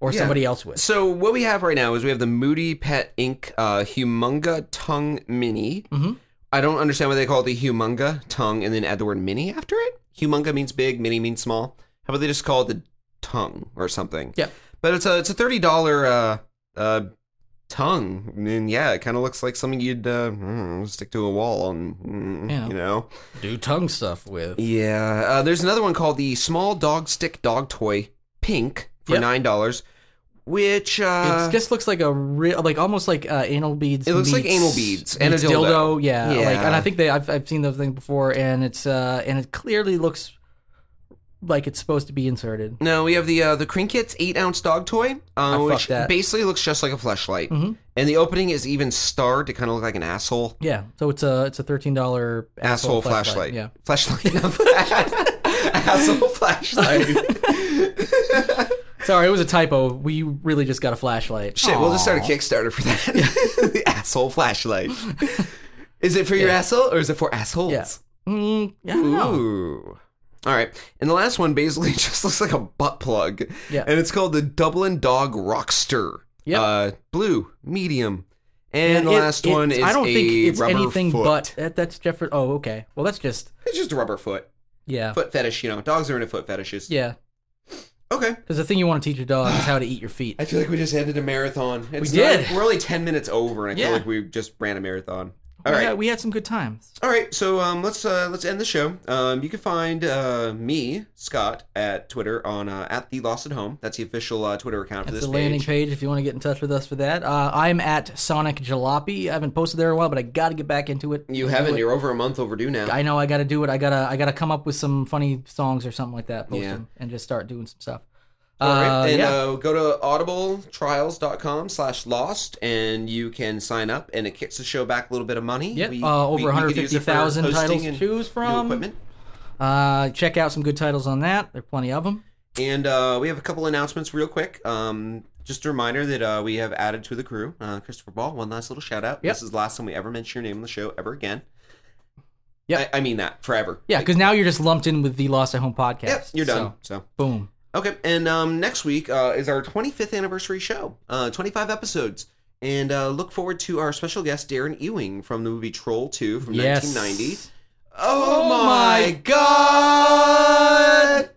[SPEAKER 3] or
[SPEAKER 2] Yeah.
[SPEAKER 3] somebody else with.
[SPEAKER 2] so what we have right now is we have the Moody Pet Inc. Uh, Humunga Tongue Mini.
[SPEAKER 3] Mhm.
[SPEAKER 2] I don't understand why they call it the Humunga Tongue and then add the word Mini after it. Humunga means big, Mini means small. How about they just call it the tongue or something?
[SPEAKER 3] Yeah.
[SPEAKER 2] But it's a it's a thirty dollar uh uh tongue, and yeah, it kind of looks like something you'd uh, mm, stick to a wall and mm,
[SPEAKER 3] Yeah.
[SPEAKER 2] you know.
[SPEAKER 3] Do tongue stuff with.
[SPEAKER 2] Yeah, uh, there's another one called the small dog stick dog toy pink for
[SPEAKER 3] Yep.
[SPEAKER 2] nine dollars, which uh,
[SPEAKER 3] it just looks like a real, like almost like uh, anal beads.
[SPEAKER 2] It looks like
[SPEAKER 3] meets-
[SPEAKER 2] anal beads and a
[SPEAKER 3] meets
[SPEAKER 2] dildo.
[SPEAKER 3] Yeah,
[SPEAKER 2] Yeah.
[SPEAKER 3] Like, and I think they, I've, I've seen those things before, and it's uh, and it clearly looks like it's supposed to be inserted.
[SPEAKER 2] no, we have the uh, the Crinkets eight ounce dog toy, uh,
[SPEAKER 3] fuck
[SPEAKER 2] which
[SPEAKER 3] that. Mm-hmm.
[SPEAKER 2] basically looks just like a flashlight, and the opening is even starred to kind of look like an asshole.
[SPEAKER 3] Yeah, so it's a it's a thirteen dollar
[SPEAKER 2] asshole, flashlight.
[SPEAKER 3] Yeah,
[SPEAKER 2] flashlight. no, flash- asshole flashlight.
[SPEAKER 3] sorry, it was a typo. We really just got a flashlight.
[SPEAKER 2] Shit, we'll just start a Kickstarter for that. the asshole flashlight. Is it for your asshole or is it for assholes?
[SPEAKER 3] Yeah. Mm, I don't know.
[SPEAKER 2] Ooh. All right. And the last one basically just looks like a butt plug.
[SPEAKER 3] Yeah.
[SPEAKER 2] And it's called the Dublin Dog Rockster.
[SPEAKER 3] Yep.
[SPEAKER 2] Uh, blue, medium. And, the
[SPEAKER 3] it-
[SPEAKER 2] last
[SPEAKER 3] it-
[SPEAKER 2] one is
[SPEAKER 3] I don't
[SPEAKER 2] a
[SPEAKER 3] think it's
[SPEAKER 2] rubber
[SPEAKER 3] anything
[SPEAKER 2] foot.
[SPEAKER 3] but that, that's Jeffrey. Oh, okay. Well, that's just
[SPEAKER 2] It's just a rubber foot.
[SPEAKER 3] yeah,
[SPEAKER 2] Foot fetish, you know. Dogs are into foot fetishes.
[SPEAKER 3] yeah.
[SPEAKER 2] Okay.
[SPEAKER 3] Because the thing you want to teach your dog is how to eat your feet.
[SPEAKER 2] I feel like we just ended a marathon. It's
[SPEAKER 3] We
[SPEAKER 2] not-
[SPEAKER 3] did.
[SPEAKER 2] we're only 10 minutes over, and I
[SPEAKER 3] Yeah.
[SPEAKER 2] feel like we just ran a marathon.
[SPEAKER 3] Yeah,
[SPEAKER 2] All right.
[SPEAKER 3] we had some good times.
[SPEAKER 2] All right, so um, let's uh, let's end the show. Um, you can find uh, me Scott at Twitter on uh, at the Lost at Home. That's the official uh, Twitter account for
[SPEAKER 3] That's
[SPEAKER 2] this
[SPEAKER 3] the landing
[SPEAKER 2] page.
[SPEAKER 3] page if you want to get in touch with us for that. Uh, I'm at Sonic Jalopy. I haven't posted there in a while, but I got to get back into it.
[SPEAKER 2] You haven't. You're over a month overdue now.
[SPEAKER 3] I know I got to do it. I gotta I gotta come up with some funny songs or something like that. Post
[SPEAKER 2] Yeah.
[SPEAKER 3] them and just start doing some stuff.
[SPEAKER 2] All right,
[SPEAKER 3] Uh,
[SPEAKER 2] and
[SPEAKER 3] yeah.
[SPEAKER 2] uh, go to audibletrials.com slash lost, and you can sign up, and it kicks the show back a little bit of money.
[SPEAKER 3] Yep,
[SPEAKER 2] We-
[SPEAKER 3] uh,
[SPEAKER 2] we-
[SPEAKER 3] over
[SPEAKER 2] we could use it for
[SPEAKER 3] 150,000
[SPEAKER 2] hosting
[SPEAKER 3] titles to
[SPEAKER 2] and
[SPEAKER 3] choose
[SPEAKER 2] new
[SPEAKER 3] from.
[SPEAKER 2] equipment.
[SPEAKER 3] Uh, check out some good titles on that. There are plenty of them.
[SPEAKER 2] And uh, we have a couple announcements real quick. Um, just a reminder that uh, we have added to the crew uh, Christopher Ball. One last little shout out.
[SPEAKER 3] Yep.
[SPEAKER 2] This is the last time we ever mention your name on the show ever again.
[SPEAKER 3] Yep.
[SPEAKER 2] I, I mean that forever.
[SPEAKER 3] Yeah, because now you're just lumped in with the Lost at Home podcast.
[SPEAKER 2] Yep, you're done.
[SPEAKER 3] So,
[SPEAKER 2] So,
[SPEAKER 3] boom.
[SPEAKER 2] okay. And um, next week uh, is our 25th anniversary show, uh, 25 episodes. And uh, look forward to our special guest, Darren Ewing from the movie Troll 2 from
[SPEAKER 3] Yes.
[SPEAKER 2] 1990. Oh,
[SPEAKER 3] Oh
[SPEAKER 2] my
[SPEAKER 3] my
[SPEAKER 2] god!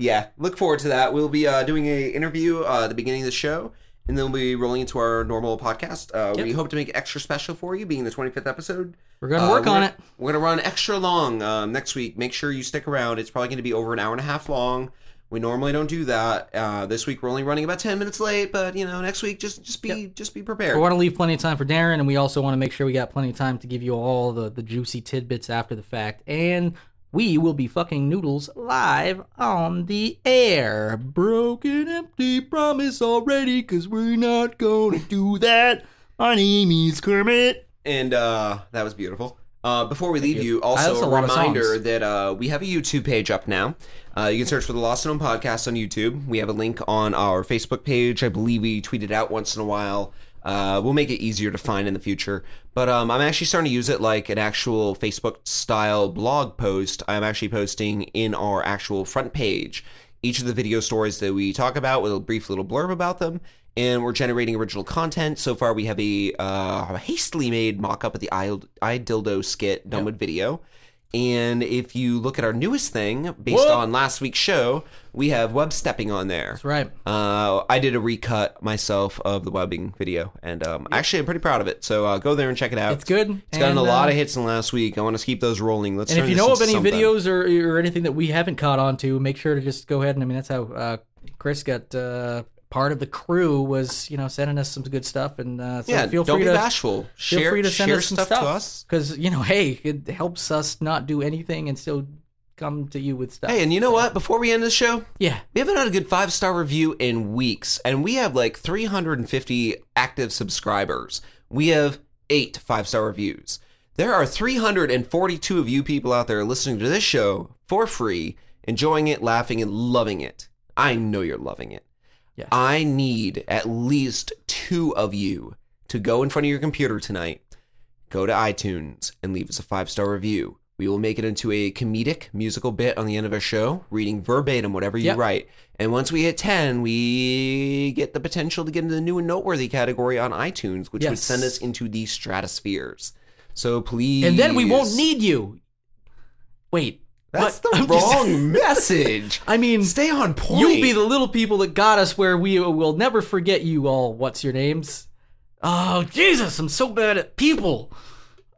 [SPEAKER 2] Yeah, look forward to that. We'll be uh, doing a interview uh, at the beginning of the show, and then we'll be rolling into our normal podcast. Uh, We
[SPEAKER 3] Yep.
[SPEAKER 2] hope to make it extra special for you, being the 25th episode.
[SPEAKER 3] We're gonna
[SPEAKER 2] Uh,
[SPEAKER 3] work on
[SPEAKER 2] we're-
[SPEAKER 3] it.
[SPEAKER 2] We're gonna run extra long um, next week. Make sure you stick around. It's probably gonna be over an hour and a half long. We normally don't do that. Uh, this week we're only running about 10 minutes late, but you know, next week just just be just be prepared.
[SPEAKER 3] We want to leave plenty of time for Darren, and we also want to make sure we got plenty of time to give you all the, the juicy tidbits after the fact. And we will be fucking noodles live on the air. Broken empty promise already, because we're not going to do that. My name is Kermit.
[SPEAKER 2] and uh, that was beautiful. Uh, before we leave you,
[SPEAKER 3] Ah,
[SPEAKER 2] also
[SPEAKER 3] that's a
[SPEAKER 2] a
[SPEAKER 3] lot of
[SPEAKER 2] reminder
[SPEAKER 3] songs.
[SPEAKER 2] that uh, we have a YouTube page up now. Uh, you can search for the Lost and Home podcast on YouTube. We have a link on our Facebook page. I believe we tweet it out once in a while. Uh, we'll make it easier to find in the future. But um, I'm actually starting to use it like an actual Facebook style blog post. I'm actually posting in our actual front page each of the video stories that we talk about with a brief little blurb about them and we're generating original content so far we have a uh, hastily made mock-up of the i, I dildo skit done with video and if you look at our newest thing based on last week's show we have web stepping on there
[SPEAKER 3] That's right.
[SPEAKER 2] uh, I did a recut myself of the webbing video, and um, actually, I'm pretty proud of it. So uh, go there and check it out.
[SPEAKER 3] It's good.
[SPEAKER 2] It's gotten
[SPEAKER 3] and,
[SPEAKER 2] a lot
[SPEAKER 3] uh,
[SPEAKER 2] of hits in the last week. I want to keep those rolling. Let's.
[SPEAKER 3] And if
[SPEAKER 2] turn
[SPEAKER 3] you
[SPEAKER 2] this
[SPEAKER 3] know of
[SPEAKER 2] into
[SPEAKER 3] any
[SPEAKER 2] something.
[SPEAKER 3] videos or, or anything that we haven't caught on to, make sure to just go ahead and I mean that's how uh, Chris got uh, part of the crew was you know sending us some good stuff and uh, so
[SPEAKER 2] yeah,
[SPEAKER 3] feel
[SPEAKER 2] don't
[SPEAKER 3] free
[SPEAKER 2] be
[SPEAKER 3] to
[SPEAKER 2] bashful.
[SPEAKER 3] feel
[SPEAKER 2] Share,
[SPEAKER 3] free to send
[SPEAKER 2] share
[SPEAKER 3] us some
[SPEAKER 2] stuff, to us.
[SPEAKER 3] because you know hey it helps us not do anything and still come to you with stuff.
[SPEAKER 2] Hey, and you know what? Before we end this show,
[SPEAKER 3] yeah,
[SPEAKER 2] we haven't had a good five star review in weeks, and we have like 350 active subscribers. We have eight five star reviews. There are 342 of you people out there listening to this show for free, enjoying it, laughing, and loving it. I know you're loving it.
[SPEAKER 3] Yes.
[SPEAKER 2] I need at least two of you to go in front of your computer tonight, go to iTunes, and leave us a five star review. We will make it into a comedic musical bit on the end of our show, reading verbatim whatever you
[SPEAKER 3] Yep.
[SPEAKER 2] write. And once we hit 10, we get the potential to get into the new and noteworthy category on iTunes, which would
[SPEAKER 3] Yes.
[SPEAKER 2] send us into the stratospheres. So please.
[SPEAKER 3] and then we won't need you. Wait,
[SPEAKER 2] That's
[SPEAKER 3] what?
[SPEAKER 2] the
[SPEAKER 3] I'm just-
[SPEAKER 2] wrong message.
[SPEAKER 3] I mean,
[SPEAKER 2] Stay on point.
[SPEAKER 3] You'll be the little people that got us where we will never forget you all. What's your names? Oh, Jesus, I'm so bad at people.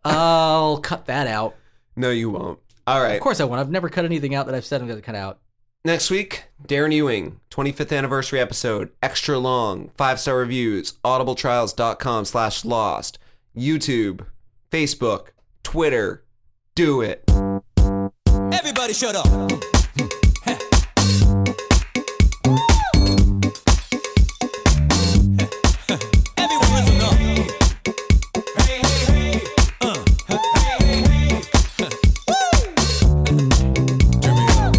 [SPEAKER 3] I'll cut that out.
[SPEAKER 2] No, you won't. All right.
[SPEAKER 3] Of course I won't. I've never cut anything out that I've said I'm going to cut out.
[SPEAKER 2] Next week, Darren Ewing, 25th anniversary episode, extra long, five star reviews, audibletrials.com slash lost, YouTube, Facebook, Twitter. Do it.
[SPEAKER 4] Everybody shut up. Everyone listen up. Hey, hey, hey. Uh, huh. hey, hey, hey. Huh. Woo. Turn me up.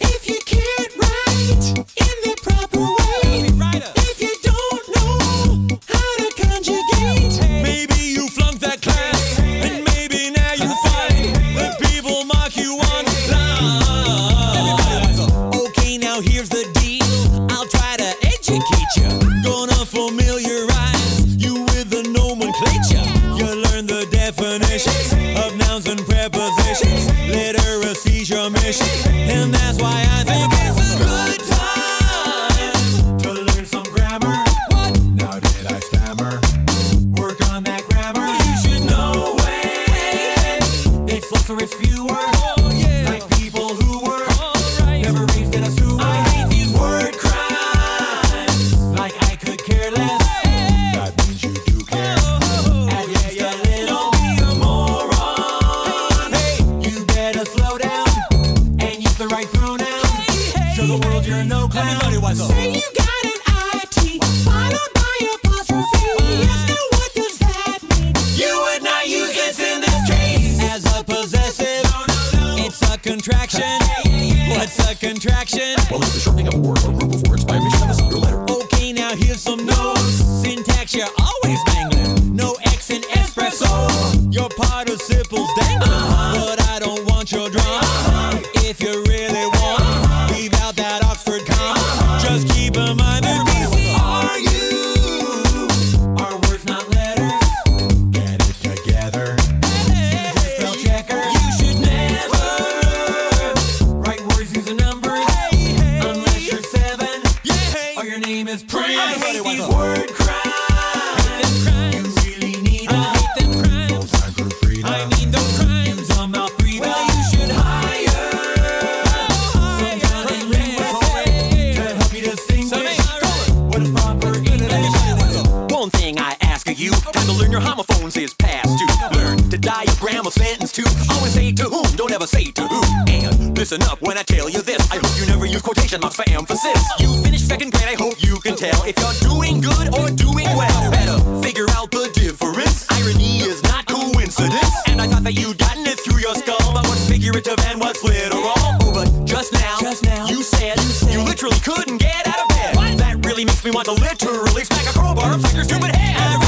[SPEAKER 4] If you can't write in the proper way, if you don't know how to conjugate, maybe you flunked that class, and maybe now you find that people mock you online. Okay, now here's the deal. I'll try to educate you. Gonna familiarize you with the nomenclature. You learn the definitions of nouns and prepositions. Literacy's your mission, and that's why I think it's a good time to learn some grammar. What? Now did I stammer? Work on that grammar. You should know it. It's less or it's fewer. Oh, yeah. Like people who were never raised in a sewer. I hate these word crimes. Like I could care less. That means you do care. At least a little. Be a moron. Hey, you better slow down and use the right pronoun. Show the world you're no clown. Say you got an IT followed by apostrophe. Yes, now what does that mean? You would not use this in this case as a possessive. It's a contraction. What's a contraction? Well, it's the shortening of a word or group of words by omission of a single letter. Okay, now here's some notes. Syntax, you're always mangling. No X in espresso. Your participles dangle. But I don't want your drama. If you really want, leave out that Oxford comma. Just keep in mind that these are you. Are words not letters? Get it together. Spell checker. You should never write words using numbers unless you're seven or your name is Prince. I hate these word Listen up when I tell you this. I hope you never use quotation marks for emphasis. You finished second grade, I hope you can tell if you're doing good or doing well. Better figure out the difference. Irony is not coincidence. And I thought that you'd gotten it through your skull. But what's figurative and what's literal? Oh, but just now, you, said, you literally couldn't get out of bed. That really makes me want to literally smack a crowbar upside your stupid head. Oh,